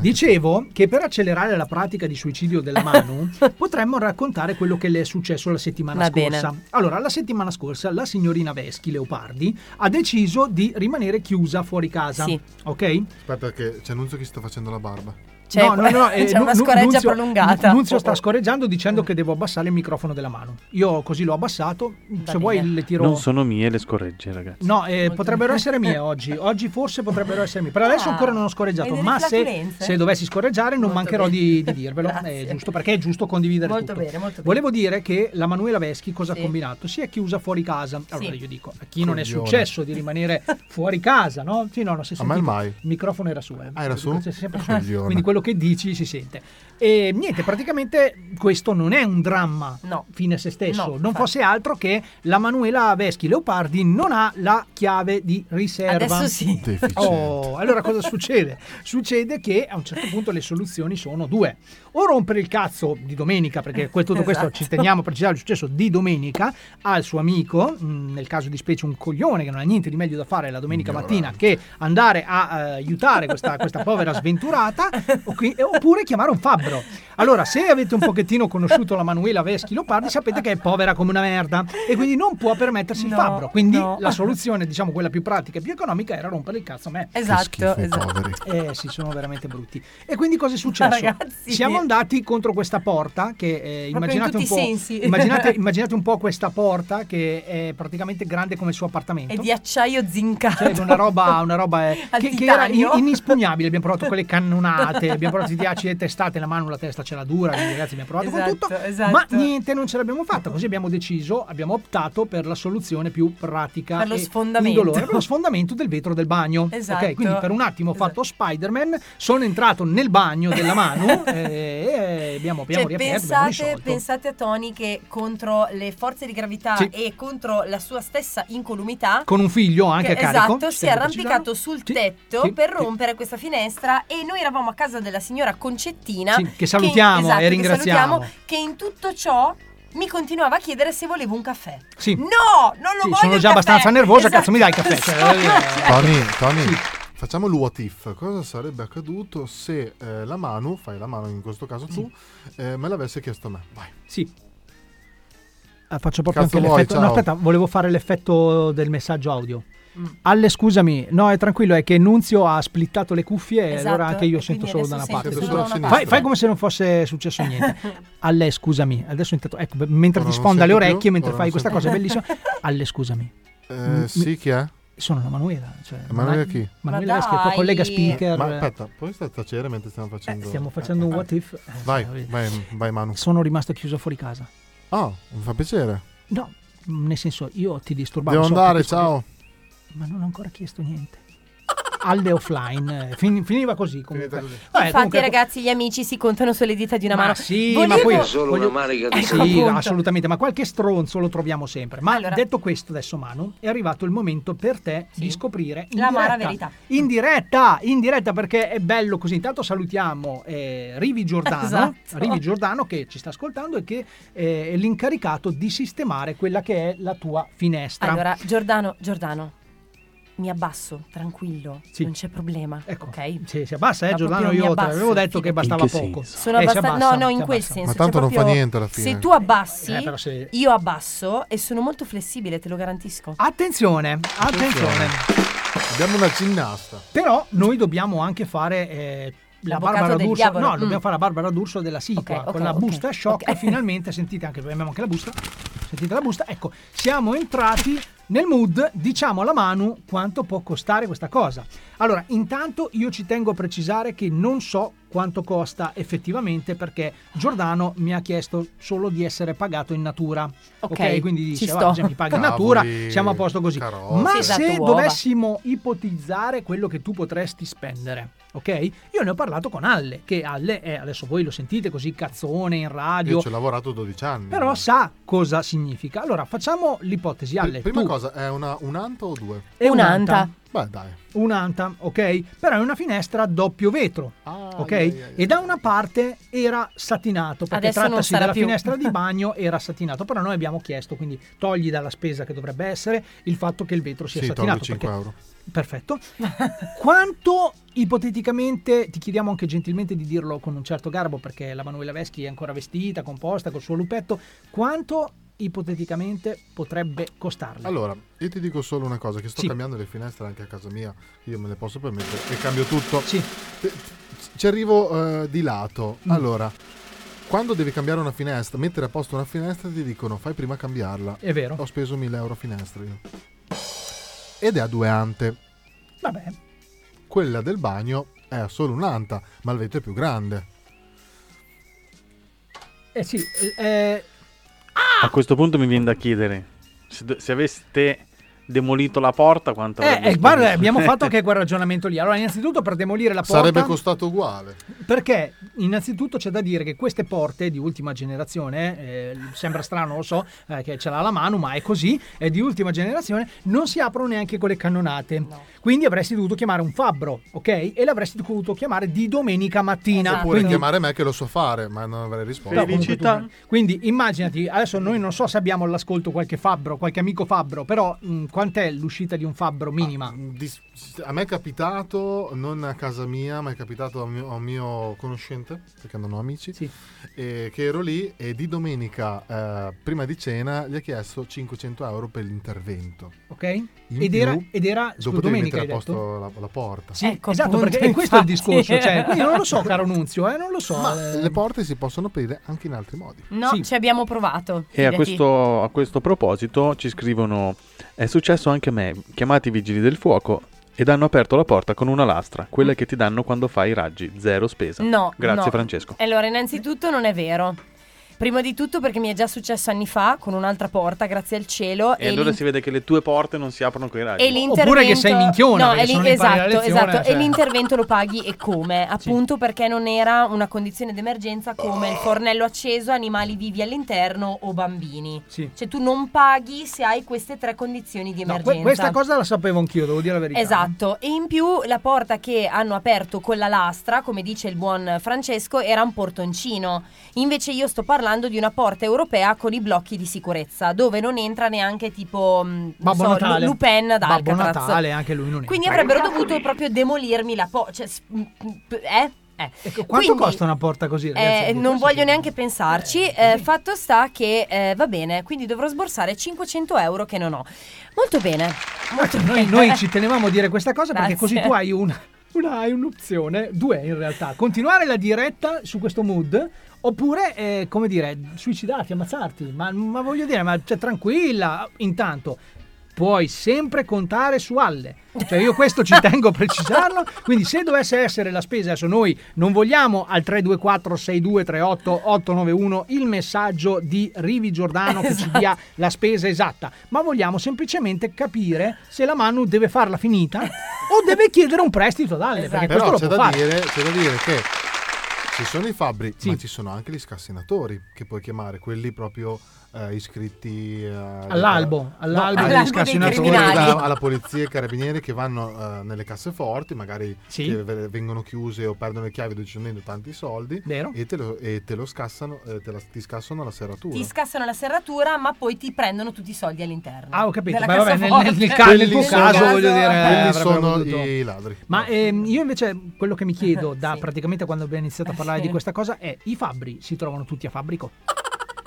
[SPEAKER 2] Dicevo che per accelerare la pratica di suicidio della
[SPEAKER 10] (laughs)
[SPEAKER 2] Manu potremmo raccontare quello che le è successo la settimana
[SPEAKER 10] Va bene.
[SPEAKER 2] scorsa. Allora, la settimana scorsa la signorina Veschi Leopardi ha deciso di rimanere chiusa fuori casa.
[SPEAKER 10] Sì.
[SPEAKER 2] Ok? Eh.
[SPEAKER 8] Aspetta, che c'è Nunzio che si sta facendo la barba.
[SPEAKER 10] C'è- Cioè, (laughs) c'è una scoreggia
[SPEAKER 2] Nunzio-
[SPEAKER 10] prolungata.
[SPEAKER 2] Nunzio
[SPEAKER 10] Oh, (laughs)
[SPEAKER 2] sta
[SPEAKER 10] oh.
[SPEAKER 2] scoreggiando dicendo che devo abbassare il microfono della mano. Io così l'ho abbassato. Se
[SPEAKER 10] bene.
[SPEAKER 2] vuoi le tiro.
[SPEAKER 12] Non sono mie le scorregge, ragazzi.
[SPEAKER 2] No, eh,
[SPEAKER 10] (laughs)
[SPEAKER 2] potrebbero essere mie oggi. Oggi forse potrebbero essere mie. Per adesso
[SPEAKER 10] Ah,
[SPEAKER 2] ancora non ho scorreggiato.
[SPEAKER 10] vedi
[SPEAKER 2] Ma
[SPEAKER 10] le
[SPEAKER 2] se,
[SPEAKER 10] flatulenze?
[SPEAKER 2] se dovessi scorreggiare, non mancherò di, di
[SPEAKER 10] (laughs)
[SPEAKER 2] dirvelo. È giusto perché è giusto condividere
[SPEAKER 10] Molto
[SPEAKER 2] tutto.
[SPEAKER 10] bene, molto bene.
[SPEAKER 2] Volevo dire che la Manuela Veschi cosa
[SPEAKER 10] Sì.
[SPEAKER 2] ha combinato? Si è chiusa fuori casa. Allora
[SPEAKER 10] Sì.
[SPEAKER 2] io dico, ecco, a chi non è
[SPEAKER 8] Coglione.
[SPEAKER 2] successo di
[SPEAKER 8] (laughs)
[SPEAKER 2] rimanere fuori casa, no? Sì, no, no, si è
[SPEAKER 8] A me
[SPEAKER 2] sentito.
[SPEAKER 8] mai.
[SPEAKER 2] Il microfono era suo. eh.
[SPEAKER 8] Ah, era suo?
[SPEAKER 2] C'è sempre-
[SPEAKER 8] Coglione.
[SPEAKER 2] Quindi quello che dici si sente. E niente, praticamente questo non è un dramma fine a se stesso,
[SPEAKER 10] No,
[SPEAKER 2] non fosse altro che la Manuela Veschi Leopardi non ha la chiave di riserva.
[SPEAKER 10] Adesso sì.
[SPEAKER 8] Deficiente.
[SPEAKER 2] Oh, allora cosa succede? succede che a un certo punto le soluzioni sono due. O rompere il cazzo di domenica, perché que- tutto questo
[SPEAKER 10] Esatto.
[SPEAKER 2] ci teniamo a precisare, è successo di domenica al suo amico, mh, nel caso di specie un coglione che non ha niente di meglio da fare la domenica mattina che andare a eh, aiutare questa, questa povera sventurata, o qui- e- oppure chiamare un fabbro. Allora, se avete un pochettino conosciuto la Manuela Veschi Leopardi, sapete che è povera come una merda e quindi non può permettersi il
[SPEAKER 10] No,
[SPEAKER 2] fabbro. Quindi
[SPEAKER 10] no.
[SPEAKER 2] la soluzione, diciamo quella più pratica e più economica, era rompere il cazzo a me.
[SPEAKER 10] Esatto, schifo, i esatto.
[SPEAKER 8] poveri.
[SPEAKER 2] Eh sì, sono veramente brutti. E quindi cosa è successo?
[SPEAKER 10] Ragazzi.
[SPEAKER 2] Siamo andati contro questa porta che eh,
[SPEAKER 10] Proprio
[SPEAKER 2] immaginate
[SPEAKER 10] in
[SPEAKER 2] un
[SPEAKER 10] tutti
[SPEAKER 2] po'
[SPEAKER 10] i sensi. (laughs)
[SPEAKER 2] immaginate, immaginate un po' questa porta che è praticamente grande come il suo appartamento.
[SPEAKER 10] È di acciaio zincato.
[SPEAKER 2] Cioè, una
[SPEAKER 10] (laughs)
[SPEAKER 2] roba, una roba eh,
[SPEAKER 10] Al
[SPEAKER 2] che, che era in-
[SPEAKER 10] titanio.
[SPEAKER 2] inespugnabile. Abbiamo
[SPEAKER 10] (laughs)
[SPEAKER 2] provato con le cannonate, abbiamo provato di acidi e testate, la mano, la testa ce l'ha dura, quindi ragazzi abbiamo provato
[SPEAKER 10] Esatto,
[SPEAKER 2] con tutto.
[SPEAKER 10] esatto.
[SPEAKER 2] Ma niente, non ce l'abbiamo fatta. Così abbiamo deciso, abbiamo optato per la soluzione più pratica.
[SPEAKER 10] Per lo
[SPEAKER 2] e
[SPEAKER 10] sfondamento.
[SPEAKER 2] indolore, per lo sfondamento del vetro del bagno.
[SPEAKER 10] Esatto.
[SPEAKER 2] Ok, quindi per un attimo ho fatto Spider-Man, sono entrato nel bagno della
[SPEAKER 10] (laughs)
[SPEAKER 2] mano e abbiamo, abbiamo
[SPEAKER 10] Cioè,
[SPEAKER 2] riaperto, abbiamo
[SPEAKER 10] pensate,
[SPEAKER 2] risolto.
[SPEAKER 10] pensate a Tony che contro le forze di gravità
[SPEAKER 2] Sì.
[SPEAKER 10] e contro la sua stessa incolumità
[SPEAKER 2] Con un figlio anche
[SPEAKER 10] che-
[SPEAKER 2] a carico.
[SPEAKER 10] esatto, si è
[SPEAKER 2] stiamo
[SPEAKER 10] arrampicato sul tetto
[SPEAKER 2] sì,
[SPEAKER 10] per
[SPEAKER 2] sì.
[SPEAKER 10] rompere questa finestra e noi eravamo a casa della signora Concettina
[SPEAKER 2] Sì, che salutiamo
[SPEAKER 10] esatto,
[SPEAKER 2] e
[SPEAKER 10] che
[SPEAKER 2] ringraziamo.
[SPEAKER 10] salutiamo, che in tutto ciò mi continuava a chiedere se volevo un caffè.
[SPEAKER 2] Sì.
[SPEAKER 10] No, non lo
[SPEAKER 2] Sì,
[SPEAKER 10] voglio
[SPEAKER 2] sono
[SPEAKER 10] il
[SPEAKER 2] già
[SPEAKER 10] caffè.
[SPEAKER 2] abbastanza nervosa,
[SPEAKER 10] Esatto.
[SPEAKER 2] cazzo mi dai il caffè. Cioè, voglio
[SPEAKER 10] (laughs)
[SPEAKER 2] dire,
[SPEAKER 8] Tony, Tony, facciamo il what if. Cosa sarebbe accaduto se eh, la mano, fai la mano in questo caso tu, eh, me l'avesse chiesto a me? Vai.
[SPEAKER 2] Sì. Ah, Faccio proprio
[SPEAKER 8] Cazzo
[SPEAKER 2] anche
[SPEAKER 8] vuoi,
[SPEAKER 2] l'effetto. No,
[SPEAKER 8] ciao.
[SPEAKER 2] aspetta, volevo fare l'effetto del messaggio audio.
[SPEAKER 10] Mm.
[SPEAKER 2] Alle, scusami, no, è tranquillo, è che Nunzio ha splittato le cuffie
[SPEAKER 10] Esatto,
[SPEAKER 2] e allora anche io
[SPEAKER 10] e
[SPEAKER 2] sento
[SPEAKER 10] quindi
[SPEAKER 2] solo da una
[SPEAKER 10] adesso
[SPEAKER 2] parte.
[SPEAKER 10] sento solo da una
[SPEAKER 2] Fai,
[SPEAKER 10] parte.
[SPEAKER 2] fai come se non fosse successo
[SPEAKER 10] (laughs)
[SPEAKER 2] niente. Alle, scusami, adesso intanto, ecco, beh, mentre
[SPEAKER 8] Ora
[SPEAKER 2] ti
[SPEAKER 8] non
[SPEAKER 2] sfonda le
[SPEAKER 8] sento
[SPEAKER 2] orecchie,
[SPEAKER 8] più,
[SPEAKER 2] mentre
[SPEAKER 8] ora
[SPEAKER 2] fai
[SPEAKER 8] non
[SPEAKER 2] questa cosa
[SPEAKER 8] sento più.
[SPEAKER 2] bellissima. Alle, scusami.
[SPEAKER 8] Eh, sì, chi è?
[SPEAKER 2] Sono la Manuela. Cioè,
[SPEAKER 8] Emanuele
[SPEAKER 2] Manuela
[SPEAKER 8] chi?
[SPEAKER 2] Manuela Veschi, il tuo collega speaker. Eh,
[SPEAKER 8] Ma aspetta, puoi stare a tacere mentre stiamo facendo.
[SPEAKER 2] stiamo facendo
[SPEAKER 8] Ah.
[SPEAKER 2] un what if. Eh,
[SPEAKER 8] Vai, vai, vai Manu.
[SPEAKER 2] Sono rimasto chiuso fuori casa.
[SPEAKER 8] Oh, mi fa piacere.
[SPEAKER 2] No, nel senso, io ti disturbavo.
[SPEAKER 8] Devo
[SPEAKER 2] so che
[SPEAKER 8] andare,
[SPEAKER 2] ti disturbi-
[SPEAKER 8] ciao.
[SPEAKER 2] Ma non ho ancora chiesto niente. alle offline. Eh, fin- finiva così. Comunque. Vabbè,
[SPEAKER 10] Infatti,
[SPEAKER 2] comunque-
[SPEAKER 10] ragazzi, gli amici si contano sulle dita di una
[SPEAKER 2] Eh, Ma
[SPEAKER 10] mano.
[SPEAKER 2] sì,
[SPEAKER 10] Volevo-
[SPEAKER 2] ma poi Ecco,
[SPEAKER 14] Solo una manica di
[SPEAKER 2] Sì,
[SPEAKER 14] sandali. Appunto.
[SPEAKER 2] assolutamente, ma qualche stronzo lo troviamo sempre. Ma detto questo, adesso Manu, è arrivato il momento per te di scoprire in
[SPEAKER 10] La amara
[SPEAKER 2] diretta,
[SPEAKER 10] verità.
[SPEAKER 2] in diretta, in diretta perché è bello così. Intanto salutiamo eh, Rivi Giordano,
[SPEAKER 10] (laughs) Esatto.
[SPEAKER 2] Rivi Giordano che ci sta ascoltando e che eh, è l'incaricato di sistemare quella che è la tua finestra.
[SPEAKER 10] Allora, Giordano, Giordano, mi abbasso, tranquillo, non c'è problema. Ok?
[SPEAKER 2] Ecco. Sì, si abbassa, eh,
[SPEAKER 10] Ma
[SPEAKER 2] Giordano.
[SPEAKER 10] proprio mi
[SPEAKER 2] Io te
[SPEAKER 10] abbasso,
[SPEAKER 2] l'avevo detto che
[SPEAKER 10] fidati.
[SPEAKER 2] bastava poco.
[SPEAKER 10] Sono
[SPEAKER 2] Eh, si
[SPEAKER 10] abbastan-
[SPEAKER 2] abbassa,
[SPEAKER 10] no, no,
[SPEAKER 2] si
[SPEAKER 10] in quel
[SPEAKER 2] abbassa.
[SPEAKER 10] senso.
[SPEAKER 8] Ma tanto
[SPEAKER 10] cioè
[SPEAKER 8] non fa
[SPEAKER 10] proprio-
[SPEAKER 8] niente alla fine.
[SPEAKER 10] Se tu abbassi,
[SPEAKER 2] Eh, però se-
[SPEAKER 10] io abbasso e sono molto flessibile, te lo garantisco.
[SPEAKER 2] Attenzione, attenzione.
[SPEAKER 8] Abbiamo una ginnasta.
[SPEAKER 2] Però noi dobbiamo anche fare eh, la
[SPEAKER 10] L'avvocato
[SPEAKER 2] Barbara
[SPEAKER 10] del
[SPEAKER 2] D'Urso.
[SPEAKER 10] diavolo.
[SPEAKER 2] No,
[SPEAKER 10] Mm.
[SPEAKER 2] dobbiamo fare la Barbara D'Urso della sigla
[SPEAKER 10] Ok, ok,
[SPEAKER 2] con la
[SPEAKER 10] ok,
[SPEAKER 2] busta shock. Finalmente sentite anche abbiamo anche la busta. Sentite la busta. Ecco, siamo entrati nel mood, diciamo alla Manu quanto può costare questa cosa. Allora, intanto io ci tengo a precisare che non so quanto costa effettivamente perché Giordano mi ha chiesto solo di essere pagato in natura.
[SPEAKER 10] Ok,
[SPEAKER 2] quindi
[SPEAKER 10] ci
[SPEAKER 2] dice,
[SPEAKER 10] sto.
[SPEAKER 2] "Vabbè, se mi paghi in natura, siamo a posto così. Ma
[SPEAKER 10] Sì, esatto,
[SPEAKER 2] se
[SPEAKER 10] uova.
[SPEAKER 2] dovessimo ipotizzare quello che tu potresti spendere, ok? Io ne ho parlato con Alle, che Alle è, adesso voi lo sentite così cazzone in radio,
[SPEAKER 8] Io ci ho lavorato 12 anni.
[SPEAKER 2] però sa cosa significa. Allora facciamo l'ipotesi, Alle.
[SPEAKER 8] Prima
[SPEAKER 2] tu-
[SPEAKER 8] cosa, è una, un'anta o due?
[SPEAKER 2] È un'anta.
[SPEAKER 8] Beh, dai.
[SPEAKER 2] Un'anta, ok? Però è una finestra a doppio vetro, ok?
[SPEAKER 8] Ah, ai, ai, ai.
[SPEAKER 2] E da una parte era satinato, perché
[SPEAKER 10] Adesso non
[SPEAKER 2] trattasi
[SPEAKER 10] sarà
[SPEAKER 2] della
[SPEAKER 10] più.
[SPEAKER 2] finestra
[SPEAKER 10] (laughs)
[SPEAKER 2] di bagno era satinato, però noi abbiamo chiesto, quindi togli dalla spesa che dovrebbe essere il fatto che il vetro sia
[SPEAKER 8] Sì,
[SPEAKER 2] satinato.
[SPEAKER 8] tolgo 5
[SPEAKER 2] perché-
[SPEAKER 8] euro.
[SPEAKER 2] Perfetto. (laughs) Quanto ipoteticamente, ti chiediamo anche gentilmente di dirlo con un certo garbo perché la Manuela Veschi è ancora vestita, composta, col suo lupetto, quanto ipoteticamente potrebbe costarle?
[SPEAKER 8] Allora, io ti dico solo una cosa, che sto
[SPEAKER 2] Sì.
[SPEAKER 8] cambiando le finestre anche a casa mia, io me le posso permettere, e cambio tutto.
[SPEAKER 2] Sì. Mm.
[SPEAKER 8] Ci arrivo eh, di lato. Allora, quando devi cambiare una finestra, mettere a posto una finestra, ti dicono fai prima a cambiarla.
[SPEAKER 2] È vero.
[SPEAKER 8] Ho speso 1000 euro a finestre io. Ed è a due ante.
[SPEAKER 2] Vabbè.
[SPEAKER 8] Quella del bagno è a solo un'anta, ma il vetro è più grande.
[SPEAKER 2] Eh sì, eh,
[SPEAKER 12] A questo punto mi viene da chiedere se, do- se aveste demolito la porta quanto
[SPEAKER 2] eh,
[SPEAKER 12] avrebbe
[SPEAKER 2] eh, guarda,
[SPEAKER 8] (laughs)
[SPEAKER 12] speso?
[SPEAKER 2] abbiamo
[SPEAKER 12] (laughs)
[SPEAKER 2] fatto anche quel ragionamento lì. Allora, innanzitutto per demolire la porta...
[SPEAKER 8] Sarebbe costato uguale.
[SPEAKER 2] Perché innanzitutto c'è da dire che queste porte di ultima generazione, eh, sembra strano lo so, eh, che ce l'ha la mano, ma è così, è di ultima generazione, non si aprono neanche con le cannonate. Quindi avresti dovuto chiamare un fabbro, ok? E l'avresti dovuto chiamare di domenica mattina.
[SPEAKER 8] Oppure
[SPEAKER 2] Quindi-
[SPEAKER 8] chiamare me che lo so fare, ma non avrei risposto.
[SPEAKER 2] No, comunque tu- Quindi immaginati, adesso noi non so se abbiamo all'ascolto qualche fabbro, qualche amico fabbro, però mh, quant'è l'uscita di un fabbro
[SPEAKER 8] Ah,
[SPEAKER 2] minima?
[SPEAKER 8] Dis- a me è capitato, non a casa mia, ma è capitato a un mio, a un mio conoscente, perché non ho amici, eh, che ero lì e di domenica, eh, prima di cena, gli ha chiesto 500 euro per l'intervento.
[SPEAKER 2] ok?
[SPEAKER 8] In
[SPEAKER 2] Ed era,
[SPEAKER 8] più,
[SPEAKER 2] ed era
[SPEAKER 8] dopo
[SPEAKER 2] scusa,
[SPEAKER 8] devi
[SPEAKER 2] domenica.
[SPEAKER 8] mettere
[SPEAKER 2] Hai
[SPEAKER 8] a
[SPEAKER 2] detto?
[SPEAKER 8] posto la, la porta.
[SPEAKER 2] Sì, esatto, perché e questo è il discorso. Cioè, quindi non lo so, caro Nunzio, eh, non lo so.
[SPEAKER 8] Ma
[SPEAKER 2] eh.
[SPEAKER 8] le porte si possono aprire anche in altri modi.
[SPEAKER 10] No, ci abbiamo provato.
[SPEAKER 12] E a
[SPEAKER 10] fidati.
[SPEAKER 12] questo, a questo proposito ci scrivono: È successo anche a me, chiamati i vigili del fuoco ed hanno aperto la porta con una lastra, quella che ti danno quando fai i raggi, zero spesa.
[SPEAKER 10] No.
[SPEAKER 12] Grazie,
[SPEAKER 10] no. Eh,
[SPEAKER 12] Francesco.
[SPEAKER 10] Allora, innanzitutto non è vero. Prima di tutto perché mi è già successo anni fa con un'altra porta, grazie al cielo.
[SPEAKER 12] E allora
[SPEAKER 10] l'in-
[SPEAKER 12] si vede che le tue porte non si aprono con i raggi.
[SPEAKER 10] E l'intervento... No, e l'in- esatto, esatto.
[SPEAKER 2] cioè.
[SPEAKER 12] cioè,
[SPEAKER 10] E l'intervento lo paghi e come? Appunto perché non era una condizione d'emergenza come il fornello acceso, animali vivi all'interno o bambini.
[SPEAKER 2] Sì.
[SPEAKER 10] Cioè tu non paghi se hai queste tre condizioni di
[SPEAKER 2] No,
[SPEAKER 10] emergenza.
[SPEAKER 2] que- questa cosa la sapevo anch'io, devo dire la verità.
[SPEAKER 10] Esatto, e in più la porta che hanno aperto con la lastra, come dice il buon Francesco, era un portoncino. Invece io sto parlando di una porta europea con i blocchi di sicurezza, dove non entra neanche tipo mh, non
[SPEAKER 2] Babbo
[SPEAKER 10] so,
[SPEAKER 2] Natale.
[SPEAKER 10] Lu- Lupin da
[SPEAKER 2] Babbo
[SPEAKER 10] Alcatraz.
[SPEAKER 2] Natale, anche lui non è. Eh,
[SPEAKER 10] Quindi avrebbero dovuto proprio demolirmi la porta. Cioè, s- m- p- eh? Eh.
[SPEAKER 2] Ecco, Quanto
[SPEAKER 10] Quindi-
[SPEAKER 2] costa una porta così, ragazzi?
[SPEAKER 10] eh, non voglio neanche pensarci, eh, fatto sta che eh, va bene, quindi dovrò sborsare 500 euro che non ho. Molto bene, molto
[SPEAKER 2] Noi,
[SPEAKER 10] bene.
[SPEAKER 2] noi ci tenevamo a dire questa cosa perché
[SPEAKER 10] Grazie.
[SPEAKER 2] così tu hai una- una- hai un'opzione, due in realtà, continuare la diretta su questo mood oppure, eh, come dire, suicidarti, ammazzarti, ma, ma voglio dire, ma cioè, tranquilla, intanto puoi sempre contare su Alle, cioè io questo ci tengo a precisarlo, quindi se dovesse essere la spesa, adesso noi non vogliamo al 324 6238 891 il messaggio di Rivi Giordano che ci
[SPEAKER 18] Esatto.
[SPEAKER 2] dia la spesa esatta, ma vogliamo semplicemente capire se la Manu deve farla finita o deve chiedere un prestito ad Alle,
[SPEAKER 10] Esatto.
[SPEAKER 2] perché
[SPEAKER 8] Esatto. Però
[SPEAKER 2] questo
[SPEAKER 8] c'è
[SPEAKER 2] lo può
[SPEAKER 8] da,
[SPEAKER 2] fare.
[SPEAKER 8] dire, c'è da dire che ci sono i fabbri, ma ci sono anche gli scassinatori che puoi chiamare, quelli proprio eh, iscritti eh,
[SPEAKER 2] All'albo,
[SPEAKER 8] no,
[SPEAKER 2] all'albo
[SPEAKER 8] agli
[SPEAKER 2] degli
[SPEAKER 8] scassinatori,
[SPEAKER 2] criminali.
[SPEAKER 8] alla, alla polizia e ai carabinieri che vanno eh, nelle casse forti, magari
[SPEAKER 2] Sì.
[SPEAKER 8] che ve- vengono chiuse o perdono le chiavi decidendo tanti soldi e te lo, e te lo scassano, eh, te la- ti scassano la serratura.
[SPEAKER 10] Ti scassano la serratura, ma poi ti prendono tutti i soldi all'interno.
[SPEAKER 2] Ah, ho capito,
[SPEAKER 10] Della
[SPEAKER 2] ma vabbè, nel,
[SPEAKER 10] cassaforte.
[SPEAKER 2] nel- nel ca- nel tuo
[SPEAKER 8] Quelli sono-
[SPEAKER 2] caso voglio dire...
[SPEAKER 8] quelli
[SPEAKER 2] avrebbero
[SPEAKER 8] sono
[SPEAKER 2] potuto-
[SPEAKER 8] i ladri.
[SPEAKER 2] Ma ehm, io invece quello che mi chiedo da praticamente quando abbiamo iniziato a parlare di questa cosa è i fabbri si trovano tutti a fabbrico?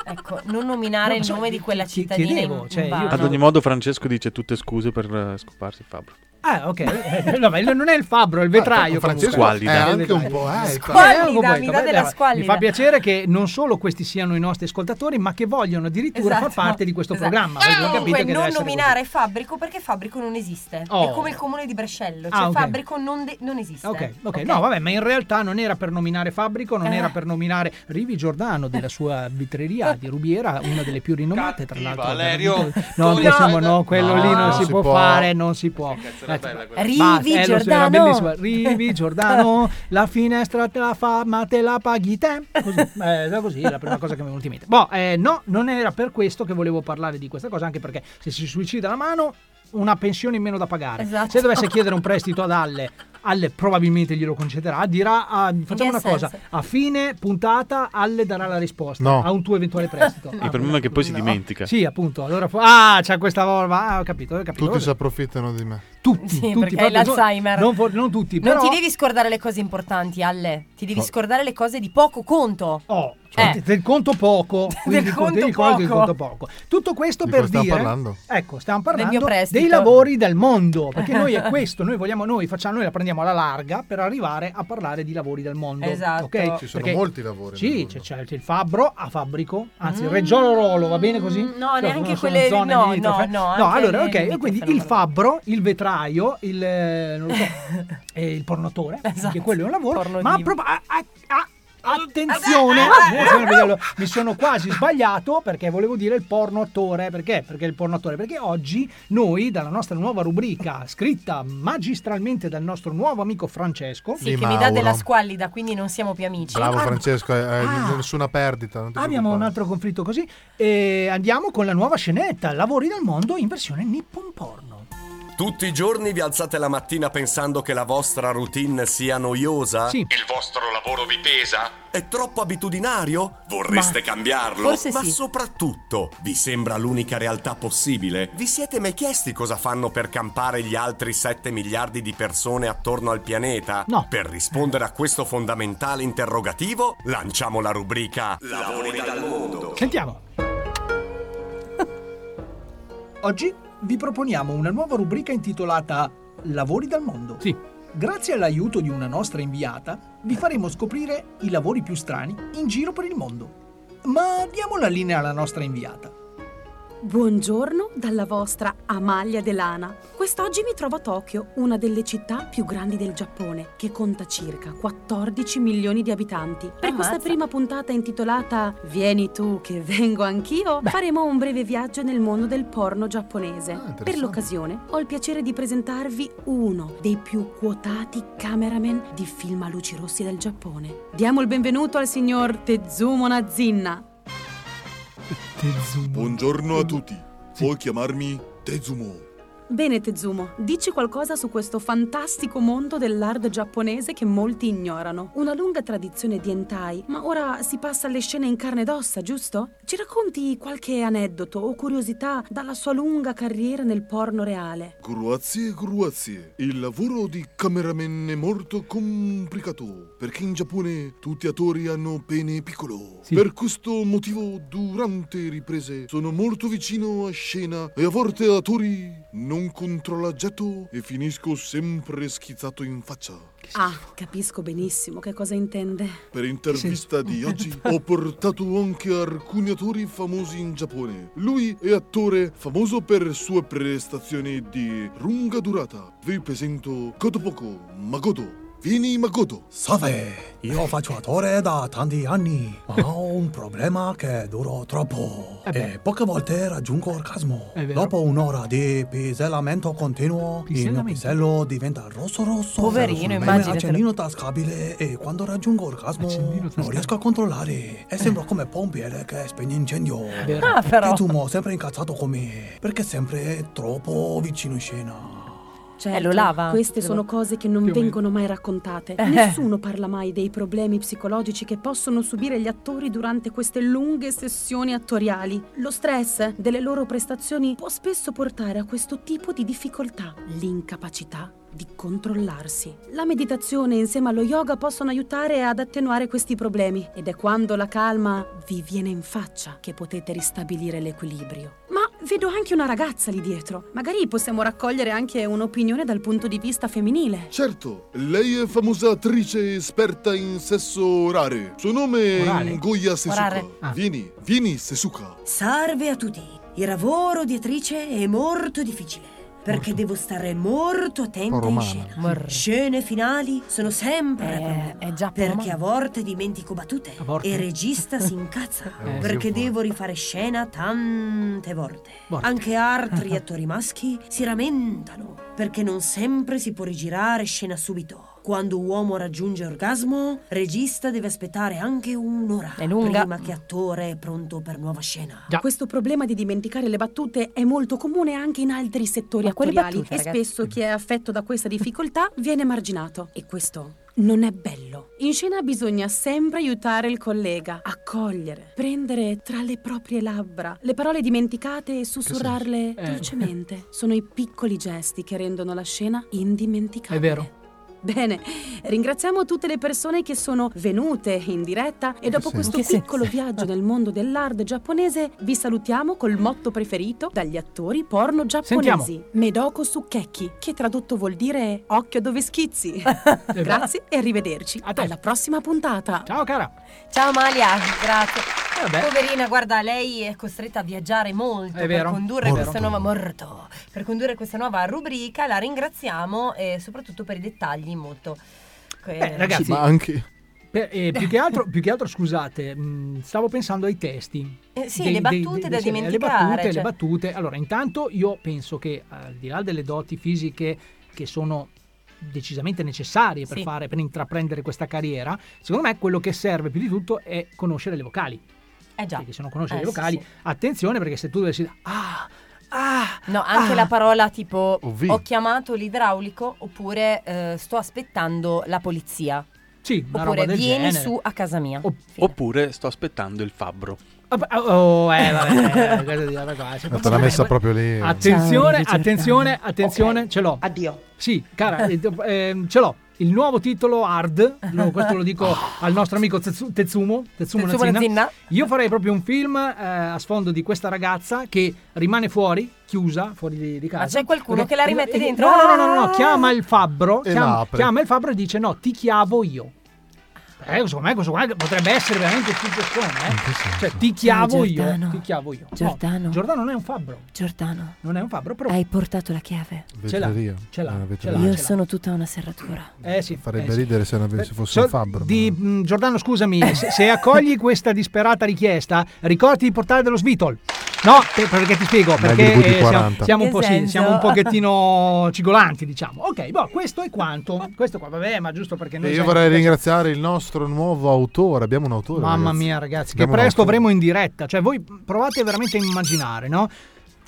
[SPEAKER 10] Ecco, non nominare
[SPEAKER 2] No,
[SPEAKER 10] il
[SPEAKER 2] so-
[SPEAKER 10] nome di quella
[SPEAKER 2] chi-
[SPEAKER 10] cittadina.
[SPEAKER 2] cioè, chiedevo,
[SPEAKER 10] in- in
[SPEAKER 12] eh,
[SPEAKER 2] cioè, io-
[SPEAKER 10] vano.
[SPEAKER 12] Ad ogni modo, Francesco dice tutte scuse per eh, scoparsi Fabro.
[SPEAKER 2] Ah, ok. Eh, no, ma non è il fabbro, è il vetraio.
[SPEAKER 12] Ah, Francesco
[SPEAKER 2] comunque.
[SPEAKER 12] è anche un po', ecco.
[SPEAKER 2] Eh,
[SPEAKER 10] Squallida,
[SPEAKER 2] un po'
[SPEAKER 10] mi dà
[SPEAKER 2] poeta.
[SPEAKER 10] della
[SPEAKER 2] Beh,
[SPEAKER 10] squallida.
[SPEAKER 2] Mi fa piacere che non solo questi siano i nostri ascoltatori, ma che vogliono addirittura
[SPEAKER 10] Esatto.
[SPEAKER 2] far parte di questo
[SPEAKER 10] Esatto.
[SPEAKER 2] programma. Avete capito
[SPEAKER 10] Comunque
[SPEAKER 2] che deve
[SPEAKER 10] non
[SPEAKER 2] essere così.
[SPEAKER 10] nominare Fabbrico perché Fabbrico non esiste. È
[SPEAKER 2] Oh.
[SPEAKER 10] come il comune di Brescello, cioè
[SPEAKER 2] Ah, ok.
[SPEAKER 10] Fabbrico non, de- non esiste.
[SPEAKER 2] Ok, ok, no,
[SPEAKER 10] (laughs)
[SPEAKER 2] vabbè, ma in realtà non era per nominare Fabbrico, non
[SPEAKER 10] Eh.
[SPEAKER 2] era per nominare Rivi Giordano della sua vitreria di Rubiera, una delle più rinomate, tra l'altro.
[SPEAKER 14] Valerio,
[SPEAKER 2] No,
[SPEAKER 14] con-
[SPEAKER 2] diciamo, no, quello
[SPEAKER 14] No,
[SPEAKER 2] lì non
[SPEAKER 14] non
[SPEAKER 2] si,
[SPEAKER 14] si
[SPEAKER 2] può,
[SPEAKER 14] può.
[SPEAKER 2] fare, non si può.
[SPEAKER 14] era bella quella.
[SPEAKER 2] basta,
[SPEAKER 14] Rivi
[SPEAKER 2] eh, lo so, era
[SPEAKER 14] Giordano.
[SPEAKER 2] bellissima. Ah, Rivi Giordano, la finestra te la fa, ma te la paghi te. Così,
[SPEAKER 10] (laughs)
[SPEAKER 2] eh, era così, è la prima cosa che mi è venuta in mente. Boh, eh, no, non era per questo che volevo parlare di questa cosa, anche perché se si suicida la mano, una pensione in meno da pagare.
[SPEAKER 10] Esatto.
[SPEAKER 2] Se dovesse chiedere un prestito ad Alle, Alle probabilmente glielo concederà, dirà, ah,
[SPEAKER 10] che
[SPEAKER 2] facciamo una
[SPEAKER 10] senso?
[SPEAKER 2] cosa, a fine puntata Alle darà la risposta
[SPEAKER 12] No.
[SPEAKER 2] a un tuo eventuale
[SPEAKER 8] (laughs)
[SPEAKER 2] prestito.
[SPEAKER 12] Il problema è che poi si dimentica.
[SPEAKER 2] Sì, appunto. Allora, fu- ah, c'è questa roba. Ah, ho capito, ho capito.
[SPEAKER 8] Tutti si
[SPEAKER 2] Vabbè.
[SPEAKER 8] approfittano di me.
[SPEAKER 2] Tutti,
[SPEAKER 10] Sì,
[SPEAKER 2] tutti,
[SPEAKER 10] perché hai
[SPEAKER 2] proprio-
[SPEAKER 10] l'Alzheimer.
[SPEAKER 2] Non, for- non tutti,
[SPEAKER 10] Non
[SPEAKER 2] però.
[SPEAKER 10] ti devi scordare le cose importanti, Ale. Ti devi
[SPEAKER 2] No.
[SPEAKER 10] scordare le cose di poco conto. Eh,
[SPEAKER 2] Oh, cioè, te- te conto
[SPEAKER 10] (laughs)
[SPEAKER 2] poco, quindi
[SPEAKER 10] Del
[SPEAKER 2] tu devi
[SPEAKER 10] conto
[SPEAKER 2] ricordare del
[SPEAKER 10] poco.
[SPEAKER 2] conto poco. Tutto questo
[SPEAKER 8] Di
[SPEAKER 2] per
[SPEAKER 8] cosa stiamo
[SPEAKER 2] dire
[SPEAKER 8] parlando?
[SPEAKER 2] Ecco, stiamo
[SPEAKER 10] Del mio
[SPEAKER 2] parlando
[SPEAKER 10] prestito.
[SPEAKER 2] dei Eh. lavori del mondo, perché noi (laughs)
[SPEAKER 10] (laughs)
[SPEAKER 2] è questo, noi vogliamo noi facciamo noi la prendiamo alla larga per arrivare a parlare di lavori del mondo,
[SPEAKER 10] Esatto.
[SPEAKER 2] ok?
[SPEAKER 8] Ci sono
[SPEAKER 2] Perché-
[SPEAKER 8] molti lavori.
[SPEAKER 2] Sì, c'è, c'è il fabbro a fabbrico, anzi il
[SPEAKER 10] Mm.
[SPEAKER 2] Reggiolo Rolo, va bene così?
[SPEAKER 10] No,
[SPEAKER 2] Cioè,
[SPEAKER 10] neanche
[SPEAKER 2] sono- sono
[SPEAKER 10] quelle-
[SPEAKER 2] zone
[SPEAKER 10] no,
[SPEAKER 2] limitrofe.
[SPEAKER 10] no, no,
[SPEAKER 2] No,
[SPEAKER 10] anche
[SPEAKER 2] allora,
[SPEAKER 10] le
[SPEAKER 2] ok,
[SPEAKER 10] limitrofe,
[SPEAKER 2] quindi
[SPEAKER 10] no,
[SPEAKER 2] il
[SPEAKER 10] no.
[SPEAKER 2] fabbro, il vetraio, il, eh, non lo
[SPEAKER 10] (laughs)
[SPEAKER 2] so, eh, il pornatore, anche
[SPEAKER 10] Esatto.
[SPEAKER 2] quello è un lavoro, ma proprio... ah, ah, ah,
[SPEAKER 10] Ah,
[SPEAKER 2] Attenzione, attenzione, perché allora mi sono quasi sbagliato perché volevo dire il porno attore. Perché? Perché il porno attore? Perché oggi noi, dalla nostra nuova rubrica, scritta magistralmente dal nostro nuovo amico Francesco,
[SPEAKER 10] Sì, che mi dà della squallida, quindi non siamo più amici.
[SPEAKER 8] Bravo
[SPEAKER 10] Ah,
[SPEAKER 8] Francesco, eh, eh,
[SPEAKER 2] Ah.
[SPEAKER 8] nessuna perdita. non ti
[SPEAKER 2] Ah, Abbiamo un altro conflitto così. E andiamo con la nuova scenetta, Lavori del mondo in versione nippon porno.
[SPEAKER 1] Tutti i giorni vi alzate la mattina pensando che la vostra routine sia noiosa?
[SPEAKER 2] Sì.
[SPEAKER 1] Il vostro lavoro vi pesa? È troppo abitudinario? Vorreste
[SPEAKER 18] Ma-
[SPEAKER 1] cambiarlo?
[SPEAKER 18] forse
[SPEAKER 1] Ma
[SPEAKER 18] sì.
[SPEAKER 1] soprattutto, vi sembra l'unica realtà possibile? Vi siete mai chiesti cosa fanno per campare gli altri 7 miliardi di persone attorno al pianeta?
[SPEAKER 2] No.
[SPEAKER 1] Per rispondere a questo fondamentale interrogativo, lanciamo la rubrica Lavori dal mondo.
[SPEAKER 2] Sentiamo. Oggi vi proponiamo una nuova rubrica intitolata Lavori dal mondo. Sì. Grazie all'aiuto di una nostra inviata, vi faremo scoprire i lavori più strani in giro per il mondo. Ma diamo la linea alla nostra inviata.
[SPEAKER 11] Buongiorno dalla vostra Amalia Delana. Quest'oggi mi trovo a Tokyo, una delle città più grandi del Giappone, che conta circa 14 milioni di abitanti. Per questa prima puntata intitolata Vieni tu che vengo anch'io, faremo un breve viaggio nel mondo del porno giapponese. per l'occasione ho il piacere di presentarvi uno dei più quotati cameraman di film a luci rossi del Giappone. Diamo il benvenuto al signor Tezumo Nazinna.
[SPEAKER 19] Buongiorno a tutti. Puoi chiamarmi Tezumo.
[SPEAKER 11] Bene Tezumo, dici qualcosa su questo fantastico mondo dell'hard giapponese che molti ignorano. Una lunga tradizione di hentai, ma ora si passa alle scene in carne ed ossa, giusto? Ci racconti qualche aneddoto o curiosità dalla sua lunga carriera nel porno reale?
[SPEAKER 19] Grazie, grazie. Il lavoro di cameraman è molto complicato, perché in Giappone tutti attori hanno pene piccolo. Per questo motivo, durante riprese, sono molto vicino a scena e a volte attori non controlla getto e finisco sempre schizzato in faccia.
[SPEAKER 11] Ah, capisco benissimo che cosa intende.
[SPEAKER 19] Per intervista di oggi ho portato anche alcuni attori famosi in Giappone. Lui è attore famoso per sue prestazioni di lunga durata. Vi presento Kotopoko Magoto. Vieni Makoto.
[SPEAKER 14] Salve, io faccio attore da tanti anni, ma ho un problema che duro troppo
[SPEAKER 19] Eh beh.
[SPEAKER 14] e poche volte raggiungo orgasmo.
[SPEAKER 19] È vero.
[SPEAKER 14] Dopo un'ora di pisellamento continuo, il mio
[SPEAKER 19] Pisellamento?
[SPEAKER 14] pisello diventa rosso rosso.
[SPEAKER 19] Poverino,
[SPEAKER 14] immagino.
[SPEAKER 19] immaginatelo.
[SPEAKER 12] cioè,
[SPEAKER 14] accendino tascabile e quando raggiungo orgasmo non riesco a controllare e sembro come pompiere che spegne incendio.
[SPEAKER 10] vero. Ah, però.
[SPEAKER 14] Kitsumo sempre incazzato con me perché sempre troppo vicino scena.
[SPEAKER 11] Certo,
[SPEAKER 10] Eh, lo lava?
[SPEAKER 11] Queste
[SPEAKER 10] Devo-
[SPEAKER 11] sono cose che non
[SPEAKER 10] Più o meno.
[SPEAKER 11] vengono mai raccontate.
[SPEAKER 10] Eh.
[SPEAKER 11] Nessuno parla mai dei problemi psicologici che possono subire gli attori durante queste lunghe sessioni attoriali. Lo stress delle loro prestazioni può spesso portare a questo tipo di difficoltà, l'incapacità di controllarsi. La meditazione insieme allo yoga possono aiutare ad attenuare questi problemi ed è quando la calma vi viene in faccia che potete ristabilire l'equilibrio. Ma vedo anche una ragazza lì dietro. Magari possiamo raccogliere anche un'opinione dal punto di vista femminile.
[SPEAKER 19] Certo, lei è famosa attrice esperta in sesso orale. Suo nome è
[SPEAKER 18] Orale?
[SPEAKER 19] Ngoya Sesuka.
[SPEAKER 18] Orale. Ah.
[SPEAKER 19] Vieni, vieni Sesuka.
[SPEAKER 18] Salve a tutti! Il lavoro di attrice è molto difficile. Perché devo stare molto attenta in
[SPEAKER 19] Romana.
[SPEAKER 18] scena. Scene finali sono
[SPEAKER 10] Eh,
[SPEAKER 18] sempre un problema, Perché
[SPEAKER 10] romana.
[SPEAKER 18] a volte dimentico battute
[SPEAKER 10] volte.
[SPEAKER 18] e il regista
[SPEAKER 10] (laughs)
[SPEAKER 18] si incazza.
[SPEAKER 10] Eh,
[SPEAKER 18] perché
[SPEAKER 10] sì,
[SPEAKER 18] devo rifare scena tante volte.
[SPEAKER 10] Volte.
[SPEAKER 18] Anche
[SPEAKER 10] (laughs)
[SPEAKER 18] altri attori maschi si lamentano perché non sempre si può rigirare scena subito. Quando uomo raggiunge orgasmo, regista deve aspettare anche un'ora prima che attore è pronto per nuova scena.
[SPEAKER 11] Questo problema di dimenticare le battute è molto comune anche in altri settori
[SPEAKER 18] Ma quali
[SPEAKER 11] attoriali
[SPEAKER 18] battute,
[SPEAKER 11] e
[SPEAKER 18] ragazzi?
[SPEAKER 11] spesso chi è affetto da questa difficoltà viene marginato e questo non è bello. In scena bisogna sempre aiutare il collega, accogliere, prendere tra le proprie labbra le parole dimenticate e sussurrarle
[SPEAKER 2] senso? Eh.
[SPEAKER 11] dolcemente. Sono i piccoli gesti che rendono la scena indimenticabile.
[SPEAKER 2] È vero.
[SPEAKER 11] Bene, ringraziamo tutte le persone che sono venute in diretta e dopo
[SPEAKER 2] senso?
[SPEAKER 11] questo
[SPEAKER 2] In che
[SPEAKER 11] piccolo viaggio nel mondo dell'art giapponese vi salutiamo col motto preferito dagli attori porno giapponesi,
[SPEAKER 2] Sentiamo.
[SPEAKER 11] Medoko Sukeki, che tradotto vuol dire occhio
[SPEAKER 2] (laughs)
[SPEAKER 11] dove schizzi. Grazie e arrivederci. Alla prossima puntata.
[SPEAKER 2] Esatto. Ciao cara. Eh,
[SPEAKER 10] Ciao Malia, grazie.
[SPEAKER 2] vabbè.
[SPEAKER 10] Poverina, guarda, lei è costretta a viaggiare molto
[SPEAKER 2] È
[SPEAKER 10] per
[SPEAKER 2] vero.
[SPEAKER 10] condurre
[SPEAKER 2] Morto.
[SPEAKER 10] questa nuova morto. Per condurre questa nuova rubrica la ringraziamo e soprattutto per i dettagli molto eh,
[SPEAKER 2] Beh, ragazzi,
[SPEAKER 8] Sì, ma anche-
[SPEAKER 2] per- eh, più, che altro, più che altro, scusate, mh, stavo pensando ai testi.
[SPEAKER 10] Eh, sì, le battute da
[SPEAKER 2] sì, eh, le
[SPEAKER 10] dimenticare,
[SPEAKER 2] battute, Le
[SPEAKER 10] cioè.
[SPEAKER 2] battute. Allora, intanto io penso che al di là delle doti fisiche che sono decisamente necessarie per,
[SPEAKER 10] Sì.
[SPEAKER 2] fare, per intraprendere questa carriera, secondo me quello che serve più di tutto è conoscere le vocali.
[SPEAKER 10] Eh già.
[SPEAKER 2] Perché se non conosci
[SPEAKER 10] Eh,
[SPEAKER 2] le
[SPEAKER 10] sì,
[SPEAKER 2] vocali,
[SPEAKER 10] sì.
[SPEAKER 2] attenzione perché se tu dovessi... Ah, ah,
[SPEAKER 10] No, anche
[SPEAKER 2] ah.
[SPEAKER 10] la parola tipo
[SPEAKER 2] O vi.
[SPEAKER 10] ho chiamato l'idraulico oppure eh, sto aspettando la polizia.
[SPEAKER 2] Sì, una
[SPEAKER 10] oppure
[SPEAKER 2] roba del
[SPEAKER 10] vieni
[SPEAKER 2] genere.
[SPEAKER 10] su a casa mia.
[SPEAKER 12] Oppure sto aspettando il fabbro.
[SPEAKER 2] Ah, beh, Oh, eh,
[SPEAKER 10] (laughs)
[SPEAKER 2] vabbè, cosa dire, una cosa.
[SPEAKER 8] te l'ha messa proprio lì. eh.
[SPEAKER 2] Attenzione,
[SPEAKER 8] Ciao, Luigi
[SPEAKER 2] attenzione,
[SPEAKER 8] Cercani.
[SPEAKER 2] attenzione, ce l'ho. Addio. Sì, cara, eh, do- ehm, ce l'ho. Il nuovo titolo hard, lo- questo lo
[SPEAKER 10] (laughs)
[SPEAKER 2] dico al nostro amico Tetsu- Tetsumo, Tetsumo,
[SPEAKER 10] Tetsumo Nazinna.
[SPEAKER 2] Io farei proprio un film eh, a sfondo di questa ragazza che rimane fuori, chiusa, fuori di, di casa.
[SPEAKER 10] Ma c'è qualcuno che la rimette
[SPEAKER 2] Eh, eh,
[SPEAKER 10] dentro?
[SPEAKER 2] No,
[SPEAKER 10] Ah!
[SPEAKER 2] no, no, no, no, chiama il fabbro,
[SPEAKER 8] E la
[SPEAKER 2] chiama,
[SPEAKER 8] apre.
[SPEAKER 2] chiama il fabbro e dice no, ti chiavo io. Eh, secondo me questo qua potrebbe essere veramente più persone, eh. Cioè, ti chiavo
[SPEAKER 20] Ciao,
[SPEAKER 2] io,
[SPEAKER 20] Giordano.
[SPEAKER 2] ti chiavo io. No,
[SPEAKER 20] Giordano.
[SPEAKER 2] Giordano non è un fabbro.
[SPEAKER 20] Giordano.
[SPEAKER 2] Non è un fabbro, però
[SPEAKER 20] Hai portato la chiave?
[SPEAKER 2] ce l'ha,
[SPEAKER 8] Vetreria.
[SPEAKER 2] ce l'ha,
[SPEAKER 8] Eh,
[SPEAKER 2] ce
[SPEAKER 8] vetreria.
[SPEAKER 2] l'ha,
[SPEAKER 20] Io
[SPEAKER 2] ce l'ha.
[SPEAKER 20] sono tutta una serratura.
[SPEAKER 2] Eh sì.
[SPEAKER 8] Farebbe
[SPEAKER 2] eh sì.
[SPEAKER 8] ridere se non avesse- fosse
[SPEAKER 2] Sol-
[SPEAKER 8] un fabbro.
[SPEAKER 2] Di, mh, Giordano, scusami, se, se accogli questa disperata richiesta, ricordati di portare dello svitol. No, per- perché ti spiego,
[SPEAKER 8] Meglio
[SPEAKER 2] perché
[SPEAKER 8] di
[SPEAKER 2] eh, siamo,
[SPEAKER 8] 40.
[SPEAKER 2] siamo un
[SPEAKER 8] Che
[SPEAKER 2] po', sì,
[SPEAKER 8] senso?
[SPEAKER 2] siamo un pochettino cigolanti, diciamo. Ok, boh, questo è quanto. Questo qua, vabbè, ma giusto perché noi...
[SPEAKER 8] E io
[SPEAKER 2] sai-
[SPEAKER 8] vorrei ringraziare il nostro nuovo autore. Abbiamo un autore.
[SPEAKER 2] Mamma
[SPEAKER 8] ragazzi.
[SPEAKER 2] mia, ragazzi, che
[SPEAKER 8] Abbiamo un
[SPEAKER 2] presto
[SPEAKER 8] autore.
[SPEAKER 2] avremo in diretta. Cioè, voi provate veramente a immaginare, no?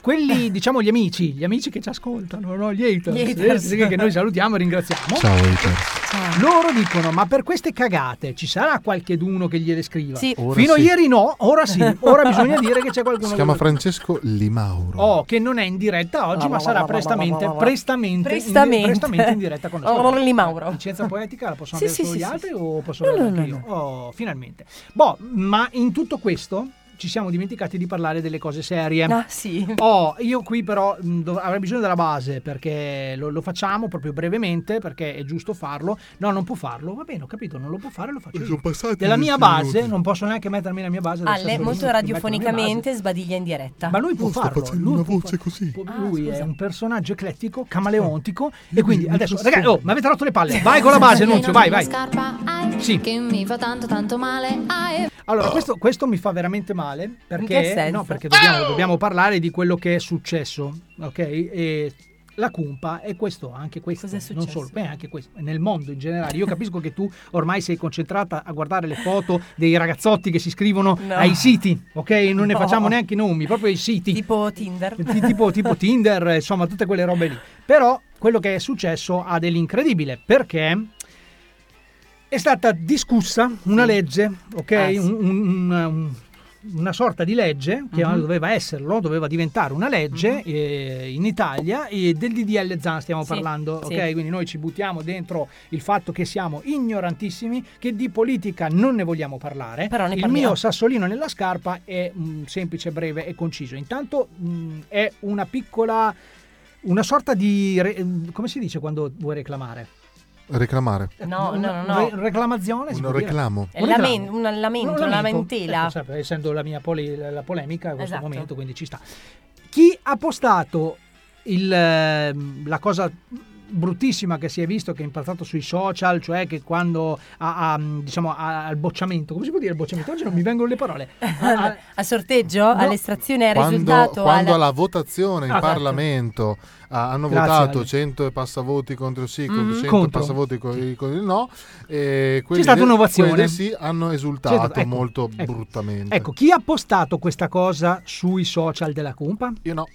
[SPEAKER 2] Quelli, diciamo, gli amici, gli amici che ci ascoltano, no? Gli haters,
[SPEAKER 10] Gli haters.
[SPEAKER 2] eh, sì, che noi salutiamo e ringraziamo.
[SPEAKER 8] Ciao, haters.
[SPEAKER 2] Loro dicono: Ma per queste cagate ci sarà qualcheduno che gliele scriva?
[SPEAKER 10] Sì.
[SPEAKER 8] Ora
[SPEAKER 2] Fino a
[SPEAKER 8] sì.
[SPEAKER 2] ieri no, ora sì. Ora bisogna dire che c'è qualcuno
[SPEAKER 8] Si chiama
[SPEAKER 2] che-
[SPEAKER 8] Francesco Limauro.
[SPEAKER 2] Oh, che non è in diretta oggi, ma sarà prestamente, prestamente,
[SPEAKER 10] Prestamente.
[SPEAKER 2] In, prestamente in diretta
[SPEAKER 10] (laughs)
[SPEAKER 2] con noi.
[SPEAKER 10] Oh, Rolli Mauro.
[SPEAKER 2] Licenza poetica la possono
[SPEAKER 10] Sì,
[SPEAKER 2] avere
[SPEAKER 10] sì,
[SPEAKER 2] solo
[SPEAKER 10] sì,
[SPEAKER 2] gli
[SPEAKER 10] sì,
[SPEAKER 2] altri
[SPEAKER 10] sì.
[SPEAKER 2] o posso
[SPEAKER 10] No,
[SPEAKER 2] averla
[SPEAKER 10] no,
[SPEAKER 2] anche io? Oh, finalmente. Boh, ma in tutto questo ci siamo dimenticati di parlare delle cose serie.
[SPEAKER 10] Ah, sì.
[SPEAKER 2] Oh, io qui però mh, dov- avrei bisogno della base perché lo, lo facciamo proprio brevemente perché è giusto farlo. No, non può farlo. Va bene, ho capito, non lo può fare, lo faccio io.
[SPEAKER 8] Sono passati
[SPEAKER 2] Della mia
[SPEAKER 8] dieci
[SPEAKER 2] base,
[SPEAKER 8] minuti.
[SPEAKER 2] non posso neanche mettermi la mia base. adesso
[SPEAKER 10] Alle,
[SPEAKER 2] sono
[SPEAKER 10] molto
[SPEAKER 2] venuto, mi metto la mia
[SPEAKER 10] radiofonicamente sbadiglia in diretta.
[SPEAKER 2] Ma lui può
[SPEAKER 10] sta
[SPEAKER 2] farlo.
[SPEAKER 10] facendo
[SPEAKER 2] lui
[SPEAKER 10] una
[SPEAKER 2] può
[SPEAKER 10] voce
[SPEAKER 2] fa- può- lui è
[SPEAKER 10] scusa.
[SPEAKER 2] un personaggio eclettico, camaleontico. E quindi
[SPEAKER 10] mi
[SPEAKER 2] adesso,
[SPEAKER 10] posso-
[SPEAKER 2] ragazzi, oh, mi avete rotto le palle. Vai con la base,
[SPEAKER 4] Perché
[SPEAKER 2] Nunzio,
[SPEAKER 4] non
[SPEAKER 2] vai,
[SPEAKER 4] ho
[SPEAKER 2] vai.
[SPEAKER 4] scarpa, ai,
[SPEAKER 2] Sì.
[SPEAKER 4] Che mi fa tanto tanto male. Ah, eh. ai.
[SPEAKER 2] Allora, questo, questo mi fa veramente male perché,
[SPEAKER 4] che senso?
[SPEAKER 2] no, perché dobbiamo, dobbiamo parlare di quello che è successo, ok? E la cumpa è questo, anche questo, non solo, beh, anche questo, nel mondo in generale. Io capisco che tu ormai sei concentrata a guardare le foto dei ragazzotti che si iscrivono
[SPEAKER 10] (laughs) No.
[SPEAKER 2] ai siti, ok? Non ne
[SPEAKER 10] No.
[SPEAKER 2] facciamo neanche i nomi, proprio i siti.
[SPEAKER 10] Tipo Tinder.
[SPEAKER 2] Ti- tipo,
[SPEAKER 10] (laughs)
[SPEAKER 2] tipo Tinder, eh, insomma, tutte quelle robe lì. Però quello che è successo ha dell'incredibile perché è stata discussa una legge, ok?
[SPEAKER 10] Ah, sì.
[SPEAKER 2] Un- un- un- un- una sorta di legge che
[SPEAKER 10] Mhm.
[SPEAKER 2] doveva esserlo, doveva diventare una legge eh, in Italia e del DDL Zan stiamo
[SPEAKER 10] Sì,
[SPEAKER 2] parlando, ok?
[SPEAKER 10] sì.
[SPEAKER 2] Quindi noi ci buttiamo dentro il fatto che siamo ignorantissimi, che di politica non ne vogliamo parlare.
[SPEAKER 10] Però ne
[SPEAKER 2] il
[SPEAKER 10] parliamo.
[SPEAKER 2] mio sassolino nella scarpa è mm, semplice, breve e conciso. Intanto mm, è una piccola una sorta di re- mm, come si dice quando vuoi reclamare?
[SPEAKER 8] Reclamare.
[SPEAKER 10] No, no, no,
[SPEAKER 2] Cioè, Re-
[SPEAKER 10] no.
[SPEAKER 2] reclamazione si
[SPEAKER 8] Un
[SPEAKER 2] può dire?
[SPEAKER 8] reclamo.
[SPEAKER 10] È lamen- un lamento,
[SPEAKER 2] Un
[SPEAKER 10] una
[SPEAKER 2] lamento.
[SPEAKER 10] lamentela.
[SPEAKER 2] Ecco, sempre, essendo la mia poli- la polemica a questo
[SPEAKER 10] Esatto.
[SPEAKER 2] momento, quindi ci sta. Chi ha postato il, ehm, la cosa bruttissima che si è visto che è impattato sui social, cioè che quando a, a, diciamo a- al bocciamento, come si può dire il bocciamento? Oggi non mi vengono le
[SPEAKER 10] (laughs)
[SPEAKER 2] parole.
[SPEAKER 10] Al al sorteggio, all'estrazione, al
[SPEAKER 8] Quando,
[SPEAKER 10] risultato.
[SPEAKER 8] quando
[SPEAKER 10] alla-
[SPEAKER 8] alla votazione in
[SPEAKER 10] Ah, esatto.
[SPEAKER 8] Parlamento ah,
[SPEAKER 2] certo.
[SPEAKER 8] hanno
[SPEAKER 2] Grazie,
[SPEAKER 8] votato
[SPEAKER 2] Ale.
[SPEAKER 8] 100 e passavoti contro sì,
[SPEAKER 10] Mm-hmm.
[SPEAKER 8] contro
[SPEAKER 2] Mhm.
[SPEAKER 8] 100
[SPEAKER 2] Contro.
[SPEAKER 8] passavoti co- contro il no, e quelli
[SPEAKER 2] stata
[SPEAKER 8] del-
[SPEAKER 2] un'ovazione.
[SPEAKER 8] quelli del sì hanno esultato
[SPEAKER 2] C'è stato- ecco,
[SPEAKER 8] molto
[SPEAKER 2] ecco.
[SPEAKER 8] bruttamente.
[SPEAKER 2] Ecco, chi ha postato questa cosa sui social della Cumpa?
[SPEAKER 8] Io no.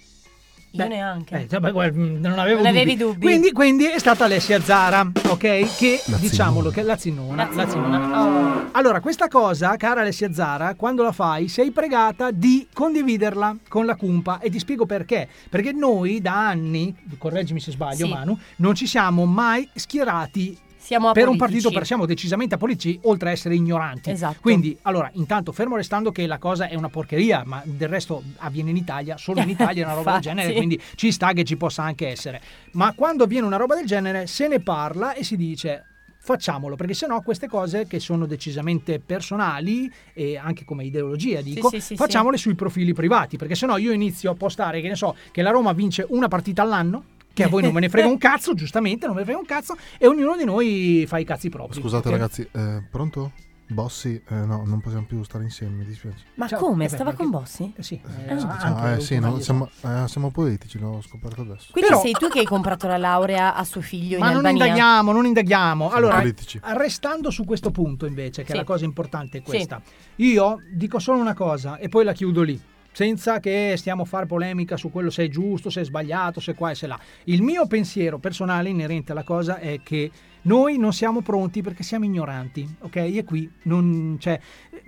[SPEAKER 10] Io neanche.
[SPEAKER 2] Eh, cioè, beh, guarda, mh, non avevo
[SPEAKER 10] Non
[SPEAKER 2] dubbi.
[SPEAKER 10] avevi dubbi.
[SPEAKER 2] Quindi, quindi è stata Alessia Zara, ok? Che
[SPEAKER 10] La
[SPEAKER 2] diciamolo, che la zinnona.
[SPEAKER 10] La
[SPEAKER 2] la zinnona. Allora, questa cosa, cara Alessia Zara, quando la fai sei pregata di condividerla con la cumpa e ti spiego perché. Perché noi da anni, correggimi se sbaglio
[SPEAKER 10] Sì.
[SPEAKER 2] Manu, non ci siamo mai schierati
[SPEAKER 10] Siamo
[SPEAKER 2] per un
[SPEAKER 10] apolitici.
[SPEAKER 2] partito, per- siamo decisamente apolitici, oltre a essere ignoranti.
[SPEAKER 10] Esatto.
[SPEAKER 2] Quindi, allora, intanto, fermo restando che la cosa è una porcheria, ma del resto avviene in Italia, solo in Italia è una roba del
[SPEAKER 10] Infatti.
[SPEAKER 2] genere, quindi ci sta che ci possa anche essere. Ma quando avviene una roba del genere, se ne parla e si dice. Facciamolo, perché sennò queste cose che sono decisamente personali e anche come ideologia dico,
[SPEAKER 10] sì, sì,
[SPEAKER 2] facciamole sui profili privati, perché sennò io inizio a postare, che ne so, che la Roma vince una partita all'anno, che a voi non me ne frega un cazzo, giustamente, non me ne frega un cazzo, e ognuno di noi fa i cazzi propri.
[SPEAKER 8] Scusate
[SPEAKER 2] ok?
[SPEAKER 8] ragazzi, eh, pronto? Bossi? Eh, no, non possiamo più stare insieme, mi dispiace.
[SPEAKER 10] Ma
[SPEAKER 2] Ciao.
[SPEAKER 10] come?
[SPEAKER 2] Eh beh,
[SPEAKER 10] Stava
[SPEAKER 2] perché-
[SPEAKER 10] con Bossi?
[SPEAKER 2] Eh sì.
[SPEAKER 8] Eh,
[SPEAKER 10] Ah.
[SPEAKER 8] ah, eh, sì, no, siamo, eh, siamo poetici, l'ho scoperto adesso.
[SPEAKER 10] Quindi sei tu che hai comprato la laurea a suo figlio
[SPEAKER 2] Ma
[SPEAKER 10] in
[SPEAKER 2] non
[SPEAKER 10] Albania.
[SPEAKER 2] indaghiamo, non indaghiamo. Allora,
[SPEAKER 8] politici.
[SPEAKER 2] restando su questo punto invece, che
[SPEAKER 10] Sì.
[SPEAKER 2] è la cosa importante è
[SPEAKER 10] Sì.
[SPEAKER 2] questa, io dico solo una cosa e poi la chiudo lì, senza che stiamo a fare polemica su quello se è giusto, se è sbagliato, se qua e se là. Il mio pensiero personale inerente alla cosa è che noi non siamo pronti perché siamo ignoranti, ok? E qui non c'è...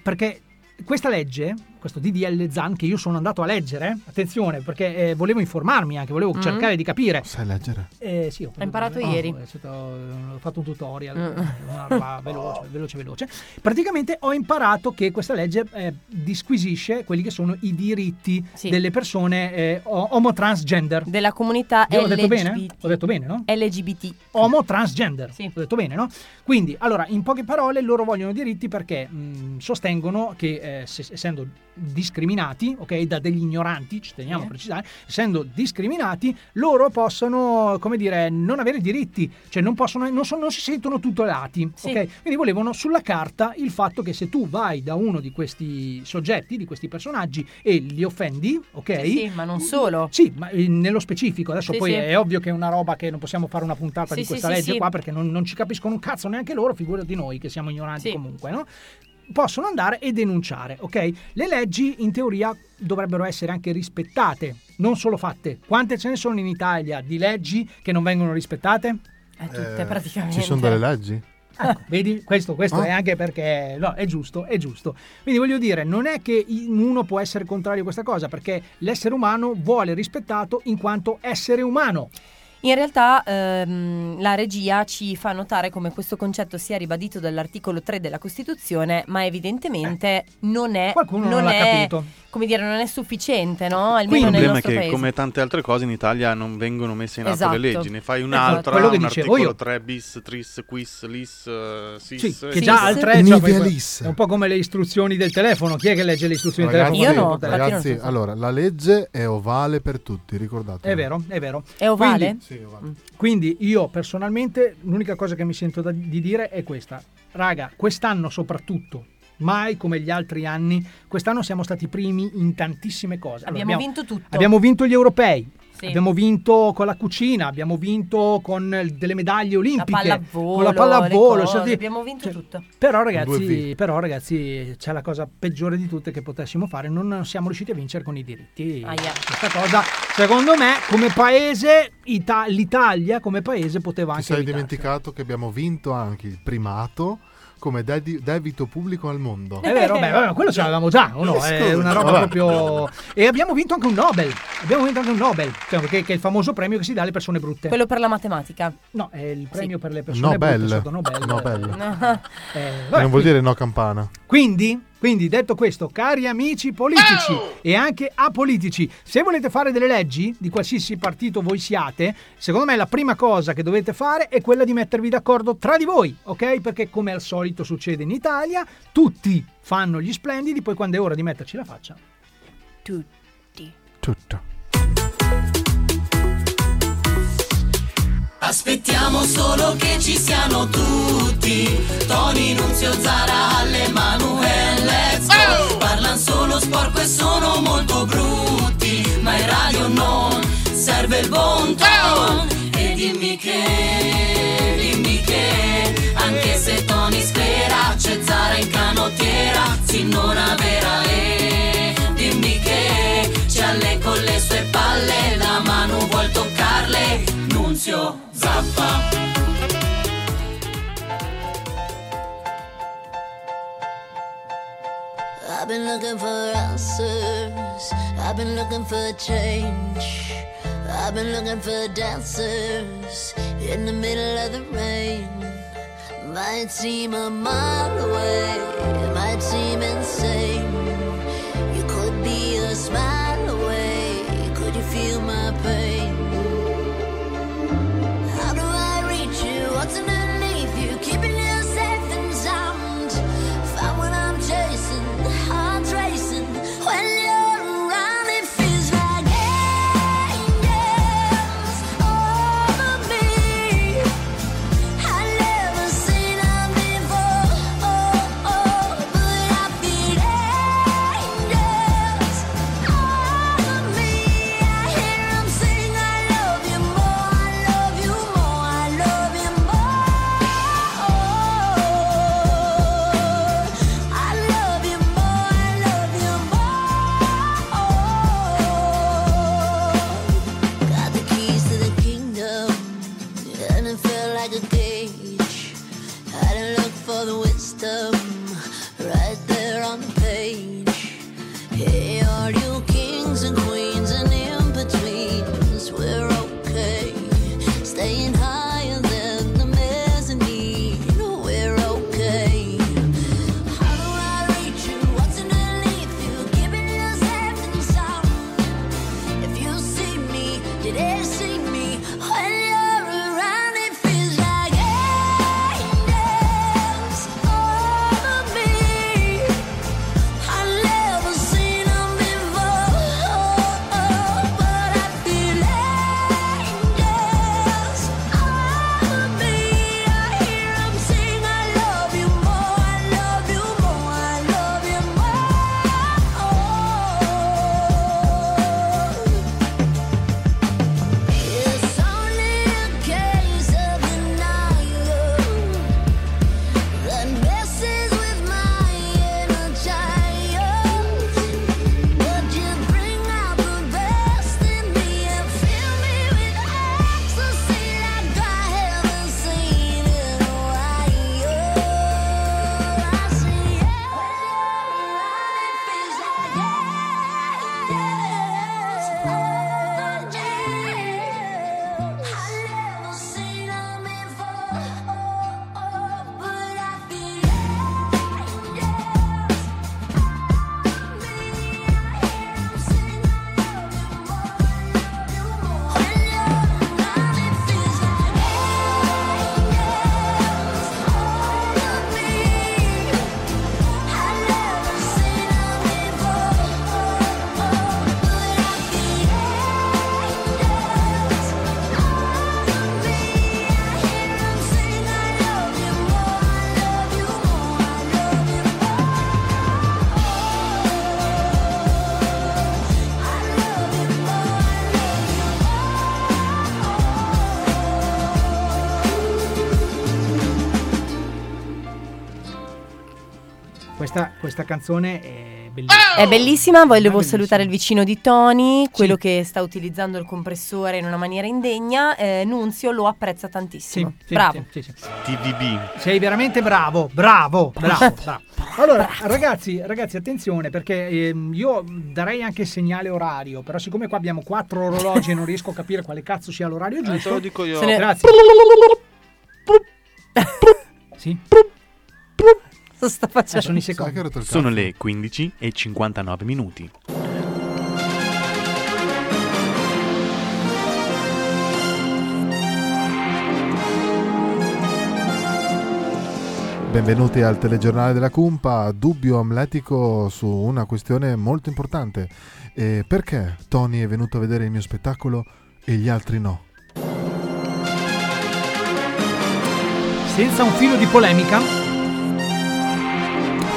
[SPEAKER 2] perché... Questa legge, questo DDL Zan che io sono andato a leggere, eh, attenzione perché eh, volevo informarmi anche, volevo
[SPEAKER 10] Mm.
[SPEAKER 2] cercare di capire.
[SPEAKER 8] Sai leggere?
[SPEAKER 2] Eh, sì, ho
[SPEAKER 10] Hai imparato
[SPEAKER 2] no,
[SPEAKER 10] ieri. (laughs)
[SPEAKER 2] è stato- eh, Ho fatto un tutorial,
[SPEAKER 10] Mm.
[SPEAKER 2] una roba
[SPEAKER 10] (laughs)
[SPEAKER 2] veloce, veloce, veloce. Praticamente ho imparato che questa legge eh, disquisisce quelli che sono i diritti
[SPEAKER 10] Sì.
[SPEAKER 2] delle persone eh, o- omo-transgender.
[SPEAKER 10] Della comunità
[SPEAKER 2] Io ho detto bene?
[SPEAKER 10] LGBT.
[SPEAKER 2] Ho detto bene, no?
[SPEAKER 10] LGBT.
[SPEAKER 2] Homo transgender, ho detto bene, no? Quindi, allora, in poche parole, loro vogliono diritti perché mh, sostengono che, eh, se- essendo discriminati, ok, da degli ignoranti, ci teniamo
[SPEAKER 10] Sì.
[SPEAKER 2] a precisare, essendo discriminati, loro possono, come dire, non avere diritti, cioè non, possono, non, so- non si sentono tutelati,
[SPEAKER 10] Sì.
[SPEAKER 2] ok? Quindi volevano sulla carta il fatto che se tu vai da uno di questi soggetti, di questi personaggi, e li offendi, ok?
[SPEAKER 10] Sì, sì, ma non solo.
[SPEAKER 2] Sì, ma eh, nello specifico, adesso
[SPEAKER 10] Sì,
[SPEAKER 2] poi
[SPEAKER 10] sì.
[SPEAKER 2] è ovvio che è una roba che non possiamo fare una puntata di
[SPEAKER 10] Sì, sì,
[SPEAKER 2] questa
[SPEAKER 10] sì,
[SPEAKER 2] legge
[SPEAKER 10] sì.
[SPEAKER 2] qua perché non, non ci capiscono un cazzo neanche loro, figura di noi che siamo ignoranti
[SPEAKER 10] Sì.
[SPEAKER 2] comunque, no? Possono andare e denunciare, ok? Le leggi in teoria dovrebbero essere anche rispettate, non solo fatte. Quante ce ne sono in Italia di leggi che non vengono rispettate?
[SPEAKER 10] A Eh, tutte, praticamente.
[SPEAKER 8] Eh, Ci sono delle leggi?
[SPEAKER 10] (laughs)
[SPEAKER 2] Ecco, vedi, questo, questo
[SPEAKER 8] Ah.
[SPEAKER 2] è anche perché no, è giusto, è giusto. Quindi voglio dire, non è che in- uno può essere contrario a questa cosa, perché l'essere umano vuole rispettato in quanto essere umano.
[SPEAKER 10] In realtà ehm, la regia ci fa notare come questo concetto sia ribadito dall'articolo 3 della Costituzione, ma evidentemente non è
[SPEAKER 2] Eh, Qualcuno non l'ha
[SPEAKER 10] è-
[SPEAKER 2] capito.
[SPEAKER 10] come dire, non è sufficiente, no? Almeno
[SPEAKER 12] il
[SPEAKER 10] nel
[SPEAKER 12] problema è
[SPEAKER 10] nostro
[SPEAKER 12] che,
[SPEAKER 10] paese.
[SPEAKER 12] come tante altre cose, in Italia non vengono messe in atto
[SPEAKER 10] Esatto.
[SPEAKER 12] le leggi. Ne fai
[SPEAKER 2] Esatto.
[SPEAKER 12] un'altra,
[SPEAKER 2] Quello che
[SPEAKER 12] un
[SPEAKER 2] dicevo
[SPEAKER 12] articolo
[SPEAKER 2] io.
[SPEAKER 12] 3 bis, tris, quis, lis, eh, sis.
[SPEAKER 2] Sì, che
[SPEAKER 12] e-
[SPEAKER 2] già al 3 cioè, poi-
[SPEAKER 8] Nivelis.
[SPEAKER 2] è un po' come le istruzioni del telefono. Chi è che legge le istruzioni
[SPEAKER 8] Ragazzi,
[SPEAKER 2] del telefono? Per portare-
[SPEAKER 8] ragazzi allora, la legge è ovale per tutti, ricordate.
[SPEAKER 2] È vero, è vero.
[SPEAKER 10] È ovale? Mm.
[SPEAKER 2] Quindi, quindi io personalmente l'unica cosa che mi sento da- di dire è questa. Raga, quest'anno soprattutto, mai come gli altri anni, quest'anno siamo stati primi in tantissime cose. Allora,
[SPEAKER 10] Abbiamo vinto tutto.
[SPEAKER 2] Abbiamo vinto gli europei.
[SPEAKER 10] Sì.
[SPEAKER 2] Abbiamo vinto con la cucina, abbiamo vinto con eh, delle medaglie olimpiche,
[SPEAKER 10] pallavolo,
[SPEAKER 2] con la
[SPEAKER 10] le
[SPEAKER 2] pallavolo,
[SPEAKER 10] cose, cioè
[SPEAKER 2] siamo stati-
[SPEAKER 10] abbiamo vinto tutto.
[SPEAKER 2] Però
[SPEAKER 10] Due
[SPEAKER 2] ragazzi,
[SPEAKER 10] V.
[SPEAKER 2] però ragazzi, c'è la cosa peggiore di tutte che potessimo fare, non siamo riusciti a vincere con i diritti.
[SPEAKER 10] Aia.
[SPEAKER 2] Questa cosa, secondo me, come paese,
[SPEAKER 10] (laughs)
[SPEAKER 2] Ita- l'Italia come paese poteva
[SPEAKER 8] Ti
[SPEAKER 2] anche...
[SPEAKER 8] sei
[SPEAKER 2] evitare.
[SPEAKER 8] dimenticato che abbiamo vinto anche il primato come dedi- debito pubblico al mondo.
[SPEAKER 2] È vero, beh, Eh, vabbè, quello ce l'avevamo già, o no? È
[SPEAKER 8] Scusa.
[SPEAKER 2] una roba
[SPEAKER 8] Vabbè.
[SPEAKER 2] proprio... E abbiamo vinto anche un Nobel, abbiamo vinto anche un Nobel, cioè, che, che è il famoso premio che si dà alle persone brutte.
[SPEAKER 10] Quello per la matematica.
[SPEAKER 2] No, è il premio per le persone brutte,
[SPEAKER 8] Nobel.
[SPEAKER 2] è stato Nobel.
[SPEAKER 10] (laughs)
[SPEAKER 8] Nobel.
[SPEAKER 2] Eh,
[SPEAKER 8] Che
[SPEAKER 2] vabbè,
[SPEAKER 8] non vuol dire no campana.
[SPEAKER 2] Quindi, quindi, detto questo, cari amici politici e anche apolitici, se volete fare delle leggi di qualsiasi partito voi siate, secondo me la prima cosa che dovete fare è quella di mettervi d'accordo tra di voi, ok? Perché come al solito succede in Italia, tutti fanno gli splendidi, poi quando è ora di metterci la faccia.
[SPEAKER 20] Tutti.
[SPEAKER 8] Tutto.
[SPEAKER 4] Aspettiamo solo che ci siano tutti Tony, Nunzio, Zara, Ale, Manuel, let's go Parlan solo sporco e sono molto brutti Ma in radio non serve il buon ton E dimmi che, dimmi che Anche se Tony spera c'è Zara in canottiera Sì, non vera e dimmi che C'è Ale con le sue palle La mano vuol toccarle Nunzio Zappa.
[SPEAKER 21] I've been looking for answers. I've been looking for a change. I've been looking for dancers in the middle of the rain. Might seem a mile away, it might seem insane. You could be a smile away. Could you feel my pain? How do I reach you? What's underneath you? Keeping you safe and sound. Find what I'm chasing, heart's racing. When you're around, it feels like angels over me. I never seen them before, oh, oh, but I feel angels over me. I hear 'em sing, I love you more, I love you more, I love you more. I love you more, I love you more. Got the keys to the kingdom, and it felt like a cage. I didn't look for the wisdom, right there on the page. Hey, are you kings and queens and in betweens? We're okay, staying higher than the mezzanine. We're okay. How do I reach you? What's underneath you? Giving us everything sound. If you see me, did they see me? When you're around, it feels like angels over
[SPEAKER 2] Questa, questa canzone è bellissima.
[SPEAKER 10] È bellissima, volevo
[SPEAKER 2] bellissima.
[SPEAKER 10] salutare il vicino di Tony, quello che sta utilizzando il compressore in una maniera indegna. Eh, Nunzio lo apprezza tantissimo.
[SPEAKER 2] sì,
[SPEAKER 10] Bravo.
[SPEAKER 2] sì, sì, sì.
[SPEAKER 12] TVB.
[SPEAKER 2] Sei veramente bravo, bravo, bravo. bravo. Allora, ragazzi, ragazzi, attenzione perché ehm, io darei anche segnale orario, però siccome qua abbiamo quattro orologi e non riesco a capire quale cazzo sia
[SPEAKER 8] Eh,
[SPEAKER 2] l'orario giusto.
[SPEAKER 22] te lo dico io.
[SPEAKER 2] Se ne- Grazie. Sì.
[SPEAKER 10] sta facendo.
[SPEAKER 2] sono i secondi.
[SPEAKER 12] Sono le 15 e 59 minuti.
[SPEAKER 8] Benvenuti al telegiornale della Cumpa, dubbio amletico su una questione molto importante. E perché Tony è venuto a vedere il mio spettacolo e gli altri no?
[SPEAKER 2] Senza un filo di polemica.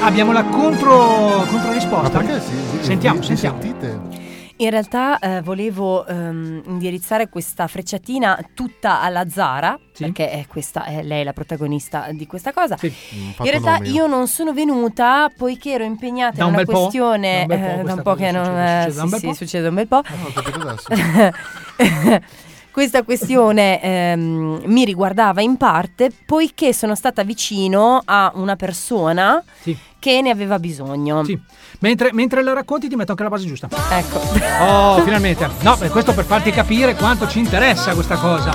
[SPEAKER 2] Abbiamo la contro, controrisposta.
[SPEAKER 8] Ma perché si- si-
[SPEAKER 2] sentiamo,
[SPEAKER 8] vi- vi
[SPEAKER 2] sentiamo.
[SPEAKER 10] In realtà eh, volevo ehm, indirizzare questa frecciatina tutta alla Zara, perché è questa, è lei la protagonista di questa cosa. In realtà io non sono venuta poiché ero impegnata
[SPEAKER 2] Da un
[SPEAKER 10] in una
[SPEAKER 2] bel po'?
[SPEAKER 10] questione
[SPEAKER 2] Da un bel po'
[SPEAKER 10] eh, da
[SPEAKER 2] questa
[SPEAKER 10] un po'
[SPEAKER 2] cosa
[SPEAKER 10] che non
[SPEAKER 2] succede,
[SPEAKER 10] eh,
[SPEAKER 2] succede da un
[SPEAKER 10] sì,
[SPEAKER 2] bel
[SPEAKER 10] sì,
[SPEAKER 2] po'? Ah,
[SPEAKER 10] succede da un bel po'.
[SPEAKER 8] ho capito adesso.
[SPEAKER 10] (laughs) Questa questione ehm, mi riguardava in parte poiché sono stata vicino a una persona
[SPEAKER 2] Sì.
[SPEAKER 10] che ne aveva bisogno.
[SPEAKER 2] Mentre, mentre la racconti ti metto anche la base giusta.
[SPEAKER 10] Ecco.
[SPEAKER 2] Oh, finalmente. No, beh, questo per farti capire quanto ci interessa questa cosa.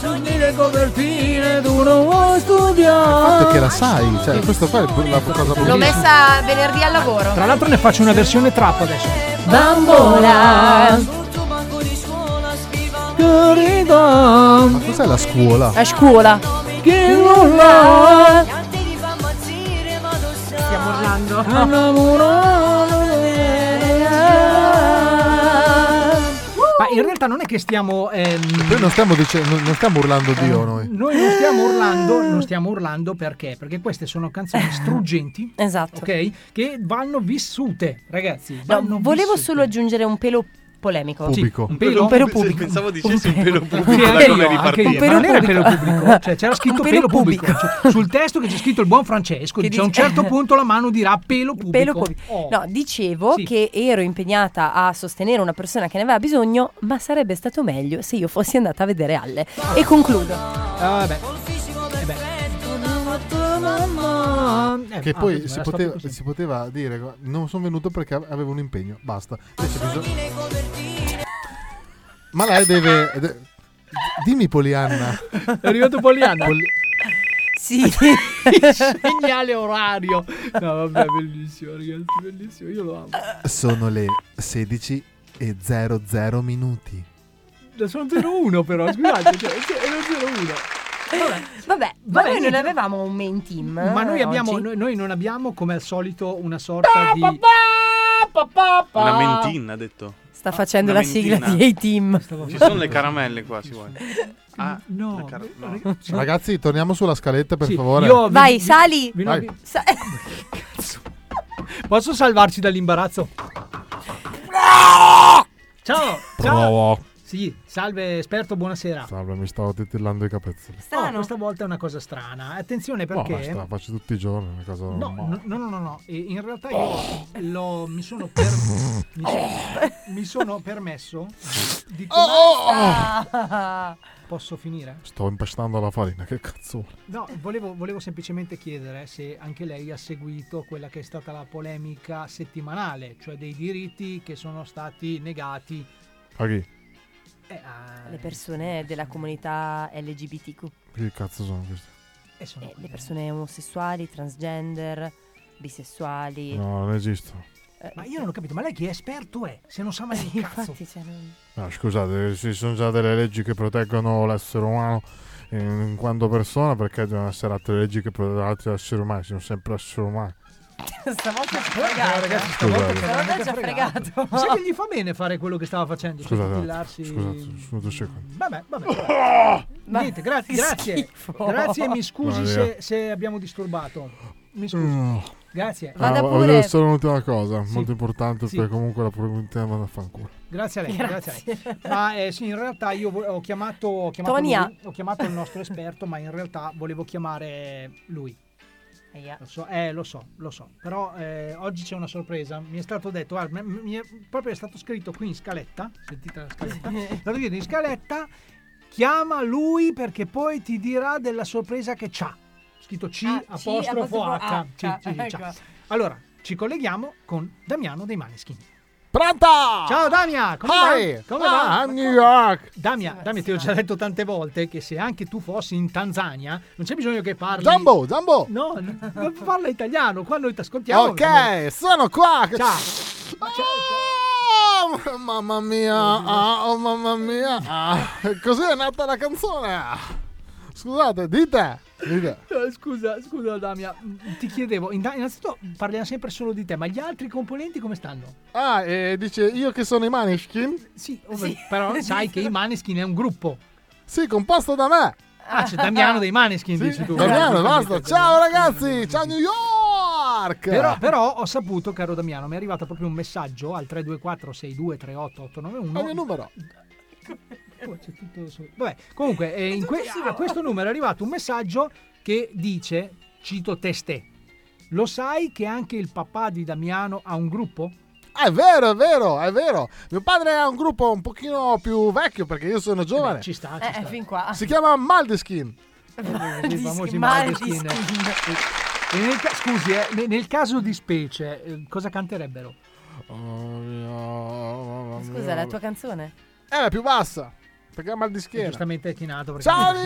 [SPEAKER 2] Sognare copertine, tu non vuoi studiare.
[SPEAKER 8] Perché la sai, cioè questo qua è la cosa
[SPEAKER 10] L'ho
[SPEAKER 8] bellissima.
[SPEAKER 10] messa venerdì al lavoro.
[SPEAKER 2] Tra l'altro ne faccio una versione trap adesso.
[SPEAKER 10] Bambola.
[SPEAKER 8] Ma cos'è la scuola?
[SPEAKER 10] A scuola.
[SPEAKER 2] Che
[SPEAKER 10] nulla.
[SPEAKER 4] Stiamo urlando.
[SPEAKER 2] Ah, Ma in realtà non è che stiamo. ehm,
[SPEAKER 8] Noi non stiamo, dicendo, non stiamo urlando Dio noi.
[SPEAKER 2] Noi non stiamo urlando, non stiamo urlando perché? Perché queste sono canzoni struggenti.
[SPEAKER 10] Esatto.
[SPEAKER 2] Ok? Che vanno vissute, ragazzi.
[SPEAKER 10] No,
[SPEAKER 2] vanno
[SPEAKER 10] volevo
[SPEAKER 2] vissute.
[SPEAKER 10] solo aggiungere un pelo polemico.
[SPEAKER 2] Pubblico.
[SPEAKER 10] Un pelo, un pelo pubblico.
[SPEAKER 12] Pensavo dicessi un pelo
[SPEAKER 2] Sì,
[SPEAKER 12] pubblico
[SPEAKER 2] anche
[SPEAKER 12] da come
[SPEAKER 2] io, anche io.
[SPEAKER 12] ripartire.
[SPEAKER 2] Ma non era pelo pubblico, cioè c'era scritto
[SPEAKER 10] Un
[SPEAKER 2] pelo,
[SPEAKER 10] pelo
[SPEAKER 2] pubblico. Cioè, sul testo che c'è scritto il buon Francesco,
[SPEAKER 10] Che
[SPEAKER 2] dice a un
[SPEAKER 10] dice- (laughs)
[SPEAKER 2] certo punto la mano dirà pelo Oh. pubblico.
[SPEAKER 10] Pelo pubblico. No, dicevo che ero impegnata a sostenere una persona che ne aveva bisogno, ma sarebbe stato meglio se io fossi andata a vedere Alle. E concludo.
[SPEAKER 2] Ah, vabbè. Eh beh. Eh,
[SPEAKER 8] Che
[SPEAKER 2] ah,
[SPEAKER 8] poi
[SPEAKER 2] scusa,
[SPEAKER 8] si
[SPEAKER 2] la sto
[SPEAKER 8] poteva,
[SPEAKER 2] così.
[SPEAKER 8] si poteva dire "Gu- non sono venuto perché avevo un impegno, basta. Invece bisogna- Ma lei deve... de- Dimmi Polianna.
[SPEAKER 2] È arrivato Polianna.
[SPEAKER 10] Sì.
[SPEAKER 2] (laughs) Segnale orario. No, vabbè, bellissimo, ragazzi, bellissimo. Io lo amo.
[SPEAKER 8] Sono le 16 e 00 minuti.
[SPEAKER 2] Sono 01 però, scusate, cioè, è lo 01.
[SPEAKER 10] Vabbè, ma
[SPEAKER 2] Vabbè,
[SPEAKER 10] noi non
[SPEAKER 2] niente.
[SPEAKER 10] avevamo un main team.
[SPEAKER 2] Ma noi,
[SPEAKER 10] eh,
[SPEAKER 2] abbiamo,
[SPEAKER 10] oggi?
[SPEAKER 2] noi, noi non abbiamo come al solito una sorta di...
[SPEAKER 12] Una mentina, ha detto.
[SPEAKER 10] Sta facendo
[SPEAKER 12] Una
[SPEAKER 10] la sigla
[SPEAKER 12] mentina.
[SPEAKER 10] di A-Team.
[SPEAKER 12] Ci sono le caramelle qua, si
[SPEAKER 10] (laughs)
[SPEAKER 12] vuole. Ah,
[SPEAKER 2] no.
[SPEAKER 8] (laughs) Ragazzi, torniamo sulla scaletta per favore.
[SPEAKER 2] io vi-
[SPEAKER 10] Vai,
[SPEAKER 2] vi-
[SPEAKER 10] sali.
[SPEAKER 2] vi-
[SPEAKER 8] Vai.
[SPEAKER 10] Sa-
[SPEAKER 2] Posso salvarci dall'imbarazzo? Ciao, ciao.
[SPEAKER 8] Provo.
[SPEAKER 2] Sì, salve esperto, buonasera.
[SPEAKER 8] Salve, mi stavo titillando i capezzoli.
[SPEAKER 2] Oh, questa volta è una cosa strana. Attenzione
[SPEAKER 8] No,
[SPEAKER 2] perché...
[SPEAKER 8] basta, faccio tutti i giorni una cosa
[SPEAKER 2] No,
[SPEAKER 8] normale.
[SPEAKER 2] no, no, no, no, no. E in realtà io l'ho- mi sono, per- mi sono- mi sono permesso di...
[SPEAKER 10] Oh!
[SPEAKER 2] Posso finire?
[SPEAKER 8] Sto impastando la farina, che cazzo.
[SPEAKER 2] No, volevo, volevo semplicemente chiedere se anche lei ha seguito quella che è stata la polemica settimanale, cioè dei diritti che sono stati negati
[SPEAKER 8] A chi?
[SPEAKER 2] eh, a-
[SPEAKER 10] (laughs) Le persone della comunità LGBTQ.
[SPEAKER 8] Che cazzo sono questi?
[SPEAKER 2] Eh, sono
[SPEAKER 10] le persone omosessuali, transgender, bisessuali. Eh,
[SPEAKER 8] No, non esisto.
[SPEAKER 2] Ma io non ho capito, ma lei che esperto è? Se non sa mai di cazzo.
[SPEAKER 8] No, scusate, ci sono già delle leggi che proteggono l'essere umano in, in quanto persona, perché devono essere altre leggi che proteggono altri esseri umani, sono sempre esseri umani.
[SPEAKER 10] Stavolta ci
[SPEAKER 4] Cioè,
[SPEAKER 2] Eh, ragazzi, stavolta ci
[SPEAKER 8] Scusate.
[SPEAKER 2] ha
[SPEAKER 10] Stavolta
[SPEAKER 2] veramente
[SPEAKER 10] ci ha
[SPEAKER 2] fregato.
[SPEAKER 10] fregato.
[SPEAKER 2] Ma sai che gli fa bene fare quello che stava facendo? Cioè
[SPEAKER 8] Scusate, un
[SPEAKER 2] titillarsi-
[SPEAKER 8] attimo, scusate, sono due secondi.
[SPEAKER 2] Vabbè, vabbè. vabbè.
[SPEAKER 10] Ah!
[SPEAKER 2] (laughs)
[SPEAKER 10] Ma
[SPEAKER 2] Niente, gra-
[SPEAKER 10] che
[SPEAKER 2] grazie.
[SPEAKER 10] schifo.
[SPEAKER 2] Grazie e mi scusi
[SPEAKER 8] Vale.
[SPEAKER 2] se, se abbiamo disturbato. Mi scusi. Grazie.
[SPEAKER 8] Ah, voglio dire solo un'ultima cosa, molto importante,
[SPEAKER 2] Sì.
[SPEAKER 8] perché comunque la provincia va a fanculo.
[SPEAKER 2] Grazie a lei,
[SPEAKER 10] Grazie.
[SPEAKER 2] grazie. a lei. Ma eh, sì, in realtà io vo- ho chiamato, ho chiamato
[SPEAKER 10] Tonia.
[SPEAKER 2] lui, ho chiamato il nostro esperto, ma in realtà volevo chiamare lui.
[SPEAKER 10] Ahia.
[SPEAKER 2] Lo so, eh, lo so, lo so. Però eh, oggi c'è una sorpresa. Mi è stato detto, guarda, mi- mi è proprio è stato scritto qui in scaletta. Sentite la scaletta. È stato scritto in scaletta. Chiama lui perché poi ti dirà della sorpresa che c'ha. Scritto C apostrofo H.
[SPEAKER 10] Ah, apostrofo
[SPEAKER 2] Sì,
[SPEAKER 10] H.
[SPEAKER 2] sì, sì, c'ha.
[SPEAKER 10] Ecco.
[SPEAKER 2] Allora, ci colleghiamo con Damiano dei Maneskin.
[SPEAKER 3] Pronta!
[SPEAKER 2] Ciao Damia, come
[SPEAKER 3] Hi!
[SPEAKER 2] va? Come
[SPEAKER 3] Ah,
[SPEAKER 2] va?
[SPEAKER 3] I'm New York!
[SPEAKER 2] Damia, Damia, ti ho già detto tante volte che se anche tu fossi in Tanzania non c'è bisogno che parli.
[SPEAKER 3] Zambo, Zambo!
[SPEAKER 2] No, no, parla italiano, qua noi ti ascoltiamo.
[SPEAKER 3] Ok, sono qua!
[SPEAKER 2] Ciao!
[SPEAKER 3] Oh, mamma mia, ah, oh mamma mia, ah, così è nata la canzone. Scusate, dite, dite.
[SPEAKER 2] Eh, Scusa, scusa Damia, mm, ti chiedevo, inta- innanzitutto parliamo sempre solo di te, ma gli altri componenti come stanno?
[SPEAKER 3] Ah, eh, dice io che sono i Maneskin?
[SPEAKER 2] Sì, Però sai che i Maneskin è un gruppo.
[SPEAKER 3] Sì, composto da me.
[SPEAKER 2] Ah, c'è Damiano dei Maneskin,
[SPEAKER 3] Sì,
[SPEAKER 2] dici tu.
[SPEAKER 3] Damiano,
[SPEAKER 2] Eh,
[SPEAKER 3] basta.
[SPEAKER 2] giustamente.
[SPEAKER 3] Ciao ragazzi, ciao New York.
[SPEAKER 2] Però, però ho saputo, caro Damiano, mi è arrivato proprio un messaggio al 324 6238 891.
[SPEAKER 3] Al mio numero.
[SPEAKER 2] Poi c'è tutto su- Vabbè, comunque eh, in que- a questo numero è arrivato un messaggio che dice, cito testè, lo sai che anche il papà di Damiano ha un gruppo?
[SPEAKER 3] Ah, È vero, è vero, è vero. Mio padre ha un gruppo un pochino più vecchio perché io sono giovane.
[SPEAKER 2] Ah, ci sta,
[SPEAKER 10] Eh, fin qua.
[SPEAKER 3] Si
[SPEAKER 10] (laughs)
[SPEAKER 3] chiama Maldeskin.
[SPEAKER 2] I famosi Maneskin. E nel ca- scusi, eh, ne- nel caso di specie, eh, cosa canterebbero?
[SPEAKER 10] Scusa, la tua canzone?
[SPEAKER 3] Eh, È la più bassa. Perché ha mal di
[SPEAKER 2] È
[SPEAKER 3] schiena.
[SPEAKER 2] Giustamente chinato. perché-
[SPEAKER 3] Ciao New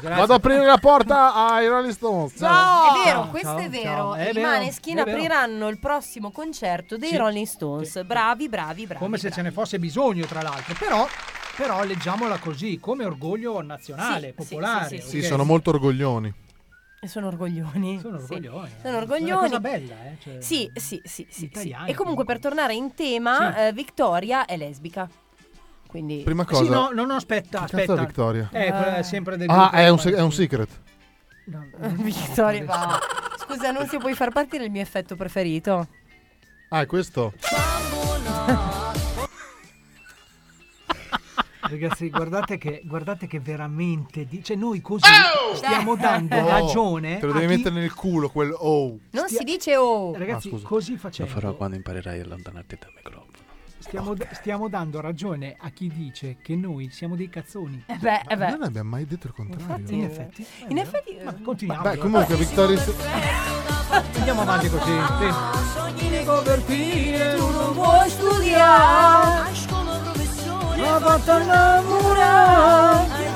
[SPEAKER 2] (laughs) Grazie.
[SPEAKER 3] Vado ad aprire la porta ai Rolling Stones. Ciao!
[SPEAKER 10] È vero, questo è vero.
[SPEAKER 2] ciao. Eh, È
[SPEAKER 10] I
[SPEAKER 2] vero,
[SPEAKER 10] Maneskin
[SPEAKER 2] è vero.
[SPEAKER 10] apriranno il prossimo concerto dei
[SPEAKER 2] Sì.
[SPEAKER 10] Rolling Stones. Bravi, bravi, bravi.
[SPEAKER 2] Come se ce ne fosse bisogno, tra l'altro. Però, però leggiamola così, come orgoglio nazionale,
[SPEAKER 10] Sì,
[SPEAKER 2] popolare.
[SPEAKER 10] sì, sì,
[SPEAKER 8] Sì,
[SPEAKER 2] ok?
[SPEAKER 8] sono molto orgoglioni.
[SPEAKER 10] E Sono orgoglioni. Sono
[SPEAKER 2] orgoglioni.
[SPEAKER 10] Sono
[SPEAKER 2] È
[SPEAKER 10] orgoglioni.
[SPEAKER 2] una cosa bella, eh? cioè-
[SPEAKER 10] Sì, sì, sì, sì, sì.
[SPEAKER 2] Italiani,
[SPEAKER 10] E comunque per tornare in tema,
[SPEAKER 2] Sì.
[SPEAKER 10] eh, Vittoria è lesbica. Quindi
[SPEAKER 3] Prima cosa.
[SPEAKER 2] Sì, no, no, no, aspetta,
[SPEAKER 3] Che cazzo
[SPEAKER 2] aspetta.
[SPEAKER 3] è Victoria?
[SPEAKER 2] Eh, quella è sempre del
[SPEAKER 3] Ah,
[SPEAKER 2] gruppo
[SPEAKER 3] è un,
[SPEAKER 2] dei
[SPEAKER 3] se- è un secret.
[SPEAKER 10] (laughs) Vittoria va. Scusa, non si puoi far partire il mio effetto preferito?
[SPEAKER 3] Ah, è questo?
[SPEAKER 8] (laughs)
[SPEAKER 2] Ragazzi, guardate che, guardate che veramente. di- Cioè, noi così stiamo dando
[SPEAKER 8] Oh,
[SPEAKER 2] ragione.
[SPEAKER 8] Te lo
[SPEAKER 2] Eh, a
[SPEAKER 8] devi
[SPEAKER 2] chi-
[SPEAKER 8] mettere nel culo quel oh.
[SPEAKER 10] Non si dice oh.
[SPEAKER 2] Ragazzi,
[SPEAKER 8] Ah, scusa.
[SPEAKER 2] così facendo.
[SPEAKER 12] quando imparerai a allontanarti dal microfono.
[SPEAKER 2] Stiamo, stiamo dando ragione a chi dice che noi siamo dei cazzoni.
[SPEAKER 10] Eh beh, eh
[SPEAKER 8] Ma
[SPEAKER 10] beh.
[SPEAKER 8] Noi non abbiamo mai detto il contrario.
[SPEAKER 2] Infatti, in effetti. eh
[SPEAKER 10] In effetti... eh.
[SPEAKER 2] Vabbè, continuiamo.
[SPEAKER 8] Beh, comunque, Victoria.
[SPEAKER 2] Andiamo avanti così. sì.
[SPEAKER 4] Sogni copertine, tu non
[SPEAKER 10] vuoi studiare.
[SPEAKER 4] Hai scuola professione,
[SPEAKER 2] Ma fatto innamorare.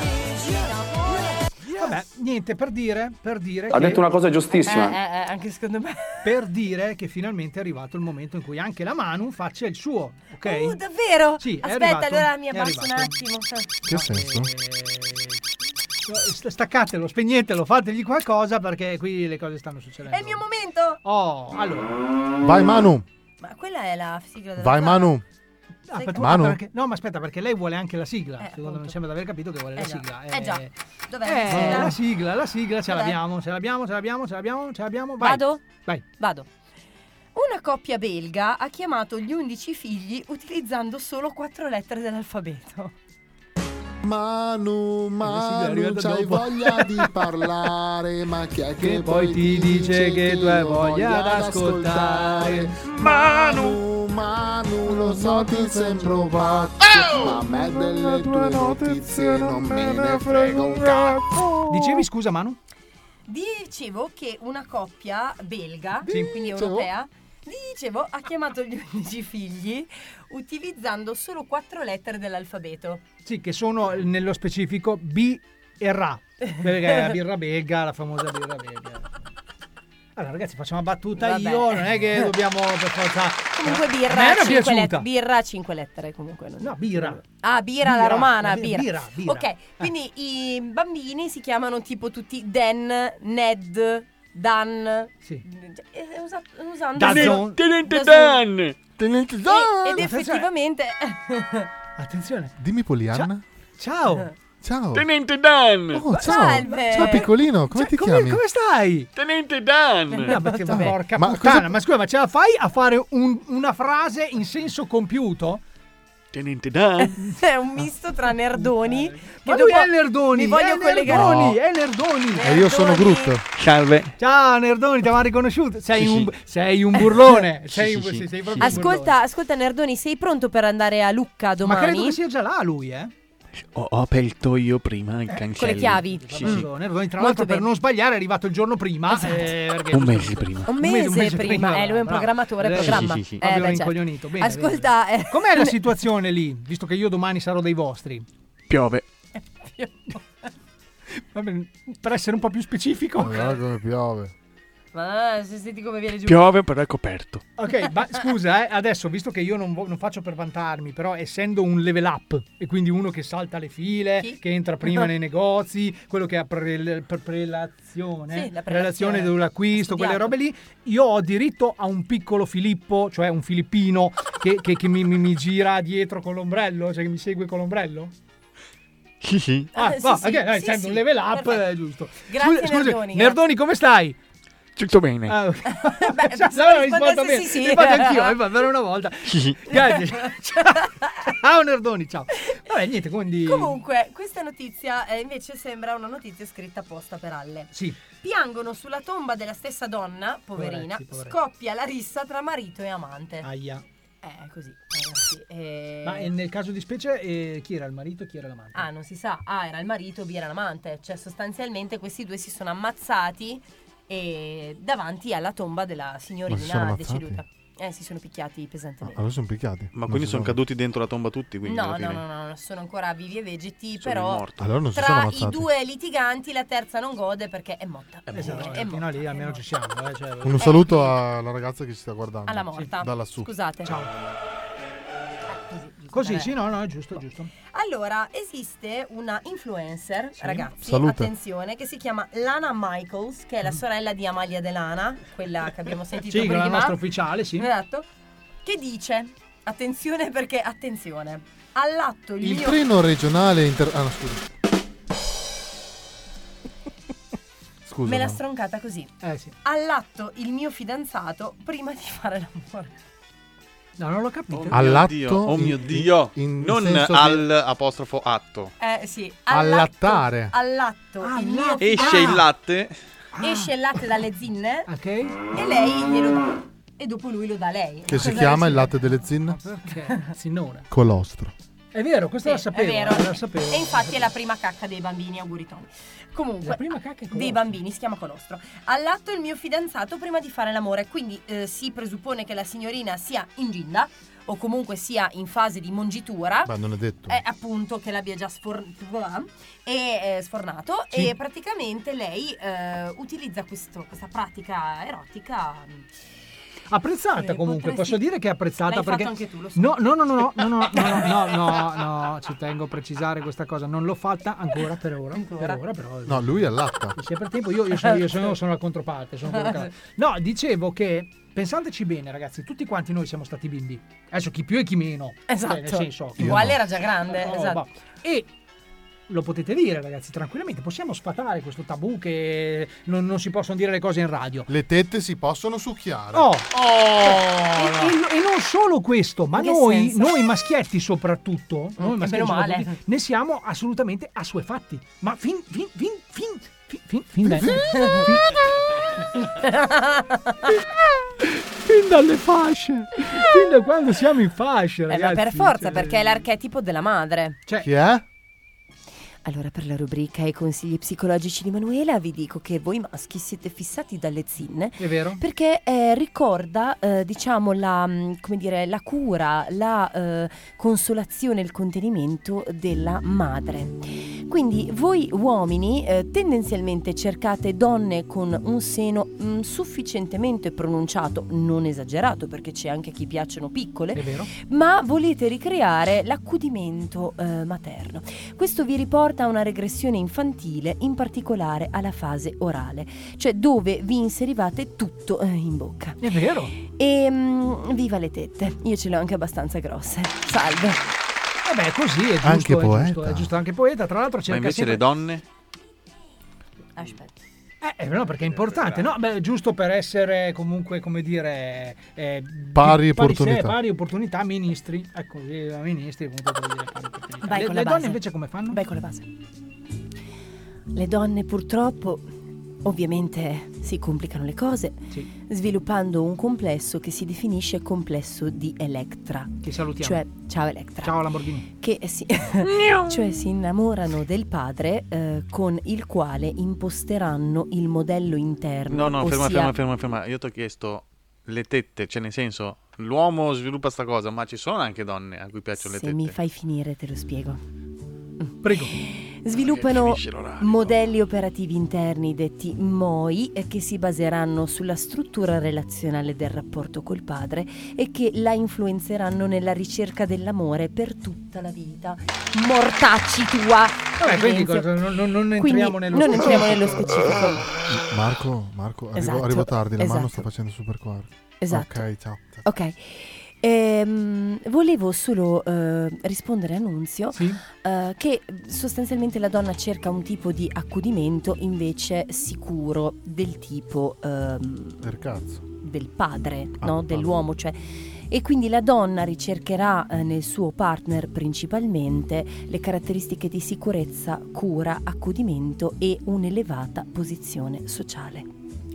[SPEAKER 2] Vabbè, niente, per dire, per dire
[SPEAKER 23] Ha
[SPEAKER 2] che-
[SPEAKER 23] detto una cosa giustissima.
[SPEAKER 10] Eh, anche secondo me.
[SPEAKER 2] (laughs) Per dire che finalmente è arrivato il momento in cui anche la Manu faccia il suo, ok?
[SPEAKER 10] Oh, davvero?
[SPEAKER 2] Sì, è
[SPEAKER 10] Aspetta,
[SPEAKER 2] arrivato,
[SPEAKER 10] allora mi
[SPEAKER 2] è
[SPEAKER 10] abbasso un
[SPEAKER 2] arrivato.
[SPEAKER 10] attimo.
[SPEAKER 8] Che senso?
[SPEAKER 2] St- Staccatelo, spegnetelo, fategli qualcosa perché qui le cose stanno succedendo.
[SPEAKER 10] È il mio momento.
[SPEAKER 2] Oh, allora.
[SPEAKER 3] Vai Manu,
[SPEAKER 10] Ma quella è la sigla della
[SPEAKER 3] vai
[SPEAKER 10] zona.
[SPEAKER 3] Manu.
[SPEAKER 2] Ah, aspetta,
[SPEAKER 10] eh,
[SPEAKER 3] Manu.
[SPEAKER 2] perché- no, ma aspetta, perché lei vuole anche la sigla. secondo me mi sembra di aver capito che vuole la
[SPEAKER 10] Eh già,
[SPEAKER 2] sigla.
[SPEAKER 10] eh già. Dov'è?
[SPEAKER 2] Eh,
[SPEAKER 10] Sigla?
[SPEAKER 2] la sigla, la sigla, ce
[SPEAKER 10] Dov'è?
[SPEAKER 2] l'abbiamo, ce l'abbiamo, ce l'abbiamo, ce l'abbiamo, ce l'abbiamo. Vai.
[SPEAKER 10] Vado?
[SPEAKER 2] Vai.
[SPEAKER 10] Vado. Una coppia belga ha chiamato gli undici figli utilizzando solo quattro lettere dell'alfabeto.
[SPEAKER 3] Manu,
[SPEAKER 2] sigla è
[SPEAKER 3] Manu,
[SPEAKER 2] arrivata
[SPEAKER 3] c'hai
[SPEAKER 2] dopo.
[SPEAKER 3] voglia (laughs) di parlare, ma chi è che,
[SPEAKER 2] Che poi ti dice che tu hai voglia d'ascoltare?
[SPEAKER 3] Manu, Manu, lo so ti sembro pazzo, ma a me delle tue notizie non me ne frega un cazzo.
[SPEAKER 2] Dicevi scusa, Manu?
[SPEAKER 10] Dicevo che una coppia belga,
[SPEAKER 2] Sì.
[SPEAKER 10] quindi
[SPEAKER 2] Dicevo.
[SPEAKER 10] europea, dicevo, ha chiamato gli undici figli utilizzando solo quattro lettere dell'alfabeto.
[SPEAKER 2] Sì, che sono nello specifico B e Ra. Perché è la birra belga, la famosa birra belga. Allora, ragazzi, facciamo una battuta
[SPEAKER 10] Vabbè.
[SPEAKER 2] io, non è che dobbiamo per forza. eh,
[SPEAKER 10] Comunque
[SPEAKER 2] A me
[SPEAKER 10] birra
[SPEAKER 2] era
[SPEAKER 10] 5
[SPEAKER 2] piaciuta.
[SPEAKER 10] lettere, birra cinque lettere comunque. non-
[SPEAKER 2] No, birra.
[SPEAKER 10] Ah, birra,
[SPEAKER 2] Birra,
[SPEAKER 10] la romana,
[SPEAKER 2] la birra,
[SPEAKER 10] birra.
[SPEAKER 2] birra, Ah. birra.
[SPEAKER 10] Ok, quindi i bambini si chiamano tipo tutti Dan, Ned, Dan.
[SPEAKER 2] Sì.
[SPEAKER 10] Cioè, eh, usa- usando
[SPEAKER 2] Dazzon.
[SPEAKER 10] Tenente Dan.
[SPEAKER 3] Tenente
[SPEAKER 2] Ah,
[SPEAKER 10] E-
[SPEAKER 3] Dan!
[SPEAKER 10] ed effettivamente (laughs)
[SPEAKER 2] Attenzione.
[SPEAKER 3] Dimmi Poliana.
[SPEAKER 4] (laughs)
[SPEAKER 2] Ciao.
[SPEAKER 3] Ciao.
[SPEAKER 12] Tenente Dan!
[SPEAKER 3] Oh, ciao.
[SPEAKER 10] Salve.
[SPEAKER 3] Ciao piccolino, come ti
[SPEAKER 2] Cioè, Come,
[SPEAKER 3] chiami?
[SPEAKER 2] come stai?
[SPEAKER 12] Tenente Dan!
[SPEAKER 2] No, perché,
[SPEAKER 3] Vabbè.
[SPEAKER 2] porca
[SPEAKER 3] Ma
[SPEAKER 2] puttana,
[SPEAKER 3] cosa-
[SPEAKER 2] ma scusa, ma ce la fai a fare un- una frase in senso compiuto?
[SPEAKER 12] Tenente Dan.
[SPEAKER 10] È un misto tra nerdoni.
[SPEAKER 2] Eh, Ma
[SPEAKER 10] che
[SPEAKER 2] lui
[SPEAKER 10] dopo
[SPEAKER 2] è Nerdoni,
[SPEAKER 10] Mi voglio
[SPEAKER 2] è
[SPEAKER 10] collegare.
[SPEAKER 2] Nerdoni, è Nerdoni.
[SPEAKER 8] E Eh, io sono Groot.
[SPEAKER 12] Salve.
[SPEAKER 2] Ciao Nerdoni, ti avevamo riconosciuto. Sei,
[SPEAKER 12] Sì,
[SPEAKER 2] un,
[SPEAKER 12] sì.
[SPEAKER 2] sei un burlone.
[SPEAKER 12] Sì,
[SPEAKER 2] sei
[SPEAKER 12] sì,
[SPEAKER 2] un,
[SPEAKER 12] sì.
[SPEAKER 2] sì, sei proprio un burlone.
[SPEAKER 10] Ascolta, ascolta, Nerdoni, sei pronto per andare a Lucca
[SPEAKER 2] Ma
[SPEAKER 10] domani?
[SPEAKER 2] credo che sia già là lui, eh?
[SPEAKER 12] Ho, ho aperto io prima il
[SPEAKER 2] Eh,
[SPEAKER 12] cancello.
[SPEAKER 10] con le chiavi. Mm.
[SPEAKER 12] Sì,
[SPEAKER 2] Nerdoni,
[SPEAKER 12] sì.
[SPEAKER 2] Nerdoni, tra
[SPEAKER 10] Molto
[SPEAKER 2] l'altro, per
[SPEAKER 10] bene.
[SPEAKER 2] non sbagliare, è arrivato il giorno prima. eh, perché-
[SPEAKER 12] Un mese prima.
[SPEAKER 10] Un mese, prima, eh, lui è un
[SPEAKER 2] bravo.
[SPEAKER 10] programmatore,
[SPEAKER 2] Eh,
[SPEAKER 10] programma.
[SPEAKER 2] Sì, sì, sì.
[SPEAKER 10] Eh,
[SPEAKER 2] Abbiamo
[SPEAKER 10] beh, certo.
[SPEAKER 2] incoglionito. Bene,
[SPEAKER 10] Ascolta,
[SPEAKER 2] bene.
[SPEAKER 10] eh,
[SPEAKER 2] com'è
[SPEAKER 10] (laughs)
[SPEAKER 2] la situazione lì? Visto che io domani sarò dei vostri.
[SPEAKER 12] Piove.
[SPEAKER 2] Va bene, per essere un po' più specifico.
[SPEAKER 8] Guarda come piove.
[SPEAKER 10] Ma se senti come viene giù.
[SPEAKER 12] Piove, però è coperto.
[SPEAKER 2] Ok,
[SPEAKER 10] (laughs)
[SPEAKER 2] ma scusa, eh, adesso visto che io non, vo- non faccio per vantarmi, però essendo un level up e quindi uno che salta le file, che entra
[SPEAKER 10] (laughs)
[SPEAKER 2] prima nei negozi, quello che ha pre- pre- prelazione,
[SPEAKER 10] Sì, la prelazione.
[SPEAKER 2] prelazione dell'acquisto,
[SPEAKER 10] Ha
[SPEAKER 2] quelle
[SPEAKER 10] studiato.
[SPEAKER 2] robe lì, io ho diritto a un piccolo Filippo, cioè un filippino che, che- che mi, mi- mi gira dietro con l'ombrello, cioè che mi segue con l'ombrello?
[SPEAKER 12] Sì, sì.
[SPEAKER 2] Ah,
[SPEAKER 10] Eh, sì,
[SPEAKER 2] no,
[SPEAKER 10] sì,
[SPEAKER 2] ok, dai,
[SPEAKER 10] sì,
[SPEAKER 2] essendo
[SPEAKER 10] sì,
[SPEAKER 2] un level up
[SPEAKER 10] perfetto.
[SPEAKER 2] è giusto.
[SPEAKER 10] Grazie,
[SPEAKER 2] Scusa- scusa,
[SPEAKER 10] Nerdoni,
[SPEAKER 2] Nerdoni, come stai?
[SPEAKER 12] Tutto bene.
[SPEAKER 2] Ah, ok.
[SPEAKER 10] Beh,
[SPEAKER 2] Cioè,
[SPEAKER 10] se
[SPEAKER 2] allora ho
[SPEAKER 10] rispondesse
[SPEAKER 2] risposto bene.
[SPEAKER 10] sì, sì.
[SPEAKER 2] L'ho fatto anch'io, eh, per una volta.
[SPEAKER 10] (laughs)
[SPEAKER 2] Grazie. ciao, ciao Nerdoni, ciao. Vabbè, niente, quindi...
[SPEAKER 10] Comunque, questa notizia eh, invece sembra una notizia scritta apposta per Alle.
[SPEAKER 2] Sì.
[SPEAKER 10] Piangono sulla tomba della stessa donna, poverina,
[SPEAKER 2] Poveretti, poveretti.
[SPEAKER 10] scoppia la rissa tra marito e amante.
[SPEAKER 2] Aia.
[SPEAKER 10] Eh, è così, ragazzi. eh.
[SPEAKER 2] Ma eh, nel caso di specie, eh, chi era il marito e chi era l'amante?
[SPEAKER 10] Ah, non si sa. A era il marito, B era l'amante. Cioè, sostanzialmente questi due si sono ammazzati eh, davanti alla tomba della
[SPEAKER 8] Ma si sono
[SPEAKER 10] signorina
[SPEAKER 8] ammazzati?
[SPEAKER 10] deceduta. Eh, si sono picchiati pesantemente.
[SPEAKER 8] Allora sono picchiati.
[SPEAKER 12] Ma quindi
[SPEAKER 8] si
[SPEAKER 12] sono caduti dentro la tomba tutti, quindi
[SPEAKER 10] no,
[SPEAKER 12] alla
[SPEAKER 10] no,
[SPEAKER 12] fine.
[SPEAKER 10] no, no, no, sono ancora vivi e vegeti,
[SPEAKER 12] Sono
[SPEAKER 10] però
[SPEAKER 12] morti.
[SPEAKER 8] Allora non si sono
[SPEAKER 10] tra i
[SPEAKER 8] ammazzati.
[SPEAKER 10] due litiganti la terza non gode perché è morta. È
[SPEAKER 2] Esatto,
[SPEAKER 10] è morta.
[SPEAKER 2] fino a lì almeno ci siamo. Eh, cioè,
[SPEAKER 8] Un saluto alla ragazza che ci sta guardando.
[SPEAKER 10] Alla morta.
[SPEAKER 8] Sì, Da lassù.
[SPEAKER 10] Scusate.
[SPEAKER 2] Così, sì, no, no, è giusto, è giusto.
[SPEAKER 10] Allora, esiste una influencer,
[SPEAKER 2] Sì.
[SPEAKER 10] ragazzi,
[SPEAKER 2] Salute.
[SPEAKER 10] attenzione, che si chiama Lana Michaels, che è la sorella di Amalia Delana, quella che abbiamo sentito
[SPEAKER 2] Mm. Sì,
[SPEAKER 10] prima.
[SPEAKER 2] la nostra ufficiale, sì.
[SPEAKER 10] Esatto. Che dice, attenzione perché, attenzione, all'atto il,
[SPEAKER 8] Il
[SPEAKER 10] mio...
[SPEAKER 8] treno regionale inter... Ah, no, scusa.
[SPEAKER 10] (laughs)
[SPEAKER 8] Scusa.
[SPEAKER 10] Me l'ha
[SPEAKER 8] mamma.
[SPEAKER 10] stroncata così.
[SPEAKER 2] Eh sì.
[SPEAKER 10] All'atto il mio fidanzato prima di fare l'amore.
[SPEAKER 2] No, non l'ho capito.
[SPEAKER 8] All'atto.
[SPEAKER 12] Dio, oh mio
[SPEAKER 8] in-
[SPEAKER 12] Dio.
[SPEAKER 8] in
[SPEAKER 12] non
[SPEAKER 8] senso che-
[SPEAKER 12] al apostrofo atto.
[SPEAKER 10] Eh sì.
[SPEAKER 8] Allattare.
[SPEAKER 10] All'atto. il mio
[SPEAKER 12] Esce il latte.
[SPEAKER 10] Ah. Esce il latte dalle zinne.
[SPEAKER 2] Ok.
[SPEAKER 10] E lei glielo dà. E dopo lui lo dà lei.
[SPEAKER 8] Che si
[SPEAKER 10] Cosa
[SPEAKER 8] chiama il
[SPEAKER 10] decide?
[SPEAKER 8] latte delle
[SPEAKER 10] Ah,
[SPEAKER 8] zinne?
[SPEAKER 2] Perché? Signora.
[SPEAKER 8] Colostro.
[SPEAKER 2] Cioè, È vero, questa la
[SPEAKER 10] Sì,
[SPEAKER 2] sapevo.
[SPEAKER 10] È
[SPEAKER 2] eh,
[SPEAKER 10] vero.
[SPEAKER 2] La sapevo.
[SPEAKER 10] E infatti è la prima cacca dei bambini, auguri Tony. Comunque,
[SPEAKER 2] La prima cacca è colostro.
[SPEAKER 10] dei bambini si chiama colostro. All'atto il mio fidanzato prima di fare l'amore, quindi eh, si presuppone che la signorina sia inginda o comunque sia in fase di mongitura.
[SPEAKER 8] Beh, non è detto.
[SPEAKER 10] Eh, appunto che l'abbia già sfor- e, eh, sfornato
[SPEAKER 8] Sì.
[SPEAKER 10] e praticamente lei eh, utilizza questo- questa pratica erotica mh,
[SPEAKER 2] Apprezzata
[SPEAKER 10] Eh,
[SPEAKER 2] comunque,
[SPEAKER 10] potresti-
[SPEAKER 2] posso dire che è apprezzata
[SPEAKER 10] L'hai
[SPEAKER 2] perché...
[SPEAKER 10] fatto anche tu, lo so.
[SPEAKER 2] No, no, no, no, no, no, no, no, no, no, no, ci tengo a precisare questa cosa, non l'ho fatta ancora per ora, per ora però...
[SPEAKER 8] No, lui è all'atta.
[SPEAKER 2] Se per tempo io, io sono, io sono, sono la controparte, sono
[SPEAKER 10] Ah,
[SPEAKER 2] quello che- No, dicevo che pensateci bene ragazzi, tutti quanti noi siamo stati bimbi, adesso chi più e chi meno,
[SPEAKER 10] Esatto.
[SPEAKER 2] Cioè, nel senso...
[SPEAKER 10] Io Uguale no. era già grande, esatto.
[SPEAKER 2] boh. E lo potete dire ragazzi tranquillamente, possiamo sfatare questo tabù che non, non si possono dire le cose in radio.
[SPEAKER 8] Le tette si possono succhiare.
[SPEAKER 2] Oh!
[SPEAKER 8] Oh!
[SPEAKER 2] E, e- e non solo questo, ma
[SPEAKER 8] In che
[SPEAKER 2] noi,
[SPEAKER 8] senso?
[SPEAKER 2] noi maschietti soprattutto, noi
[SPEAKER 10] Mm, e
[SPEAKER 2] maschietti
[SPEAKER 10] meno male.
[SPEAKER 2] soprattutto, ne siamo assolutamente assuefatti. Ma fin, fin, fin, fin, fin, fin, fin, dai-
[SPEAKER 8] (laughs)
[SPEAKER 2] fin dalle fasce, fin da quando siamo in fascia,
[SPEAKER 10] Eh, ma
[SPEAKER 2] ragazzi.
[SPEAKER 10] per forza,
[SPEAKER 2] Cioè,
[SPEAKER 10] perché è l'archetipo della madre.
[SPEAKER 8] Chi è?
[SPEAKER 10] Allora, per la rubrica e consigli psicologici di Manuela, vi dico che voi maschi siete fissati dalle zinne.
[SPEAKER 2] È vero.
[SPEAKER 10] Perché eh, ricorda, eh, diciamo, la, mh, come dire, la cura, la eh, consolazione, il contenimento della madre. Quindi voi uomini eh, tendenzialmente cercate donne con un seno mh, sufficientemente pronunciato, non esagerato perché c'è anche a chi piacciono piccole,
[SPEAKER 2] È vero.
[SPEAKER 10] ma volete ricreare l'accudimento eh, materno. Questo vi riporta a una regressione infantile, in particolare alla fase orale, cioè dove vi inserivate tutto eh, in bocca.
[SPEAKER 2] È vero.
[SPEAKER 10] E mm, viva le tette, io ce le ho anche abbastanza grosse. Salve.
[SPEAKER 2] Vabbè, così è giusto,
[SPEAKER 8] Anche
[SPEAKER 2] è, giusto
[SPEAKER 8] poeta.
[SPEAKER 2] è giusto anche poeta. Tra l'altro
[SPEAKER 12] Ma
[SPEAKER 2] cerca
[SPEAKER 12] invece
[SPEAKER 2] sempre...
[SPEAKER 12] le donne?
[SPEAKER 10] Aspetta.
[SPEAKER 2] Eh, no, perché è importante, no? Beh, giusto per essere comunque, come dire, eh,
[SPEAKER 8] Pari
[SPEAKER 2] se-
[SPEAKER 8] opportunità.
[SPEAKER 2] pari opportunità, ministri. Ecco, eh, ministri comunque per dire pari opportunità.
[SPEAKER 10] Vai
[SPEAKER 2] le
[SPEAKER 10] con
[SPEAKER 2] le
[SPEAKER 10] la
[SPEAKER 2] donne
[SPEAKER 10] base.
[SPEAKER 2] invece come fanno?
[SPEAKER 10] Vai con la base. Le donne purtroppo ovviamente si complicano le cose sviluppando un complesso che si definisce complesso di Electra.
[SPEAKER 2] Ti salutiamo.
[SPEAKER 10] Cioè, ciao Electra.
[SPEAKER 2] Ciao Lamborghini.
[SPEAKER 10] Che si, cioè si innamorano del padre eh, con il quale imposteranno il modello interno.
[SPEAKER 12] No, no, ferma,
[SPEAKER 10] ossia
[SPEAKER 12] ferma, ferma, ferma. Io ti ho chiesto le tette, cioè nel senso, l'uomo sviluppa sta cosa, ma ci sono anche donne a cui piacciono le
[SPEAKER 10] Se
[SPEAKER 12] tette.
[SPEAKER 10] mi fai finire te lo spiego.
[SPEAKER 2] Prego.
[SPEAKER 10] Sviluppano
[SPEAKER 12] Finisce l'orario.
[SPEAKER 10] modelli operativi interni detti MOI eh, che si baseranno sulla struttura relazionale del rapporto col padre e che la influenzeranno nella ricerca dell'amore per tutta la vita. Mortacci tua!
[SPEAKER 2] Vabbè, quindi
[SPEAKER 10] Silenzio.
[SPEAKER 2] cosa- non, non- non
[SPEAKER 10] Quindi
[SPEAKER 2] entriamo nello
[SPEAKER 10] non entriamo nello specifico.
[SPEAKER 8] Marco, Marco arrivo,
[SPEAKER 10] Esatto,
[SPEAKER 8] arrivo tardi, la mano
[SPEAKER 10] esatto.
[SPEAKER 8] sta facendo super quark.
[SPEAKER 10] Esatto.
[SPEAKER 8] Ok, ciao.
[SPEAKER 10] Ok. Ehm, volevo solo eh, rispondere a Nunzio eh, che sostanzialmente la donna cerca un tipo di accudimento invece sicuro del tipo ehm,
[SPEAKER 8] Per cazzo.
[SPEAKER 10] del padre,
[SPEAKER 8] Ah,
[SPEAKER 10] no?
[SPEAKER 8] padre.
[SPEAKER 10] dell'uomo, cioè e quindi la donna ricercherà eh, nel suo partner principalmente le caratteristiche di sicurezza, cura, accudimento e un'elevata posizione sociale.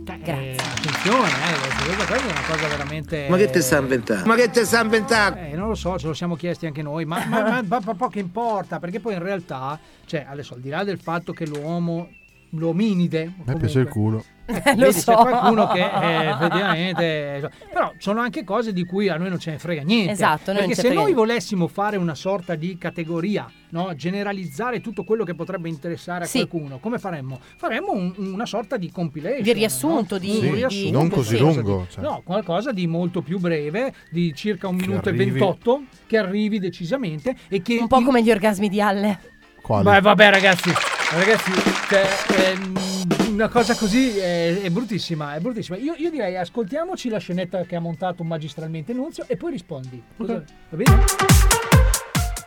[SPEAKER 10] Grazie.
[SPEAKER 2] Attenzione, eh, questa questa è una cosa veramente...
[SPEAKER 3] inventando? Eh. Ma che ti sta inventando?
[SPEAKER 2] Eh, non lo so, ce lo siamo chiesti anche noi, ma, ma, ma- ma- ma poco importa, perché poi in realtà, cioè, adesso al di là del fatto che l'uomo, l'ominide...
[SPEAKER 8] A me
[SPEAKER 2] comunque-
[SPEAKER 8] piace il culo.
[SPEAKER 2] Ecco,
[SPEAKER 10] Eh,
[SPEAKER 2] (laughs)
[SPEAKER 10] Lo
[SPEAKER 2] vedi,
[SPEAKER 10] so.
[SPEAKER 2] C'è qualcuno che eh, effettivamente... eh, Però sono anche cose di cui a noi non ce ne frega niente.
[SPEAKER 10] Esatto, noi non
[SPEAKER 2] perché
[SPEAKER 10] ce
[SPEAKER 2] se
[SPEAKER 10] ne frega
[SPEAKER 2] noi
[SPEAKER 10] niente.
[SPEAKER 2] volessimo fare una sorta di categoria, no? generalizzare tutto quello che potrebbe interessare a
[SPEAKER 10] Sì.
[SPEAKER 2] qualcuno, come faremmo? Faremmo un- una sorta di compilation.
[SPEAKER 10] Di riassunto,
[SPEAKER 2] no?
[SPEAKER 10] di-
[SPEAKER 2] Un
[SPEAKER 10] Sì,
[SPEAKER 2] riassunto,
[SPEAKER 10] non così
[SPEAKER 2] sì.
[SPEAKER 8] lungo, cioè.
[SPEAKER 2] No, qualcosa di molto più breve, di circa un minuto
[SPEAKER 8] arrivi-
[SPEAKER 2] e 28, che arrivi decisamente e che...
[SPEAKER 10] Un po' come gli orgasmi di Halle.
[SPEAKER 2] Beh, vabbè, ragazzi, ragazzi, cioè, ehm, una cosa così è, è bruttissima, è bruttissima. Io, io direi ascoltiamoci la scenetta che ha montato magistralmente Nunzio e poi rispondi. Cosa- Va bene?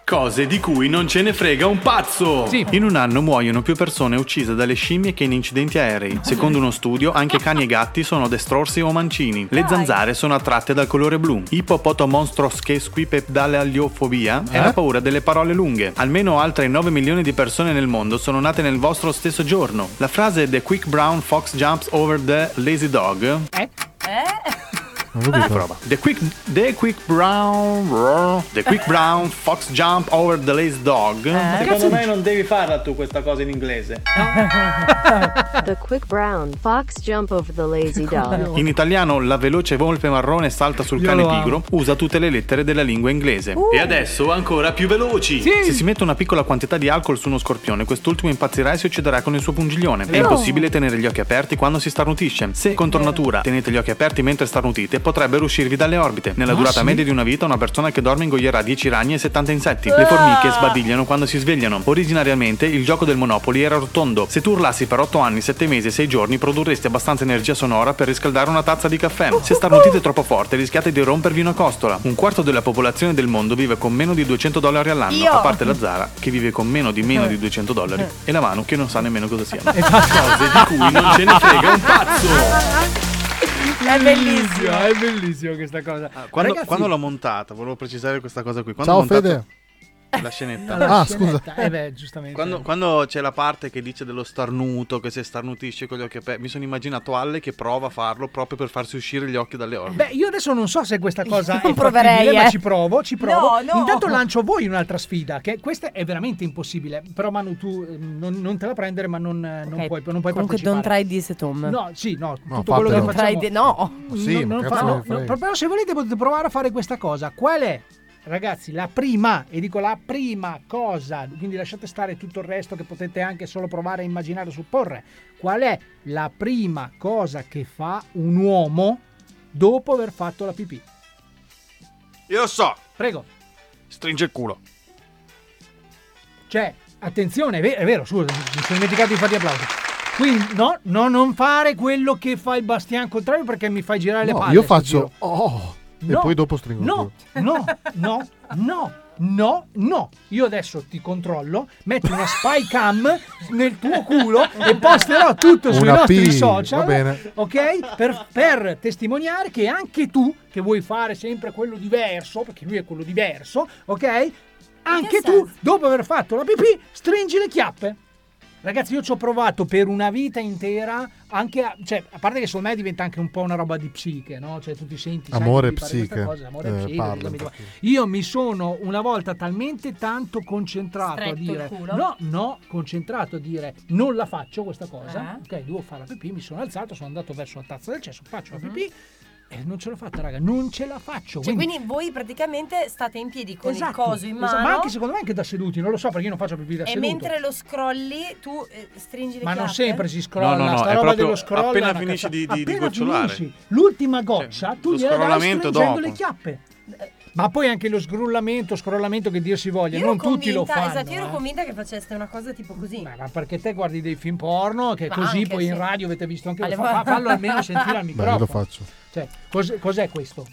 [SPEAKER 12] Cose di cui non ce ne frega un pazzo!
[SPEAKER 2] Sì.
[SPEAKER 12] In un anno muoiono più persone uccise dalle scimmie che in incidenti aerei. Secondo uno studio, anche cani e gatti sono destrorsi o mancini. Le zanzare sono attratte dal colore blu. Ipopoto monstrosche squipedale aliofobia è la paura delle parole lunghe. Almeno altre 9 milioni di persone nel mondo sono nate nel vostro stesso giorno. La frase The quick brown fox jumps over the lazy dog
[SPEAKER 2] Eh?
[SPEAKER 10] Eh?
[SPEAKER 8] capito.
[SPEAKER 12] Prova. The quick, the quick brown, the quick brown fox jump over the lazy dog.
[SPEAKER 24] Secondo me Eh, non devi farla tu questa cosa in inglese.
[SPEAKER 4] the quick brown fox jump over the lazy dog.
[SPEAKER 12] In italiano la veloce volpe marrone salta sul
[SPEAKER 4] Io
[SPEAKER 12] cane
[SPEAKER 4] lo amo. Uh,
[SPEAKER 12] pigro, usa tutte le lettere della lingua inglese. E adesso ancora più veloci! Se si mette una piccola quantità di alcol su uno scorpione, quest'ultimo impazzirà e si ucciderà con il suo pungiglione. È
[SPEAKER 4] No.
[SPEAKER 12] impossibile tenere gli occhi aperti quando si starnutisce. Se, contro
[SPEAKER 4] Eh.
[SPEAKER 12] natura, tenete gli occhi aperti mentre starnutite, potrebbero uscirvi dalle orbite. Nella
[SPEAKER 4] Ah,
[SPEAKER 12] durata
[SPEAKER 4] sì?
[SPEAKER 12] media di una vita, una persona che dorme ingoierà 10 ragni e 70 insetti.
[SPEAKER 4] Ah.
[SPEAKER 12] Le formiche sbadigliano quando si svegliano. Originariamente il gioco del Monopoli era rotondo. Se tu urlassi per 8 anni, 7 mesi e 6 giorni, produrresti abbastanza energia sonora per riscaldare una tazza di caffè. Se starnutite troppo forte, rischiate di rompervi una costola. Un quarto della popolazione del mondo vive con meno di 200 dollari all'anno,
[SPEAKER 4] Io.
[SPEAKER 12] a parte la Zara, che vive con meno di meno di 200 dollari, e la Manu, che non sa nemmeno cosa siano. Cose di cui non ce ne frega un pazzo.
[SPEAKER 2] È bellissimo, è bellissimo questa cosa.
[SPEAKER 12] Ah, Quando,
[SPEAKER 2] Ragazzi-
[SPEAKER 12] quando l'ho montata, volevo precisare questa cosa qui. Quando
[SPEAKER 8] Ciao
[SPEAKER 12] ho montato
[SPEAKER 8] Fede. Ah,
[SPEAKER 12] La scenetta.
[SPEAKER 2] La scenetta, Eh beh, giustamente.
[SPEAKER 12] Quando, quando c'è la parte che dice dello starnuto, che se starnutisce con gli occhi aperti, mi sono immaginato Alle che prova a farlo proprio per farsi uscire gli occhi dalle orbite.
[SPEAKER 2] Beh, io adesso non so se questa cosa
[SPEAKER 12] Non
[SPEAKER 2] è
[SPEAKER 12] proverei,
[SPEAKER 2] fattibile, ma
[SPEAKER 12] eh.
[SPEAKER 2] ci provo, ci provo.
[SPEAKER 12] No, no.
[SPEAKER 2] Intanto lancio a voi un'altra sfida, che questa è veramente impossibile. Però Manu, tu eh, non, non te la prendere, ma non, eh, non
[SPEAKER 10] Ok,
[SPEAKER 2] puoi, non puoi
[SPEAKER 10] Comunque
[SPEAKER 2] partecipare.
[SPEAKER 10] don't try this at home.
[SPEAKER 2] No, sì, no,
[SPEAKER 10] No,
[SPEAKER 2] tutto quello che
[SPEAKER 10] fatelo.
[SPEAKER 2] facciamo...
[SPEAKER 10] Try di- no. Sì,
[SPEAKER 2] No,
[SPEAKER 10] ma
[SPEAKER 2] non
[SPEAKER 10] cazzo
[SPEAKER 2] fa-
[SPEAKER 10] me ne
[SPEAKER 2] no,
[SPEAKER 10] frega.
[SPEAKER 2] no, però se volete potete provare a fare questa cosa. Qual è? Ragazzi, la prima, e dico la prima cosa, quindi lasciate stare tutto il resto che potete anche solo provare a immaginare o supporre. Qual è la prima cosa che fa un uomo dopo aver fatto la pipì?
[SPEAKER 12] Io so.
[SPEAKER 2] Prego.
[SPEAKER 12] Stringe il culo.
[SPEAKER 2] Cioè, attenzione, è ve- è vero, scusa, mi sono dimenticato di farti applausi. Quindi, no, no, non fare quello che fa il Bastian contrario perché mi fai girare le
[SPEAKER 8] No,
[SPEAKER 2] palle.
[SPEAKER 8] io
[SPEAKER 2] sto
[SPEAKER 8] faccio
[SPEAKER 2] giro.
[SPEAKER 8] oh, e
[SPEAKER 2] No,
[SPEAKER 8] poi dopo stringo il
[SPEAKER 2] No, no, no, no, no, no. Io adesso ti controllo, metto una spy cam nel tuo culo e posterò tutto sui
[SPEAKER 8] Una
[SPEAKER 2] nostri
[SPEAKER 8] P,
[SPEAKER 2] social.
[SPEAKER 8] va bene.
[SPEAKER 2] Ok? Per, per testimoniare che anche tu, che vuoi fare sempre quello diverso, perché lui è quello diverso, ok? Anche tu, dopo aver fatto la pipì, stringi le chiappe. Ragazzi, io ci ho provato per una vita intera, anche a, cioè, a parte che secondo me diventa anche un po' una roba di psiche, no? Cioè, tu ti senti. sai che
[SPEAKER 8] Amore
[SPEAKER 2] devi fare questa
[SPEAKER 8] psiche.
[SPEAKER 2] cosa, amore
[SPEAKER 8] Eh,
[SPEAKER 2] psiche,
[SPEAKER 8] parla
[SPEAKER 2] cosa mi
[SPEAKER 8] un
[SPEAKER 2] devo-
[SPEAKER 8] pochino.
[SPEAKER 2] Io mi sono una volta talmente tanto concentrato
[SPEAKER 20] Stretto
[SPEAKER 2] a
[SPEAKER 20] il
[SPEAKER 2] dire:
[SPEAKER 20] culo.
[SPEAKER 2] No, no, concentrato a dire non la faccio questa cosa.
[SPEAKER 20] Ah.
[SPEAKER 2] Ok, devo fare la pipì. Mi sono alzato, sono andato verso la tazza del cesso, faccio la pipì. E non ce l'ho fatta, raga, non ce la faccio.
[SPEAKER 10] Mhm. Cioè,
[SPEAKER 2] Esatto, Quindi-
[SPEAKER 10] quindi voi praticamente state in piedi con il
[SPEAKER 2] Esatto,
[SPEAKER 10] coso in
[SPEAKER 2] esatto,
[SPEAKER 10] mano
[SPEAKER 2] Ma anche secondo me anche da seduti, non lo so perché io non faccio pipì da
[SPEAKER 10] e
[SPEAKER 2] seduto.
[SPEAKER 10] mentre lo scrolli tu eh, stringi le
[SPEAKER 2] Ma non
[SPEAKER 10] chiappe?
[SPEAKER 2] sempre si scrolla,
[SPEAKER 12] No, no, no,
[SPEAKER 2] sta
[SPEAKER 12] è
[SPEAKER 2] roba
[SPEAKER 12] proprio
[SPEAKER 2] dello scroll.
[SPEAKER 12] appena
[SPEAKER 2] è una
[SPEAKER 12] finisci
[SPEAKER 2] cazza-
[SPEAKER 12] di- di- di
[SPEAKER 2] appena
[SPEAKER 12] gocciolare.
[SPEAKER 2] finisci, l'ultima goccia, tu
[SPEAKER 12] lo
[SPEAKER 2] gliela dai
[SPEAKER 12] scrollamento
[SPEAKER 2] stringendo
[SPEAKER 12] dopo.
[SPEAKER 2] le chiappe. Ma poi anche lo sgrullamento, scrollamento che dir si voglia,
[SPEAKER 10] Io ero
[SPEAKER 2] non tutti lo
[SPEAKER 10] convinta-
[SPEAKER 2] fanno.
[SPEAKER 10] esatto, io ero
[SPEAKER 2] eh.
[SPEAKER 10] convinta che faceste una cosa tipo così
[SPEAKER 2] Ma perché te guardi dei film porno che
[SPEAKER 10] Ma
[SPEAKER 2] così
[SPEAKER 10] anche,
[SPEAKER 2] poi in
[SPEAKER 10] sì.
[SPEAKER 2] radio avete visto anche
[SPEAKER 10] Alle
[SPEAKER 2] fa-
[SPEAKER 10] volte.
[SPEAKER 2] fa- fallo almeno sentire
[SPEAKER 10] (laughs)
[SPEAKER 2] al
[SPEAKER 8] Beh, io lo
[SPEAKER 2] microfono.
[SPEAKER 8] faccio.
[SPEAKER 2] Cioè, cos- cos'è questo?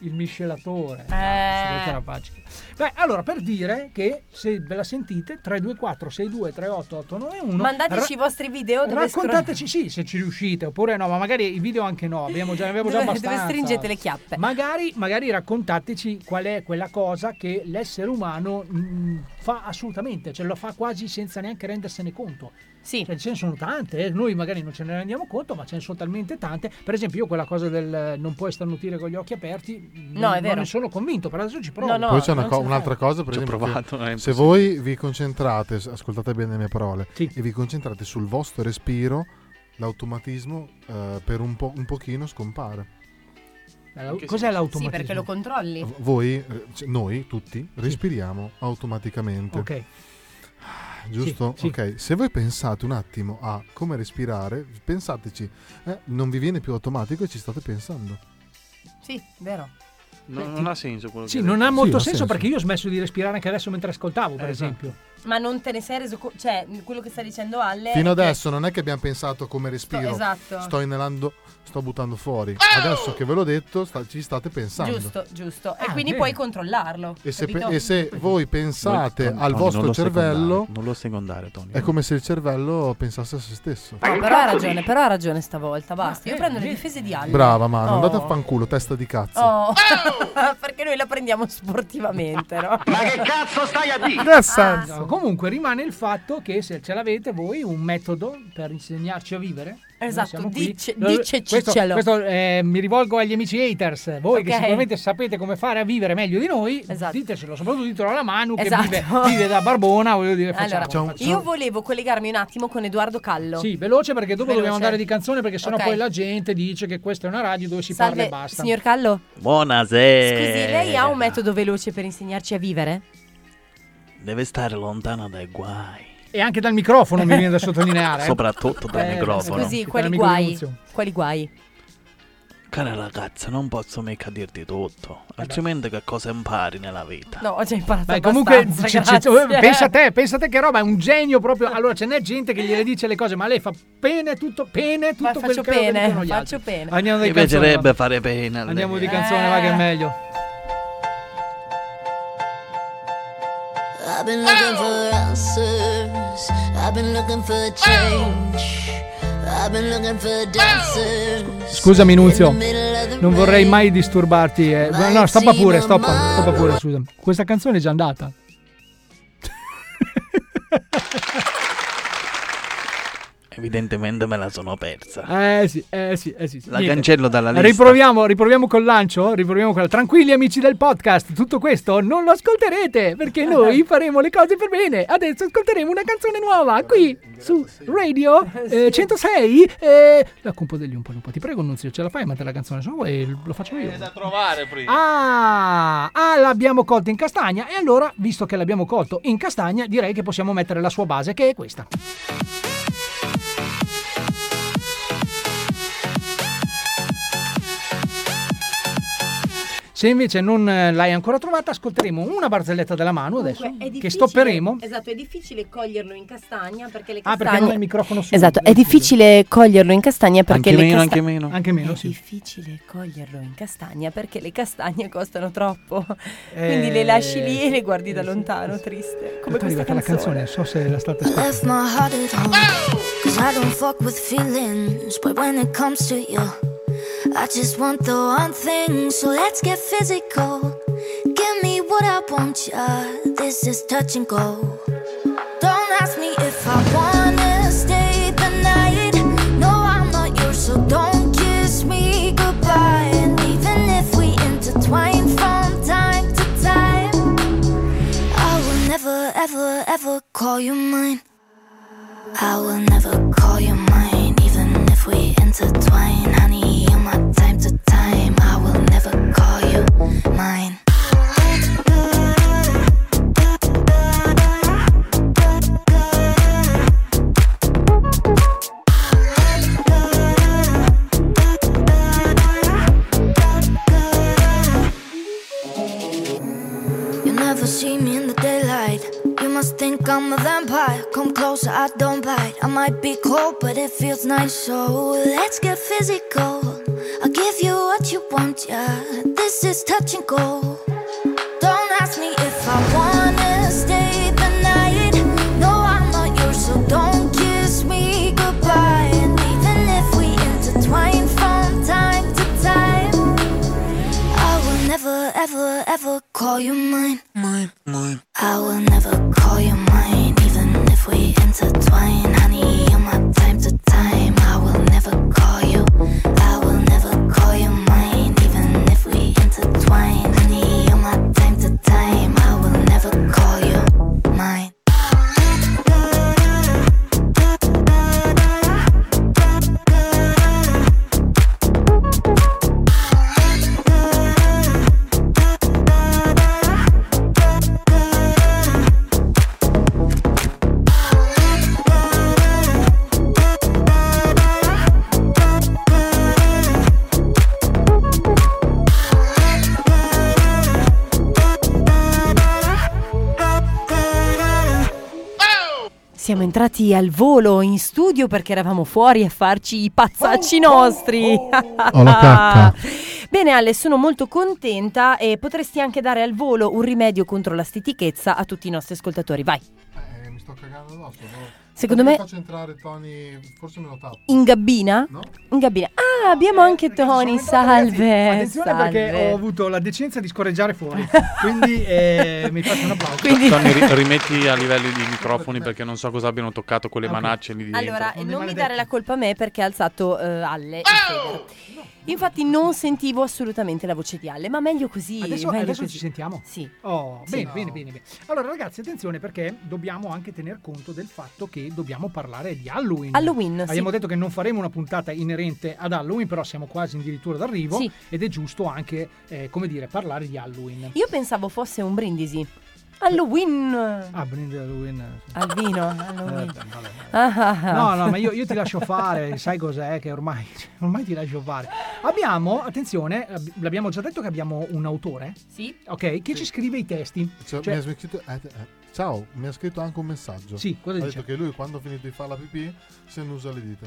[SPEAKER 2] Il miscelatore.
[SPEAKER 10] Eh.
[SPEAKER 2] No, si vede che era facile. Beh, allora per dire che se ve la sentite 324 62 38 891
[SPEAKER 10] mandateci i vostri video dove
[SPEAKER 2] Raccontateci sì se ci riuscite oppure no, ma magari i video anche no, abbiamo già, ne abbiamo già
[SPEAKER 10] Dove- dove
[SPEAKER 2] abbastanza.
[SPEAKER 10] stringete le chiappe.
[SPEAKER 2] Magari, magari raccontateci qual è quella cosa che l'essere umano mm, fa assolutamente, cioè lo fa quasi senza neanche rendersene conto.
[SPEAKER 10] Sì.
[SPEAKER 2] Cioè, ce ne sono tante, eh, noi magari non ce ne rendiamo conto, ma ce ne sono talmente tante. Per esempio, io quella cosa del eh, non puoi starnutire con gli occhi aperti, mm,
[SPEAKER 10] No,
[SPEAKER 2] non-
[SPEAKER 10] è vero.
[SPEAKER 2] non ne sono convinto, per adesso ci provo.
[SPEAKER 8] Poi c'è una co- un'altra cosa, per
[SPEAKER 12] Ci ho
[SPEAKER 8] esempio,
[SPEAKER 12] provato, eh,
[SPEAKER 8] che
[SPEAKER 12] non è
[SPEAKER 8] se
[SPEAKER 12] impossibile.
[SPEAKER 8] voi vi concentrate, s- ascoltate bene le mie parole, e vi concentrate sul vostro respiro, l'automatismo eh, per un, po- un pochino scompare.
[SPEAKER 2] Cos'è
[SPEAKER 10] sì
[SPEAKER 2] l'automatismo?
[SPEAKER 10] perché lo controlli
[SPEAKER 8] Voi, eh, c- noi tutti, respiriamo automaticamente. Ah,
[SPEAKER 2] Ok.
[SPEAKER 8] Giusto?
[SPEAKER 2] Sì, sì.
[SPEAKER 8] Ok, se voi pensate un attimo a come respirare, pensateci, eh, non vi viene più automatico e ci state pensando.
[SPEAKER 10] sì vero
[SPEAKER 12] No, non ha senso quello
[SPEAKER 2] Sì,
[SPEAKER 12] che
[SPEAKER 2] non
[SPEAKER 12] detto.
[SPEAKER 2] ha molto
[SPEAKER 8] ha
[SPEAKER 2] senso,
[SPEAKER 8] senso.
[SPEAKER 2] perché io ho smesso di respirare anche adesso mentre ascoltavo, per
[SPEAKER 12] Esatto.
[SPEAKER 2] esempio.
[SPEAKER 10] ma non te ne sei reso conto cioè quello che sta dicendo Alle
[SPEAKER 8] Fino
[SPEAKER 10] è che-
[SPEAKER 8] adesso non è che abbiamo pensato come respiro,
[SPEAKER 10] Eh, esatto. Ah!
[SPEAKER 8] sto inalando, sto buttando fuori. Adesso che ve l'ho detto, sta- ci state pensando.
[SPEAKER 10] giusto giusto e
[SPEAKER 8] Ah,
[SPEAKER 10] quindi
[SPEAKER 8] bene.
[SPEAKER 10] puoi controllarlo
[SPEAKER 8] E se,
[SPEAKER 10] capito?
[SPEAKER 8] pe- e se voi pensate
[SPEAKER 12] Tony,
[SPEAKER 8] al
[SPEAKER 12] Tony,
[SPEAKER 8] vostro
[SPEAKER 12] non lo
[SPEAKER 8] cervello, Ecco.
[SPEAKER 12] secondare, non lo secondare, Tony.
[SPEAKER 8] è come se il cervello pensasse a se stesso.
[SPEAKER 10] No, però ha ragione però ha ragione stavolta
[SPEAKER 2] Ah,
[SPEAKER 10] basta
[SPEAKER 2] eh,
[SPEAKER 10] io prendo le difese di Alle
[SPEAKER 8] Brava, Mano,
[SPEAKER 10] Oh.
[SPEAKER 8] andate a fanculo, testa di cazzo.
[SPEAKER 10] Oh, (laughs) perché noi la prendiamo sportivamente, no? Ma che cazzo stai a dire?
[SPEAKER 2] Ah, No, comunque rimane il fatto che se ce l'avete voi un metodo per insegnarci a vivere. Noi
[SPEAKER 10] Esatto,
[SPEAKER 2] siamo qui.
[SPEAKER 10] dice-
[SPEAKER 2] Lo- Questo,
[SPEAKER 10] dicecicelo.
[SPEAKER 2] questo, eh, mi rivolgo agli amici haters, voi che
[SPEAKER 10] Ok.
[SPEAKER 2] sicuramente sapete come fare a vivere meglio di noi, ditecelo, soprattutto ditelo alla Manu
[SPEAKER 10] Esatto.
[SPEAKER 2] che vive, vive da Barbona, voglio dire, facciamo.
[SPEAKER 10] Allora, io volevo collegarmi un attimo con Edoardo Callo.
[SPEAKER 2] Sì, veloce perché dopo dobbiamo
[SPEAKER 10] Veloce.
[SPEAKER 2] andare di canzone perché sennò
[SPEAKER 10] Ok.
[SPEAKER 2] poi la gente dice che questa è una radio dove si parla
[SPEAKER 10] Salve,
[SPEAKER 2] e basta.
[SPEAKER 10] signor Callo.
[SPEAKER 7] Buonasera.
[SPEAKER 10] Scusi, lei ha un metodo veloce per insegnarci a vivere?
[SPEAKER 7] Deve stare lontana dai guai.
[SPEAKER 2] E anche dal microfono mi viene da sottolineare. eh.
[SPEAKER 7] Soprattutto dal
[SPEAKER 2] Eh,
[SPEAKER 7] microfono.
[SPEAKER 10] Scusi,
[SPEAKER 2] Che
[SPEAKER 10] quali
[SPEAKER 2] l'amico
[SPEAKER 10] guai?
[SPEAKER 2] Denunzio.
[SPEAKER 10] Quali guai?
[SPEAKER 7] Cara ragazza, non posso mica dirti tutto. Altrimenti che cosa impari nella vita?
[SPEAKER 10] No, ho già imparato
[SPEAKER 2] Beh, comunque,
[SPEAKER 10] abbastanza,
[SPEAKER 2] c- c-
[SPEAKER 10] grazie.
[SPEAKER 2] pensa a te, pensa a te che roba, è un genio proprio. Allora, ce n'è gente che gliele dice le cose, ma lei fa pene tutto, pene tutto
[SPEAKER 10] Ma
[SPEAKER 2] quel
[SPEAKER 10] faccio
[SPEAKER 2] che le dicono
[SPEAKER 10] bene,
[SPEAKER 2] gli altri.
[SPEAKER 10] faccio bene.
[SPEAKER 2] Andiamo di
[SPEAKER 7] Mi
[SPEAKER 2] canzone.
[SPEAKER 7] piacerebbe
[SPEAKER 2] va.
[SPEAKER 7] fare pena.
[SPEAKER 2] Andiamo di
[SPEAKER 7] Eh.
[SPEAKER 2] canzone, va che è meglio.
[SPEAKER 21] I've been looking for answers. I've been looking for change. I've been looking for dancers.
[SPEAKER 2] Scusami, Nunzio,
[SPEAKER 21] In the middle of the
[SPEAKER 2] non vorrei mai disturbarti. eh. No, No, stoppa pure, stoppa, stoppa pure, scusa. Questa canzone è già andata.
[SPEAKER 7] Evidentemente me la sono persa.
[SPEAKER 2] Eh sì, eh sì, eh sì. sì.
[SPEAKER 7] La cancello dalla lista.
[SPEAKER 2] Riproviamo, riproviamo col lancio, riproviamo col... Tranquilli amici del podcast, tutto questo non lo ascolterete
[SPEAKER 7] (laughs)
[SPEAKER 2] perché noi faremo le cose per bene. Adesso ascolteremo una canzone nuova qui su Radio eh, 106 eh, la compo degli un po' lupo. Ti prego Nunzio, ce la fai a mettere la canzone su e lo faccio io.
[SPEAKER 7] trovare prima.
[SPEAKER 2] Ah, ah, l'abbiamo colto in castagna e allora, visto che l'abbiamo colto in castagna, direi che possiamo mettere la sua base che è questa. Se invece non eh, l'hai ancora trovata, ascolteremo una barzelletta della mano adesso,
[SPEAKER 11] Comunque, è
[SPEAKER 2] che
[SPEAKER 11] difficile-
[SPEAKER 2] stopperemo.
[SPEAKER 11] Esatto, è difficile coglierlo in castagna perché le
[SPEAKER 2] Ah,
[SPEAKER 11] castagne.
[SPEAKER 2] perché non hai il microfono eh, su.
[SPEAKER 10] Esatto, è difficile coglierlo in castagna perché le casta-
[SPEAKER 2] Anche meno,
[SPEAKER 10] È
[SPEAKER 2] sì.
[SPEAKER 10] difficile coglierlo in castagna perché le castagne costano troppo.
[SPEAKER 2] Eh,
[SPEAKER 10] Quindi le lasci lì e le guardi da lontano, triste. Come
[SPEAKER 2] Tanto è
[SPEAKER 10] questa
[SPEAKER 2] arrivata la
[SPEAKER 10] canzone.
[SPEAKER 2] canzone, so se la state
[SPEAKER 25] Left
[SPEAKER 2] ascoltando.
[SPEAKER 25] my heart at home. Cause I don't fuck with feelings. But when it comes to you, I just want the one thing. So let's get physical. Give me what I want, ya. This is touch and go. Don't ask me if I wanna stay the night. No, I'm not yours, so don't kiss me goodbye. And even if we intertwine from time to time, I will never, ever, ever call you mine. I will never call you mine, even if we intertwine. Honey, you're my time to time. I will never call you mine. You never see me in the daylight. You must think I'm a vampire. Come closer, I don't bite. I might be cold, but it feels nice. So let's get physical. I'll give you what you want, yeah. This is touch and go. Don't ask me if I wanna stay the night. No, I'm not yours, so don't kiss me goodbye. And even if we intertwine from time to time, I will never, ever, ever call you mine. Mine, mine. I will never call you mine, even if we intertwine. Honey, you're my time to time. I will never call you. I will never call you mine, even if we intertwine. Honey, you're my time to time. I will never call you mine.
[SPEAKER 10] Siamo entrati al volo in studio perché eravamo fuori a farci i pazzacci nostri.
[SPEAKER 2] Oh,
[SPEAKER 4] Ho la
[SPEAKER 10] Ah,
[SPEAKER 4] cacca.
[SPEAKER 10] (laughs) Bene Ale, sono molto contenta e potresti anche dare al volo un rimedio contro la stitichezza a tutti i nostri ascoltatori. Vai.
[SPEAKER 8] Eh, mi sto cagando addosso. no?
[SPEAKER 10] Secondo
[SPEAKER 8] Perché
[SPEAKER 10] me-
[SPEAKER 8] faccio entrare Tony, forse me lo tappo.
[SPEAKER 10] In gabbina? In gabbina. Ah, abbiamo anche Tony, salve.
[SPEAKER 2] Attenzione perché
[SPEAKER 10] Eh, salve.
[SPEAKER 2] ho avuto la decenza di scorreggiare
[SPEAKER 10] (laughs)
[SPEAKER 2] fuori, quindi eh, mi faccio un applauso.
[SPEAKER 12] Tony, ri- rimetti a livello di microfoni perché non so cosa abbiano toccato quelle manacce lì dentro.
[SPEAKER 10] Allora, non mi dare la colpa a me perché ha alzato eh, Alle. il
[SPEAKER 2] Ah!
[SPEAKER 10] fegato. Infatti non sentivo assolutamente la voce di Alle, ma meglio così.
[SPEAKER 2] Adesso,
[SPEAKER 10] meglio
[SPEAKER 2] adesso
[SPEAKER 10] così.
[SPEAKER 2] ci sentiamo?
[SPEAKER 10] Sì.
[SPEAKER 2] Oh,
[SPEAKER 10] Sì.
[SPEAKER 2] Bene, bene, bene, bene. Allora, ragazzi, attenzione perché dobbiamo anche tener conto del fatto che dobbiamo parlare di Halloween.
[SPEAKER 10] Halloween, sì.
[SPEAKER 2] Abbiamo detto che non faremo una puntata inerente ad Halloween, però siamo quasi addirittura d'arrivo
[SPEAKER 10] Sì.
[SPEAKER 2] ed è giusto anche, eh, come dire, parlare di Halloween.
[SPEAKER 10] Io pensavo fosse un brindisi. Halloween.
[SPEAKER 2] Ah, brindisi Halloween. sì.
[SPEAKER 10] Al vino, Halloween.
[SPEAKER 2] Eh, vabbè.
[SPEAKER 10] Ah, ah, ah.
[SPEAKER 2] No, no, ma io, io ti lascio fare, sai cos'è che ormai, (laughs) cioè, ormai ti lascio fare. Abbiamo, attenzione, ab- l'abbiamo già detto che abbiamo un autore,
[SPEAKER 10] Sì.
[SPEAKER 2] ok, che ci scrive i testi.
[SPEAKER 8] Cioè,
[SPEAKER 2] Cioè-
[SPEAKER 8] mi ha scritto, eh, eh, ciao, mi ha scritto anche un messaggio.
[SPEAKER 2] Sì, cosa
[SPEAKER 8] ha
[SPEAKER 2] dice?
[SPEAKER 8] detto che lui quando ha finito di fare la pipì se ne usa le dita.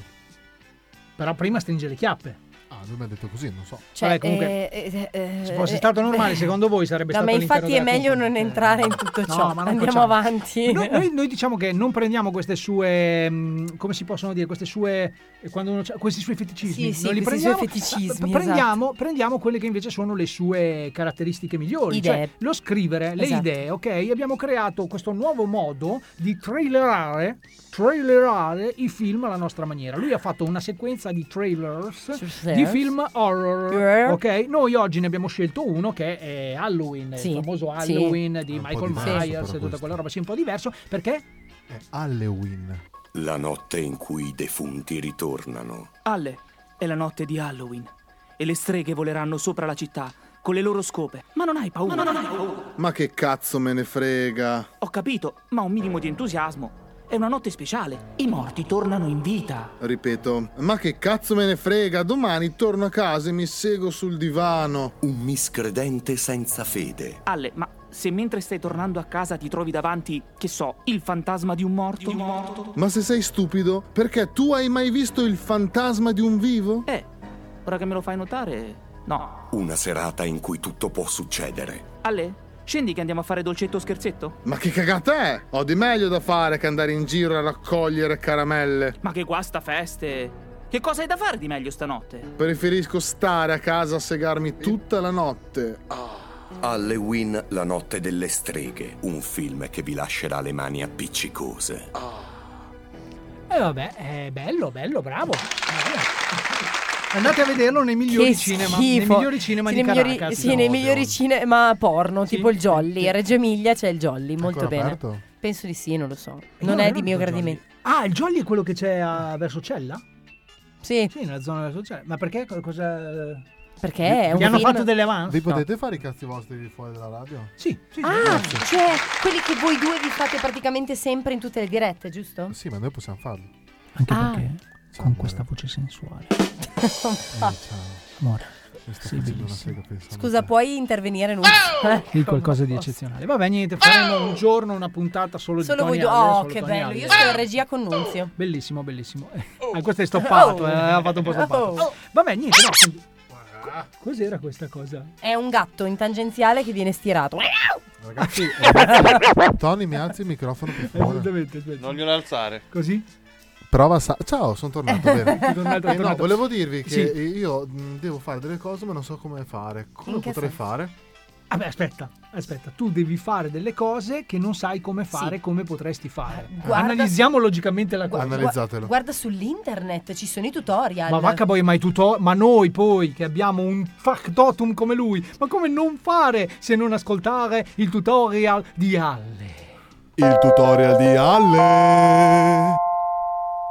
[SPEAKER 2] Però prima stringe le chiappe.
[SPEAKER 8] Ah, lui mi ha detto così, non so.
[SPEAKER 10] Cioè,
[SPEAKER 2] Vabbè, comunque,
[SPEAKER 10] eh, eh, eh,
[SPEAKER 2] se fosse stato normale, secondo voi sarebbe
[SPEAKER 10] No,
[SPEAKER 2] stato
[SPEAKER 10] ma infatti è
[SPEAKER 2] all'interno della
[SPEAKER 10] meglio non entrare in tutto ciò. Andiamo avanti.
[SPEAKER 2] No, noi, noi diciamo che non prendiamo queste sue, mh, come si possono dire, queste sue, eh, quando uno c'ha- questi suoi feticismi.
[SPEAKER 10] Sì, sì,
[SPEAKER 2] non li
[SPEAKER 10] questi suoi
[SPEAKER 2] prendiamo,
[SPEAKER 10] feticismi, esatto.
[SPEAKER 2] ma Prendiamo, prendiamo quelle che invece sono le sue caratteristiche migliori.
[SPEAKER 10] Idee.
[SPEAKER 2] Cioè, lo scrivere, le
[SPEAKER 10] Esatto.
[SPEAKER 2] idee, ok? Abbiamo creato questo nuovo modo di trailerare, trailerare i film alla nostra maniera. Lui ha fatto una sequenza di trailers di film horror,
[SPEAKER 10] Horror.
[SPEAKER 2] ok? Noi oggi ne abbiamo scelto uno che è Halloween,
[SPEAKER 10] Sì,
[SPEAKER 2] il famoso
[SPEAKER 10] sì.
[SPEAKER 2] Halloween di
[SPEAKER 8] È un po'
[SPEAKER 2] Michael
[SPEAKER 8] diverso però
[SPEAKER 2] Myers e tutta
[SPEAKER 8] questo.
[SPEAKER 2] quella roba, sì, un po' diverso perché
[SPEAKER 8] È Halloween.
[SPEAKER 1] La notte in cui i defunti ritornano.
[SPEAKER 22] Alle, è la notte di Halloween e le streghe voleranno sopra la città con le loro scope. Ma non hai paura? Ma non hai paura.
[SPEAKER 8] Ma che cazzo me ne frega?
[SPEAKER 22] Ho capito, ma un minimo di entusiasmo. È una notte speciale. I morti tornano in vita.
[SPEAKER 8] Ripeto, ma che cazzo me ne frega? Domani torno a casa e mi sego sul divano.
[SPEAKER 9] Un miscredente senza fede.
[SPEAKER 22] Alle, ma se mentre stai tornando a casa ti trovi davanti, che so, il fantasma di un morto? un morto?
[SPEAKER 8] Ma se sei stupido, perché tu hai mai visto il fantasma di un vivo?
[SPEAKER 22] Eh, ora che me lo fai notare, no.
[SPEAKER 9] Una serata in cui tutto può succedere.
[SPEAKER 22] Alle, scendi che andiamo a fare dolcetto o scherzetto?
[SPEAKER 8] Ma che cagata è? Ho di meglio da fare che andare in giro a raccogliere caramelle.
[SPEAKER 22] Ma che guasta feste! Che cosa hai da fare di meglio stanotte?
[SPEAKER 8] Preferisco stare a casa a segarmi tutta la notte.
[SPEAKER 9] Halloween, la notte delle streghe. Un film che vi lascerà le mani appiccicose.
[SPEAKER 2] E eh, vabbè, è bello, bello, bravo. Bravo. Andate a vederlo nei migliori
[SPEAKER 10] Che
[SPEAKER 2] cinema. Nei
[SPEAKER 10] schifo.
[SPEAKER 2] migliori cinema
[SPEAKER 10] Sì,
[SPEAKER 2] di
[SPEAKER 10] nei migliori-
[SPEAKER 2] Caracas.
[SPEAKER 10] Sì, nei migliori cinema porno, tipo il Jolly. A Reggio Emilia c'è il Jolly, molto
[SPEAKER 2] ancora
[SPEAKER 10] bene.
[SPEAKER 2] aperto?
[SPEAKER 10] Penso di sì, non lo so.
[SPEAKER 2] No,
[SPEAKER 10] Non è
[SPEAKER 2] non
[SPEAKER 10] di
[SPEAKER 2] è
[SPEAKER 10] mio
[SPEAKER 2] il Jolly.
[SPEAKER 10] gradimento.
[SPEAKER 2] Ah, il Jolly è quello che c'è a- verso Cella?
[SPEAKER 10] Sì.
[SPEAKER 2] Sì, nella zona verso Cella. Ma perché? Co- Cosa...
[SPEAKER 10] Perché
[SPEAKER 2] Vi-
[SPEAKER 10] è Eh, un
[SPEAKER 2] Vi hanno
[SPEAKER 10] film-
[SPEAKER 2] fatto delle avance?
[SPEAKER 8] Vi
[SPEAKER 2] No.
[SPEAKER 8] potete fare i cazzi vostri fuori dalla radio?
[SPEAKER 2] Sì, sì.
[SPEAKER 10] Ah, cioè quelli che voi due vi fate praticamente sempre in tutte le dirette, giusto?
[SPEAKER 8] Sì, ma noi possiamo farlo.
[SPEAKER 2] Anche
[SPEAKER 10] Ah.
[SPEAKER 2] perché con questa voce
[SPEAKER 10] (laughs)
[SPEAKER 2] sensuale.
[SPEAKER 8] Eh,
[SPEAKER 2] Amore. Sei bellissimo.
[SPEAKER 10] Scusa, puoi intervenire Lucio?
[SPEAKER 2] Di Eh, qualcosa di eccezionale. Vabbè, niente, faremo un giorno una puntata solo,
[SPEAKER 10] Solo
[SPEAKER 2] di
[SPEAKER 10] voi
[SPEAKER 2] Tony
[SPEAKER 10] due.
[SPEAKER 2] Allen,
[SPEAKER 10] Oh,
[SPEAKER 2] solo
[SPEAKER 10] che
[SPEAKER 2] Tony
[SPEAKER 10] bello.
[SPEAKER 2] Allen.
[SPEAKER 10] Io sono in regia con Nunzio. Oh.
[SPEAKER 2] Bellissimo, bellissimo. (laughs) Eh, questo è stoppato, eh, ha fatto un po' stoppato. Oh. Vabbè, niente, no. quindi- Co- Cos'era questa cosa?
[SPEAKER 10] È un gatto in tangenziale che viene stirato. (laughs)
[SPEAKER 2] (laughs)
[SPEAKER 8] Ragazzi, eh. Tony, mi alzi il microfono per favore.
[SPEAKER 13] Non glielo alzare.
[SPEAKER 2] Così?
[SPEAKER 8] Prova a sa- Ciao, sono tornato. bene.
[SPEAKER 2] È tornato, è
[SPEAKER 8] Eh no,
[SPEAKER 2] tornato.
[SPEAKER 8] volevo dirvi che
[SPEAKER 2] Sì.
[SPEAKER 8] io mh, devo fare delle cose, ma non so come fare. Come
[SPEAKER 2] In che
[SPEAKER 8] potrei
[SPEAKER 2] senso?
[SPEAKER 8] fare?
[SPEAKER 2] Vabbè, Ah, aspetta, aspetta, tu devi fare delle cose che non sai come fare, come potresti fare.
[SPEAKER 10] guarda-
[SPEAKER 2] Analizziamo logicamente la cosa.
[SPEAKER 10] Gua- Guarda sull'internet, ci sono i tutorial.
[SPEAKER 2] Ma Vaccaboy mai tutto, ma noi poi che abbiamo un factotum come lui, ma come non fare se non ascoltare il tutorial di Alle?
[SPEAKER 8] Il tutorial di Alle.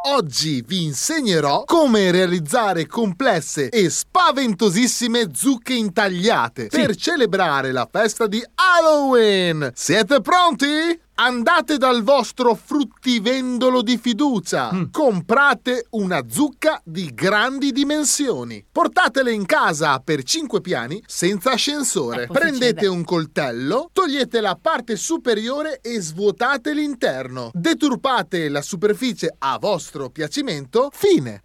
[SPEAKER 8] Oggi vi insegnerò come realizzare complesse e spaventosissime zucche intagliate per celebrare la festa di Halloween. Siete pronti? Andate dal vostro fruttivendolo di fiducia, comprate una zucca di grandi dimensioni, portatele in casa per 5 piani senza ascensore,
[SPEAKER 9] Ecco,
[SPEAKER 8] prendete
[SPEAKER 9] succede.
[SPEAKER 8] un coltello, togliete la parte superiore e svuotate l'interno, deturpate la superficie a vostro piacimento, fine.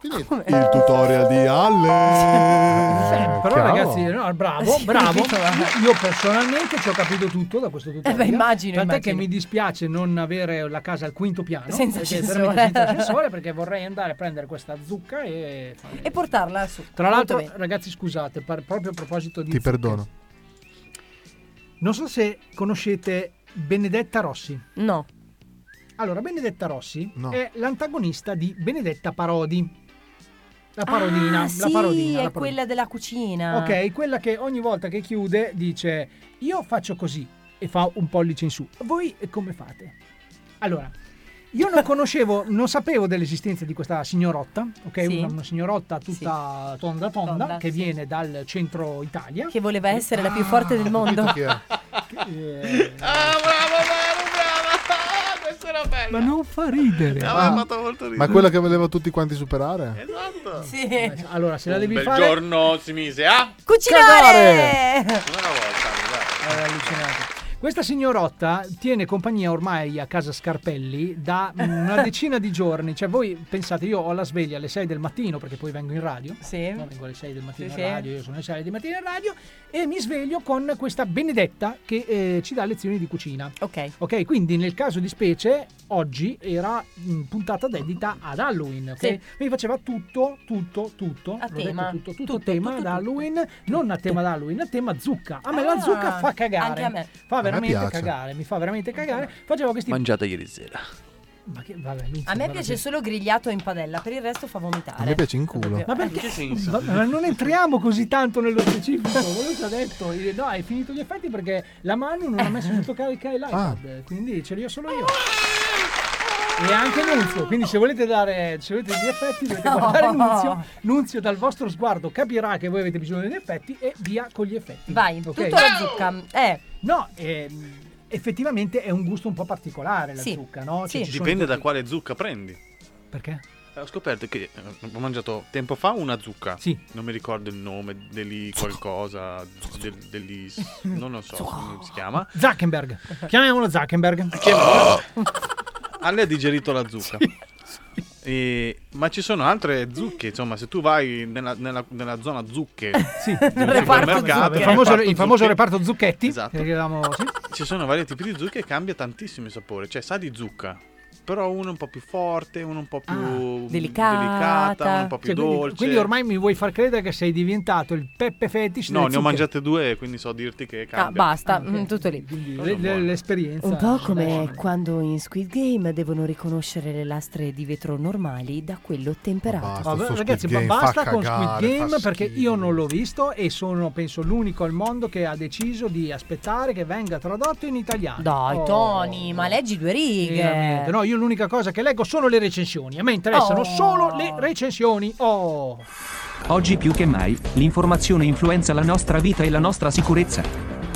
[SPEAKER 8] Finito.
[SPEAKER 19] Il tutorial di Alle.
[SPEAKER 8] Eh,
[SPEAKER 2] Però
[SPEAKER 8] Oh.
[SPEAKER 19] Cavolo.
[SPEAKER 2] ragazzi, no, bravo,
[SPEAKER 19] Sì,
[SPEAKER 10] (laughs)
[SPEAKER 2] bravo.
[SPEAKER 19] capito, vabbè.
[SPEAKER 2] Io personalmente ci ho capito tutto da questo tutorial.
[SPEAKER 10] Eh beh, immagino,
[SPEAKER 2] Tant'è
[SPEAKER 10] immagino.
[SPEAKER 2] che mi dispiace non avere la casa al quinto piano.
[SPEAKER 10] Senza
[SPEAKER 2] perché
[SPEAKER 10] ascensore.
[SPEAKER 2] veramente senza ascensore, perché vorrei andare a prendere questa zucca e...
[SPEAKER 10] E portarla su.
[SPEAKER 2] Tra
[SPEAKER 10] Molto
[SPEAKER 2] l'altro,
[SPEAKER 10] bene.
[SPEAKER 2] ragazzi, scusate, par- proprio a proposito di...
[SPEAKER 8] Ti
[SPEAKER 2] zucche,
[SPEAKER 8] perdono.
[SPEAKER 2] Non so se conoscete Benedetta Rossi.
[SPEAKER 10] No.
[SPEAKER 2] Allora, Benedetta Rossi
[SPEAKER 8] No.
[SPEAKER 2] è l'antagonista di Benedetta Parodi. La parodina,
[SPEAKER 10] Ah,
[SPEAKER 2] la
[SPEAKER 10] sì,
[SPEAKER 2] parodina,
[SPEAKER 10] è
[SPEAKER 2] la parodina.
[SPEAKER 10] quella della cucina.
[SPEAKER 2] Ok, quella che ogni volta che chiude dice io faccio così e fa un pollice in su. Voi come fate? Allora, io
[SPEAKER 10] (laughs)
[SPEAKER 2] non conoscevo, non sapevo dell'esistenza di questa signorotta, ok?
[SPEAKER 10] Sì.
[SPEAKER 2] Una, una signorotta tutta tonda tonda,
[SPEAKER 10] Tonda,
[SPEAKER 2] che
[SPEAKER 10] sì.
[SPEAKER 2] viene dal centro Italia.
[SPEAKER 10] Che voleva essere la più forte del mondo.
[SPEAKER 13] Ah, bravo, bravo, bravo. Questa era bella.
[SPEAKER 2] Ma non fa ridere.
[SPEAKER 13] Ah, mi ha fatto molto ridere.
[SPEAKER 8] Ma quella che voleva tutti quanti superare?
[SPEAKER 13] Esatto.
[SPEAKER 10] Sì.
[SPEAKER 2] Allora, se la devi
[SPEAKER 13] Bel
[SPEAKER 2] fare...
[SPEAKER 13] giorno si mise a
[SPEAKER 2] Cucinare!
[SPEAKER 13] Una volta, esatto.
[SPEAKER 2] Era allucinante. Questa signorotta tiene compagnia ormai a casa Scarpelli da
[SPEAKER 10] (laughs)
[SPEAKER 2] una decina di giorni. Cioè, voi pensate, io ho la sveglia alle 6 del mattino perché poi vengo in radio.
[SPEAKER 10] Sì.
[SPEAKER 2] No, vengo alle 6 del mattino
[SPEAKER 10] Sì,
[SPEAKER 2] in
[SPEAKER 10] sì.
[SPEAKER 2] radio, io sono alle 6 del mattino in radio e mi sveglio con questa benedetta che eh, ci dà lezioni di cucina.
[SPEAKER 10] Ok.
[SPEAKER 2] Ok, quindi nel caso di specie, oggi era mh, puntata dedita ad Halloween. ok?
[SPEAKER 10] Sì.
[SPEAKER 2] Mi faceva tutto, tutto, tutto. l'ho detto
[SPEAKER 10] tema.
[SPEAKER 2] Tutto, tutto, tema ad Halloween. Non a tema ad Halloween, a tema zucca. A me la
[SPEAKER 10] Ah,
[SPEAKER 2] zucca fa cagare.
[SPEAKER 10] anche a me.
[SPEAKER 2] Fa
[SPEAKER 10] Eh, A me
[SPEAKER 2] veramente
[SPEAKER 10] piace.
[SPEAKER 2] cagare, mi fa veramente cagare. Facevo questi.
[SPEAKER 7] Mangiata ieri sera.
[SPEAKER 2] Ma che, vabbè, Luzza,
[SPEAKER 10] A me
[SPEAKER 2] guarda
[SPEAKER 10] piace
[SPEAKER 2] che-
[SPEAKER 10] solo grigliato in padella, per il resto fa vomitare.
[SPEAKER 8] A me piace in culo.
[SPEAKER 2] Ma perché? Va- ma non entriamo così tanto
[SPEAKER 12] (laughs)
[SPEAKER 2] nello specifico. Quello ci ha detto. eh, No, hai finito gli effetti perché la mano non ha messo sotto carica l'iPad.
[SPEAKER 10] Ah.
[SPEAKER 2] Quindi ce li ho solo io. E anche Nunzio. Quindi se volete dare se volete degli effetti, dovete
[SPEAKER 10] No.
[SPEAKER 2] guardare Nunzio. Nunzio dal vostro sguardo capirà che voi avete bisogno degli effetti e via con gli effetti.
[SPEAKER 10] Vai,
[SPEAKER 2] Ok?
[SPEAKER 10] tutto alla zucca. Eh.
[SPEAKER 2] No, ehm, effettivamente è un gusto un po' particolare la
[SPEAKER 10] Sì.
[SPEAKER 2] zucca, no? Cioè, ci sono
[SPEAKER 12] Dipende da
[SPEAKER 2] tutti-
[SPEAKER 12] quale zucca prendi.
[SPEAKER 2] Perché?
[SPEAKER 12] Eh, Ho scoperto che eh, ho mangiato tempo fa una zucca. Sì. Non mi ricordo il nome, deli qualcosa, del, deli-
[SPEAKER 2] (laughs)
[SPEAKER 12] non lo so come si chiama.
[SPEAKER 2] Zuckerberg.
[SPEAKER 12] (laughs)
[SPEAKER 2] Chiamiamolo Zuckerberg.
[SPEAKER 12] Ah, lei ha digerito la zucca. E- ma ci sono altre zucche, insomma, se tu vai nella, nella- nella zona zucche sì.
[SPEAKER 2] Reparto zucche. Il famoso- il famoso reparto zucchetti.
[SPEAKER 12] Esatto.
[SPEAKER 2] che chiamiamo- sì.
[SPEAKER 12] Ci sono vari tipi di zucche e cambia tantissimo il sapore, cioè sa di zucca. Però uno un po' più forte, uno un po' più
[SPEAKER 10] Delicata.
[SPEAKER 12] delicata, uno un po' più
[SPEAKER 2] Ah, Cioè, quindi,
[SPEAKER 12] dolce.
[SPEAKER 2] quindi ormai mi vuoi far credere che sei diventato il Peppe Fetish delle
[SPEAKER 12] No, ne ho
[SPEAKER 2] zucche.
[SPEAKER 12] mangiate due, quindi so dirti che cambia.
[SPEAKER 10] Ah, basta,
[SPEAKER 12] ok.
[SPEAKER 10] mm, tutto lì.
[SPEAKER 2] Le- le- l'esperienza
[SPEAKER 20] Un po' come quando in Squid Game devono riconoscere le lastre di vetro normali da quello temperato.
[SPEAKER 2] Vabbè, ragazzi, ma basta con Squid Game perché io non l'ho visto e sono penso l'unico al mondo che ha deciso di aspettare che venga tradotto in italiano.
[SPEAKER 10] Dai,
[SPEAKER 2] Oh,
[SPEAKER 10] Tony, ma leggi due righe.
[SPEAKER 2] veramente. No, io l'unica cosa che leggo sono le recensioni. A me interessano
[SPEAKER 10] Oh.
[SPEAKER 2] solo le recensioni. Oh.
[SPEAKER 17] Oggi più che mai, l'informazione influenza la nostra vita e la nostra sicurezza.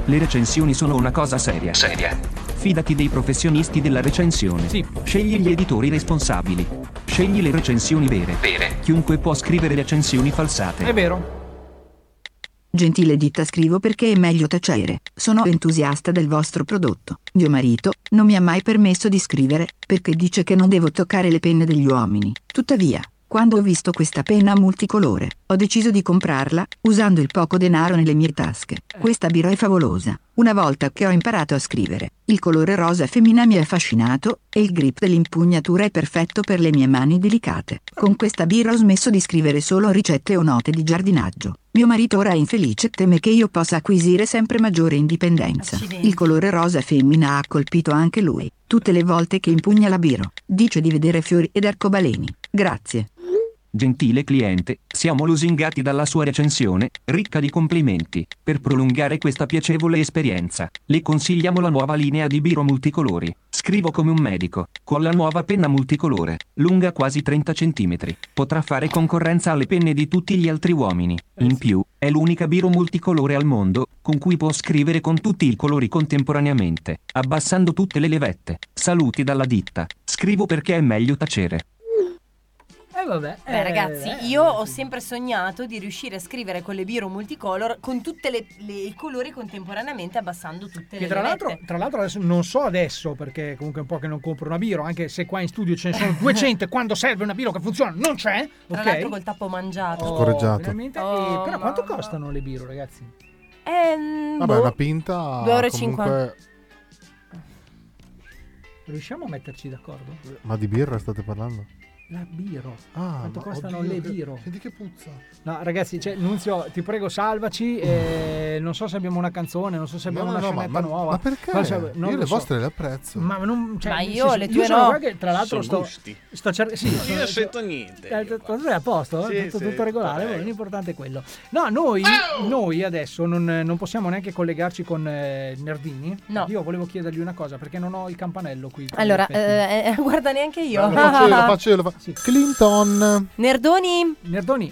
[SPEAKER 17] Le recensioni sono una cosa seria. Seria. Fidati dei professionisti della recensione.
[SPEAKER 2] Sì.
[SPEAKER 17] Scegli gli editori responsabili. Scegli le recensioni vere. Vere. Chiunque può scrivere recensioni falsate.
[SPEAKER 2] È vero.
[SPEAKER 26] Gentile ditta scrivo perché è meglio tacere. Sono entusiasta del vostro prodotto. Mio marito non mi ha mai permesso di scrivere perché dice che non devo toccare le penne degli uomini. Tuttavia, quando ho visto questa penna multicolore, ho deciso di comprarla, usando il poco denaro nelle mie tasche. Questa birra è favolosa. Una volta che ho imparato a scrivere, il colore rosa femmina mi ha affascinato e il grip dell'impugnatura è perfetto per le mie mani delicate. Con questa birra ho smesso di scrivere solo ricette o note di giardinaggio. Mio marito ora è infelice e teme che io possa acquisire sempre maggiore indipendenza.
[SPEAKER 27] Accidenti.
[SPEAKER 26] Il colore rosa femmina ha colpito anche lui, tutte le volte che impugna la birra. Dice di vedere fiori ed arcobaleni. Grazie.
[SPEAKER 17] Gentile cliente, siamo lusingati dalla sua recensione, ricca di complimenti. Per prolungare questa piacevole esperienza, le consigliamo la nuova linea di biro multicolori. Scrivo come un medico, con la nuova penna multicolore, lunga quasi 30 cm. Potrà fare concorrenza alle penne di tutti gli altri uomini. In più, è l'unica biro multicolore al mondo, con cui può scrivere con tutti i colori contemporaneamente, abbassando tutte le levette. Saluti dalla ditta. Scrivo perché è meglio tacere.
[SPEAKER 2] Eh vabbè.
[SPEAKER 10] Beh,
[SPEAKER 2] eh,
[SPEAKER 10] ragazzi,
[SPEAKER 2] eh.
[SPEAKER 10] io ho sempre sognato di riuscire a scrivere con le biro multicolor con tutti i colori contemporaneamente, abbassando tutte
[SPEAKER 2] Che
[SPEAKER 10] le
[SPEAKER 2] tra
[SPEAKER 10] levette.
[SPEAKER 2] l'altro, tra l'altro adesso non so adesso perché comunque è un po' che non compro una biro, anche se qua in studio ce ne
[SPEAKER 10] (laughs)
[SPEAKER 2] sono 200 e quando serve una biro che funziona non c'è.
[SPEAKER 10] Tra
[SPEAKER 2] ok?
[SPEAKER 10] l'altro col tappo mangiato.
[SPEAKER 2] Oh,
[SPEAKER 8] Scorreggiato.
[SPEAKER 2] veramente?
[SPEAKER 10] Oh,
[SPEAKER 2] Eh, però quanto costano le biro ragazzi?
[SPEAKER 10] Ehm,
[SPEAKER 8] Vabbè,
[SPEAKER 10] boh.
[SPEAKER 8] una pinta.
[SPEAKER 10] Due euro e
[SPEAKER 8] comunque...
[SPEAKER 2] Riusciamo a metterci d'accordo?
[SPEAKER 8] Ma di birra state parlando?
[SPEAKER 2] La biro. quanto
[SPEAKER 8] ma
[SPEAKER 2] costano
[SPEAKER 8] oddio,
[SPEAKER 2] le
[SPEAKER 8] che-
[SPEAKER 2] biro?
[SPEAKER 8] Senti che puzza.
[SPEAKER 2] No, ragazzi, cioè, Nunzio, ti prego, salvaci. eh, non so se abbiamo una canzone, non so se abbiamo
[SPEAKER 8] No, no,
[SPEAKER 2] una
[SPEAKER 8] no, ma-
[SPEAKER 2] scenetta
[SPEAKER 8] ma-
[SPEAKER 2] nuova.
[SPEAKER 8] ma perché?
[SPEAKER 2] Non so,
[SPEAKER 8] Io
[SPEAKER 2] non
[SPEAKER 8] le
[SPEAKER 2] lo so.
[SPEAKER 8] vostre le apprezzo.
[SPEAKER 2] Ma, non, cioè,
[SPEAKER 10] Ma
[SPEAKER 2] nel
[SPEAKER 10] io
[SPEAKER 2] senso,
[SPEAKER 10] le tue
[SPEAKER 2] sono
[SPEAKER 10] no.
[SPEAKER 2] qua che, tra l'altro,
[SPEAKER 10] Sono
[SPEAKER 2] sto,
[SPEAKER 10] gusti.
[SPEAKER 2] sto cercando. Sì,
[SPEAKER 10] Io
[SPEAKER 2] sono-
[SPEAKER 10] non
[SPEAKER 2] sto-
[SPEAKER 10] sento niente,
[SPEAKER 2] Eh, Tutto, tutto a posto?
[SPEAKER 10] Sì,
[SPEAKER 2] tutto,
[SPEAKER 10] sì,
[SPEAKER 2] tutto regolare,
[SPEAKER 10] tutto
[SPEAKER 2] bene, l'importante è quello. No, noi, noi adesso non, non possiamo neanche collegarci con eh, Nerdini. No. Io volevo chiedergli una cosa perché non ho il campanello qui. con gli
[SPEAKER 10] Allora,
[SPEAKER 2] effetti.
[SPEAKER 10] eh, (laughs) eh, guarda neanche io.
[SPEAKER 8] Lo faccio
[SPEAKER 10] (laughs)
[SPEAKER 8] io, lo faccio io, lo fa- Clinton.
[SPEAKER 10] Nerdoni.
[SPEAKER 2] Nerdoni.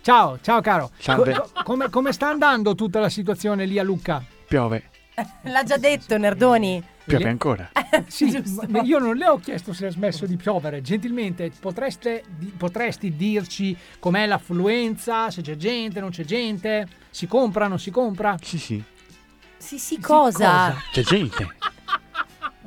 [SPEAKER 2] Ciao, ciao caro.
[SPEAKER 7] Salve.
[SPEAKER 2] Co- co- come, come sta andando tutta la situazione lì a Lucca?
[SPEAKER 7] Piove,
[SPEAKER 10] (laughs) L'ha già detto, Nerdoni.
[SPEAKER 7] piove ancora.
[SPEAKER 2] (laughs) Sì, ma io non le ho chiesto se ha smesso di piovere. Gentilmente, potreste, di- potresti dirci com'è l'affluenza, se c'è gente, non c'è gente, si compra, non si compra?
[SPEAKER 7] Sì, sì.
[SPEAKER 10] Sì, sì, cosa?
[SPEAKER 7] C'è gente.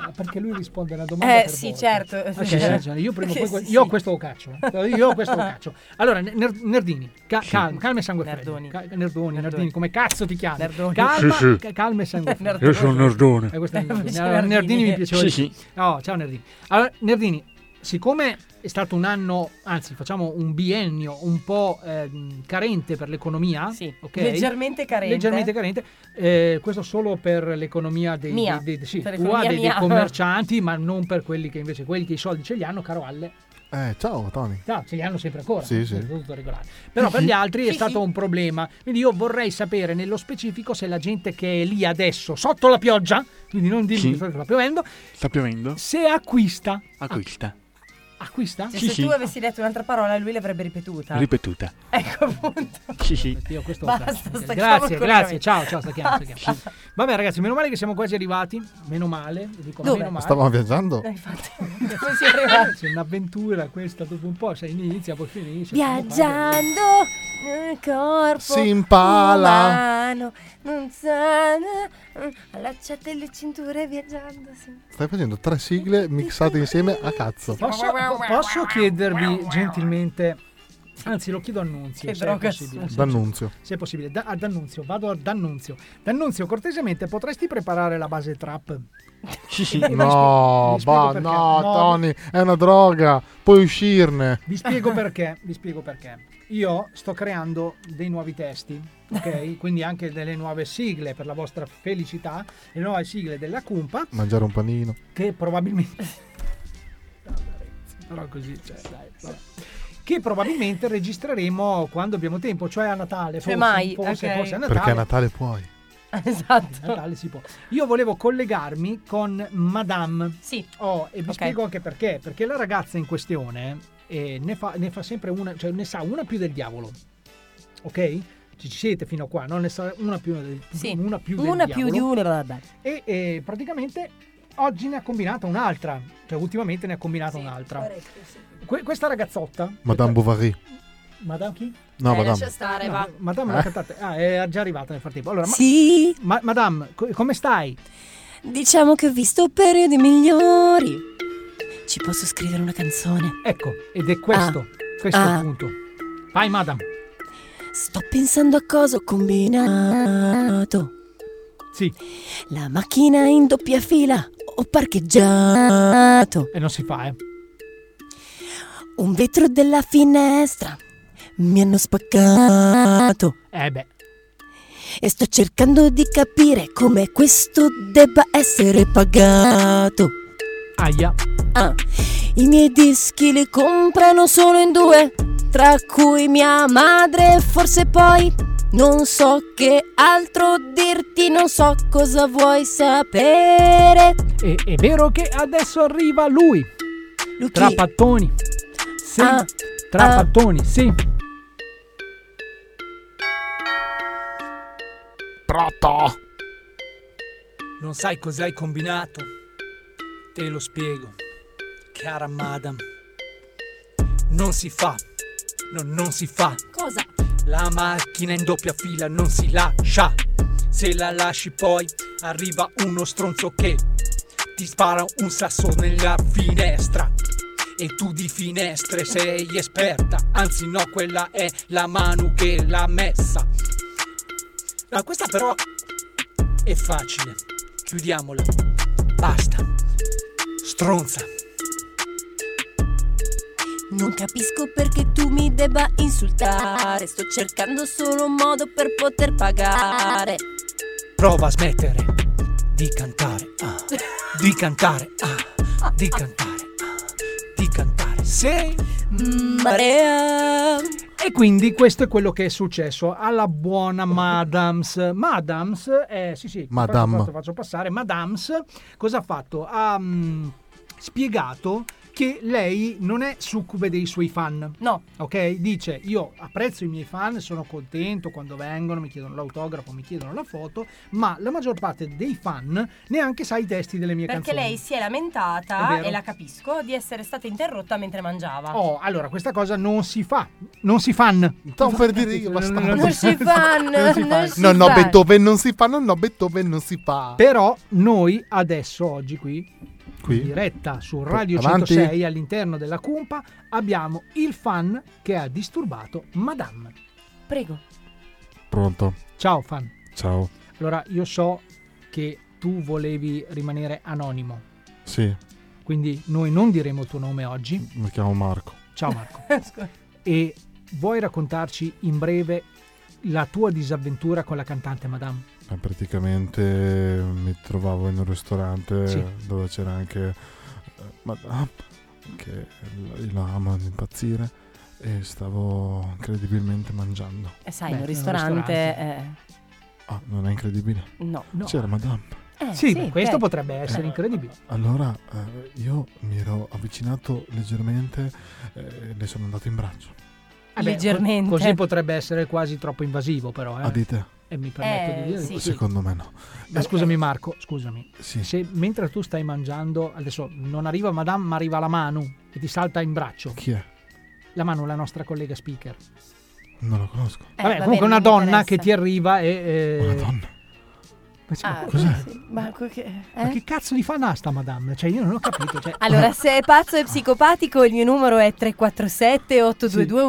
[SPEAKER 2] Ah, Perché lui risponde alla domanda.
[SPEAKER 10] Eh,
[SPEAKER 2] per
[SPEAKER 10] sì,
[SPEAKER 2] volta.
[SPEAKER 10] certo.
[SPEAKER 2] Ok, hai ragione, Io,
[SPEAKER 10] (laughs)
[SPEAKER 2] prima o poi
[SPEAKER 10] Sì,
[SPEAKER 2] que-
[SPEAKER 10] sì. Ah.
[SPEAKER 2] io questo lo caccio. eh. Io
[SPEAKER 10] (laughs)
[SPEAKER 2] questo lo caccio. Allora, Ner- Nerdini, ca- calma, calma e sangue
[SPEAKER 10] Nerdoni.
[SPEAKER 2] freddo. Ca- Nerdoni, Nerdini, come cazzo ti chiami?
[SPEAKER 10] Nerdoni.
[SPEAKER 2] Calma,
[SPEAKER 5] Sì, sì.
[SPEAKER 2] ca- calma e sangue freddo.
[SPEAKER 5] Nerdoni. Io sono Nerdone.
[SPEAKER 2] Eh, questo è
[SPEAKER 10] (laughs)
[SPEAKER 5] Eh,
[SPEAKER 2] Nerdini.
[SPEAKER 5] sono
[SPEAKER 2] Allora, Nerdini
[SPEAKER 5] Nerdini.
[SPEAKER 2] mi piaceva.
[SPEAKER 5] Sì,
[SPEAKER 2] di
[SPEAKER 5] sì.
[SPEAKER 2] più. Oh, ciao Nerdini. Allora, Nerdini, siccome è stato un anno, anzi facciamo un biennio un po' ehm, carente per l'economia, ok?
[SPEAKER 10] Leggermente carente.
[SPEAKER 2] Leggermente carente, eh, questo solo per l'economia dei,
[SPEAKER 10] Mia.
[SPEAKER 2] dei- dei- sì,
[SPEAKER 10] Per
[SPEAKER 2] tua,
[SPEAKER 10] l'economia
[SPEAKER 2] dei- dei
[SPEAKER 10] mia.
[SPEAKER 2] commercianti, ma non per quelli che invece quelli che i soldi ce li hanno, caro Alle.
[SPEAKER 8] Eh, ciao Tony.
[SPEAKER 2] No, ce li hanno sempre ancora. eh,
[SPEAKER 8] Sì, sì.
[SPEAKER 2] è tutto regolare. Però per gli altri è stato un problema. Quindi io vorrei sapere nello specifico se la gente che è lì adesso, sotto la pioggia, quindi non dimmi
[SPEAKER 7] Sì.
[SPEAKER 2] che sta piovendo,
[SPEAKER 7] Sta piovendo?
[SPEAKER 2] se acquista.
[SPEAKER 7] Acquista.
[SPEAKER 2] acquista?
[SPEAKER 4] Cioè, se tu avessi detto un'altra parola, lui l'avrebbe ripetuta.
[SPEAKER 28] Ripetuta.
[SPEAKER 4] Ecco appunto.
[SPEAKER 2] Io questo
[SPEAKER 4] Basta,
[SPEAKER 2] ho fatto.
[SPEAKER 4] stacchiamo
[SPEAKER 2] grazie,
[SPEAKER 4] il
[SPEAKER 2] grazie.
[SPEAKER 4] collegamento.
[SPEAKER 2] Ciao, ciao, stacchiamo, stacchiamo. Vabbè, ragazzi, meno male che siamo quasi arrivati. Meno male. Dico,
[SPEAKER 8] Dove?
[SPEAKER 2] Meno male.
[SPEAKER 8] Stavamo viaggiando?
[SPEAKER 4] Eh, infatti.
[SPEAKER 10] (laughs)
[SPEAKER 2] Come
[SPEAKER 4] si arriva?
[SPEAKER 2] C'è un'avventura questa dopo un po', sai, inizia, poi finisce.
[SPEAKER 10] Viaggiando nel corpo
[SPEAKER 2] Si impala.
[SPEAKER 10] umano, non sana, allacciate le cinture viaggiando. si-
[SPEAKER 8] Stai facendo tre sigle mixate insieme a cazzo.
[SPEAKER 2] Posso, po- posso chiedervi gentilmente, anzi lo chiedo a Nunzio,
[SPEAKER 8] Che
[SPEAKER 2] se è
[SPEAKER 8] droga
[SPEAKER 2] possibile.
[SPEAKER 8] assurda. D'Annunzio.
[SPEAKER 2] Se è possibile, da, ad Annunzio, vado ad Annunzio. D'Annunzio, cortesemente, potresti preparare la base trap?
[SPEAKER 8] No,
[SPEAKER 2] Vi spiego
[SPEAKER 8] bah,
[SPEAKER 2] perché. No.
[SPEAKER 8] no, Tony, è una droga, puoi uscirne.
[SPEAKER 2] Vi
[SPEAKER 4] (laughs)
[SPEAKER 2] spiego perché, vi spiego perché. Io sto creando dei nuovi testi,
[SPEAKER 4] (laughs)
[SPEAKER 2] ok? Quindi anche delle nuove sigle per la vostra felicità, le nuove sigle della Cumpa,
[SPEAKER 8] Mangiare un panino.
[SPEAKER 2] che probabilmente... Però così, cioè, dai, vabbè. Che probabilmente registreremo quando abbiamo tempo, cioè a Natale.
[SPEAKER 4] Cioè
[SPEAKER 2] Forse,
[SPEAKER 4] mai,
[SPEAKER 2] forse,
[SPEAKER 4] ok.
[SPEAKER 2] forse a Natale.
[SPEAKER 8] Perché a Natale puoi.
[SPEAKER 4] (laughs) Esatto.
[SPEAKER 2] Natale si può. Io volevo collegarmi con Madame.
[SPEAKER 4] Sì.
[SPEAKER 2] Oh, e vi spiego anche perché. Perché la ragazza in questione eh, ne, fa, ne fa sempre una, cioè ne sa una più del diavolo. Ok? Ci ci siete fino a qua, no? Ne sa una più, del- una più del
[SPEAKER 4] Una più di
[SPEAKER 2] diavolo.
[SPEAKER 4] una, vabbè.
[SPEAKER 2] E eh, praticamente oggi ne ha combinata un'altra. Cioè ultimamente ne ha combinata un'altra. Que- questa ragazzotta,
[SPEAKER 8] Madame Bovary.
[SPEAKER 2] Madame chi?
[SPEAKER 10] Eh,
[SPEAKER 8] No, madame.
[SPEAKER 2] stare,
[SPEAKER 4] va.
[SPEAKER 2] Madame
[SPEAKER 8] Eh?
[SPEAKER 2] la cantante. Ah, è già arrivata nel frattempo. Allora, ma-
[SPEAKER 10] Sì.
[SPEAKER 2] ma- Madame, co- come stai?
[SPEAKER 10] Diciamo che ho visto periodi migliori. Ci posso scrivere una canzone?
[SPEAKER 2] Ecco, ed è questo, questo è
[SPEAKER 10] Ah.
[SPEAKER 2] il punto. Vai, Madame.
[SPEAKER 10] Sto pensando a cosa ho combinato.
[SPEAKER 2] Sì.
[SPEAKER 10] La macchina in doppia fila ho parcheggiato.
[SPEAKER 2] E non si fa, eh.
[SPEAKER 10] Un vetro della finestra mi hanno spaccato.
[SPEAKER 2] Eh beh.
[SPEAKER 10] E sto cercando di capire come questo debba essere pagato.
[SPEAKER 2] Aia.
[SPEAKER 10] Ah, I miei dischi li comprano solo in due, tra cui mia madre e forse poi. Non so che altro dirti, non so cosa vuoi sapere.
[SPEAKER 2] E- è vero che adesso arriva lui.
[SPEAKER 10] Luchi.
[SPEAKER 2] Trapattoni. Sì. Trapattoni, sì.
[SPEAKER 22] Pronto? Non sai cosa hai combinato? Te lo spiego, cara madam. Non si fa, no, non si fa.
[SPEAKER 10] Cosa?
[SPEAKER 22] La macchina in doppia fila non si lascia. Se la lasci poi arriva uno stronzo che ti spara un sasso nella finestra. E tu di finestre sei esperta, anzi no, quella è la mano che l'ha messa. Ma questa però è facile. Chiudiamola. Basta. Stronza.
[SPEAKER 10] Non capisco perché tu mi debba insultare. Sto cercando solo un modo per poter pagare.
[SPEAKER 22] Prova a smettere di cantare. ah, di cantare. ah, di cantare. ah, di cantare. Sei
[SPEAKER 10] Marea.
[SPEAKER 2] E quindi questo è quello che è successo alla buona Madams. Madams, eh, sì sì,
[SPEAKER 8] Madame.
[SPEAKER 2] Faccio, faccio passare. Madams, cosa ha fatto? Ha mm, spiegato che lei non è succube dei suoi fan.
[SPEAKER 4] No.
[SPEAKER 2] Ok? Dice, io apprezzo i miei fan, sono contento quando vengono, mi chiedono l'autografo, mi chiedono la foto, ma la maggior parte dei fan neanche sa i testi delle mie
[SPEAKER 4] Perché
[SPEAKER 2] canzoni.
[SPEAKER 4] lei si è
[SPEAKER 2] È
[SPEAKER 4] lamentata,
[SPEAKER 2] vero.
[SPEAKER 4] e la capisco, di essere stata interrotta mentre mangiava.
[SPEAKER 2] Oh, allora questa cosa non si fa, non si fan.
[SPEAKER 8] Stavo per dire io, ma stavo-
[SPEAKER 4] Non si fan,
[SPEAKER 2] Non si
[SPEAKER 4] non
[SPEAKER 2] fan.
[SPEAKER 4] si
[SPEAKER 8] No, no,
[SPEAKER 4] fa.
[SPEAKER 8] Beethoven non si fa, no, no, Beethoven non si fa.
[SPEAKER 2] Però noi adesso, oggi qui,
[SPEAKER 8] Qui?
[SPEAKER 2] in diretta su Radio
[SPEAKER 8] Avanti.
[SPEAKER 2] 106 all'interno della Cumpa, abbiamo il fan che ha disturbato Madame.
[SPEAKER 10] Prego.
[SPEAKER 8] Pronto,
[SPEAKER 2] Ciao fan.
[SPEAKER 8] ciao.
[SPEAKER 2] Allora, io so che tu volevi rimanere anonimo,
[SPEAKER 8] Sì,
[SPEAKER 2] quindi noi non diremo il tuo nome oggi.
[SPEAKER 8] mi chiamo Marco.
[SPEAKER 2] Ciao (laughs) Marco. e vuoi raccontarci in breve la tua disavventura con la cantante Madame?
[SPEAKER 8] Eh, Praticamente mi trovavo in un ristorante
[SPEAKER 2] Sì.
[SPEAKER 8] dove c'era anche eh, Madame che la- la ama ad impazzire e stavo incredibilmente mangiando.
[SPEAKER 4] Eh, sai,
[SPEAKER 2] Beh, in
[SPEAKER 4] in un
[SPEAKER 2] un ristorante.
[SPEAKER 4] ristorante... eh,
[SPEAKER 8] Ah, non è incredibile?
[SPEAKER 4] no.
[SPEAKER 8] C'era Madame.
[SPEAKER 2] sì,
[SPEAKER 10] sì,
[SPEAKER 2] questo
[SPEAKER 10] beh.
[SPEAKER 2] potrebbe
[SPEAKER 10] Eh.
[SPEAKER 8] Eh.
[SPEAKER 2] essere incredibile.
[SPEAKER 8] Allora, eh, io mi ero avvicinato leggermente eh, le sono andato in braccio.
[SPEAKER 2] Eh beh,
[SPEAKER 10] Leggermente.
[SPEAKER 2] co- Così potrebbe essere quasi troppo invasivo, però. Eh.
[SPEAKER 8] Ah, dite?
[SPEAKER 2] E mi permetto
[SPEAKER 10] Eh,
[SPEAKER 2] di dire.
[SPEAKER 10] sì.
[SPEAKER 8] Secondo me no.
[SPEAKER 2] Ma scusami, Marco, scusami.
[SPEAKER 8] Sì.
[SPEAKER 2] Se mentre tu stai mangiando, adesso non arriva Madame, ma arriva la Manu che ti salta in braccio.
[SPEAKER 8] Chi è?
[SPEAKER 2] La Manu, la nostra collega speaker.
[SPEAKER 8] Non lo conosco.
[SPEAKER 2] Eh, vabbè,
[SPEAKER 10] va
[SPEAKER 2] comunque
[SPEAKER 10] bene,
[SPEAKER 2] una
[SPEAKER 10] non
[SPEAKER 2] donna
[SPEAKER 10] interessa.
[SPEAKER 2] che ti arriva e. eh, Ma sì,
[SPEAKER 10] Ah,
[SPEAKER 2] ma-
[SPEAKER 10] sì, ma que- che-
[SPEAKER 2] Ma
[SPEAKER 10] eh?
[SPEAKER 2] che cazzo di fan ha sta Madame? Cioè, io non ho capito. cioè-
[SPEAKER 10] (laughs)
[SPEAKER 2] (laughs)
[SPEAKER 10] Allora, se è pazzo e psicopatico, il mio numero è 347 822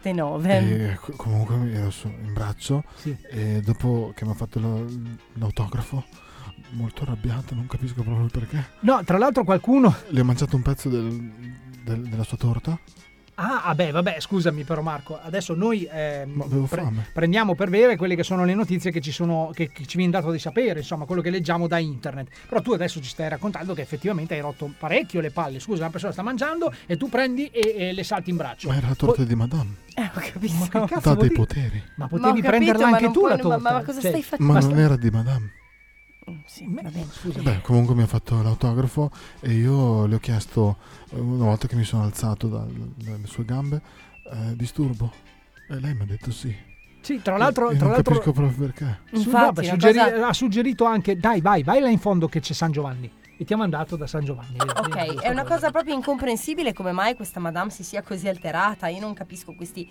[SPEAKER 10] 1579.
[SPEAKER 8] E eh, co- comunque mi ero su- in braccio e dopo che mi ha fatto lo- l'autografo, molto arrabbiata, non capisco proprio il perché.
[SPEAKER 2] No, tra l'altro qualcuno. (laughs)
[SPEAKER 8] Le ho mangiato un pezzo del- del- della sua torta.
[SPEAKER 2] Ah, vabbè, vabbè, scusami però Marco, adesso noi ehm,
[SPEAKER 8] Ma avevo fame.
[SPEAKER 2] prendiamo per vere quelle che sono le notizie che ci, sono, che, che ci viene dato di sapere, insomma, quello che leggiamo da internet. Però tu adesso ci stai raccontando che effettivamente hai rotto parecchio le palle, scusa, una persona sta mangiando e tu prendi e, e le salti in braccio.
[SPEAKER 8] Ma era la torta di Madame.
[SPEAKER 10] Eh, ho
[SPEAKER 2] (laughs)
[SPEAKER 10] capito. Ma
[SPEAKER 2] che cazzo
[SPEAKER 8] Date
[SPEAKER 2] vuol
[SPEAKER 8] i
[SPEAKER 2] dire?
[SPEAKER 8] poteri.
[SPEAKER 2] Ma
[SPEAKER 10] ho
[SPEAKER 2] potevi
[SPEAKER 10] capito,
[SPEAKER 2] prenderla
[SPEAKER 10] ma
[SPEAKER 2] anche
[SPEAKER 10] non
[SPEAKER 2] tu
[SPEAKER 10] puoi-
[SPEAKER 2] la
[SPEAKER 10] no, ma-
[SPEAKER 2] torta. Cioè,
[SPEAKER 10] ma cosa stai facendo?
[SPEAKER 8] Ma
[SPEAKER 10] Basta.
[SPEAKER 8] non era di Madame.
[SPEAKER 10] Sì, va bene, scusa.
[SPEAKER 8] Beh, comunque mi ha fatto l'autografo e io le ho chiesto, eh, una volta che mi sono alzato dal- dalle sue gambe, eh, disturbo. E lei mi ha detto sì.
[SPEAKER 2] Sì, tra l'altro...
[SPEAKER 8] Io
[SPEAKER 2] tra
[SPEAKER 8] non
[SPEAKER 2] l'altro-
[SPEAKER 8] capisco proprio perché.
[SPEAKER 2] Su-
[SPEAKER 10] Infatti,
[SPEAKER 2] vabbè,
[SPEAKER 10] una
[SPEAKER 2] suggeri-
[SPEAKER 10] cosa-
[SPEAKER 2] ha suggerito anche, dai, vai, vai là in fondo che c'è San Giovanni. E ti ha mandato da San Giovanni.
[SPEAKER 10] Ok, è una cosa proprio incomprensibile come mai questa madame si sia così alterata. Io non capisco questi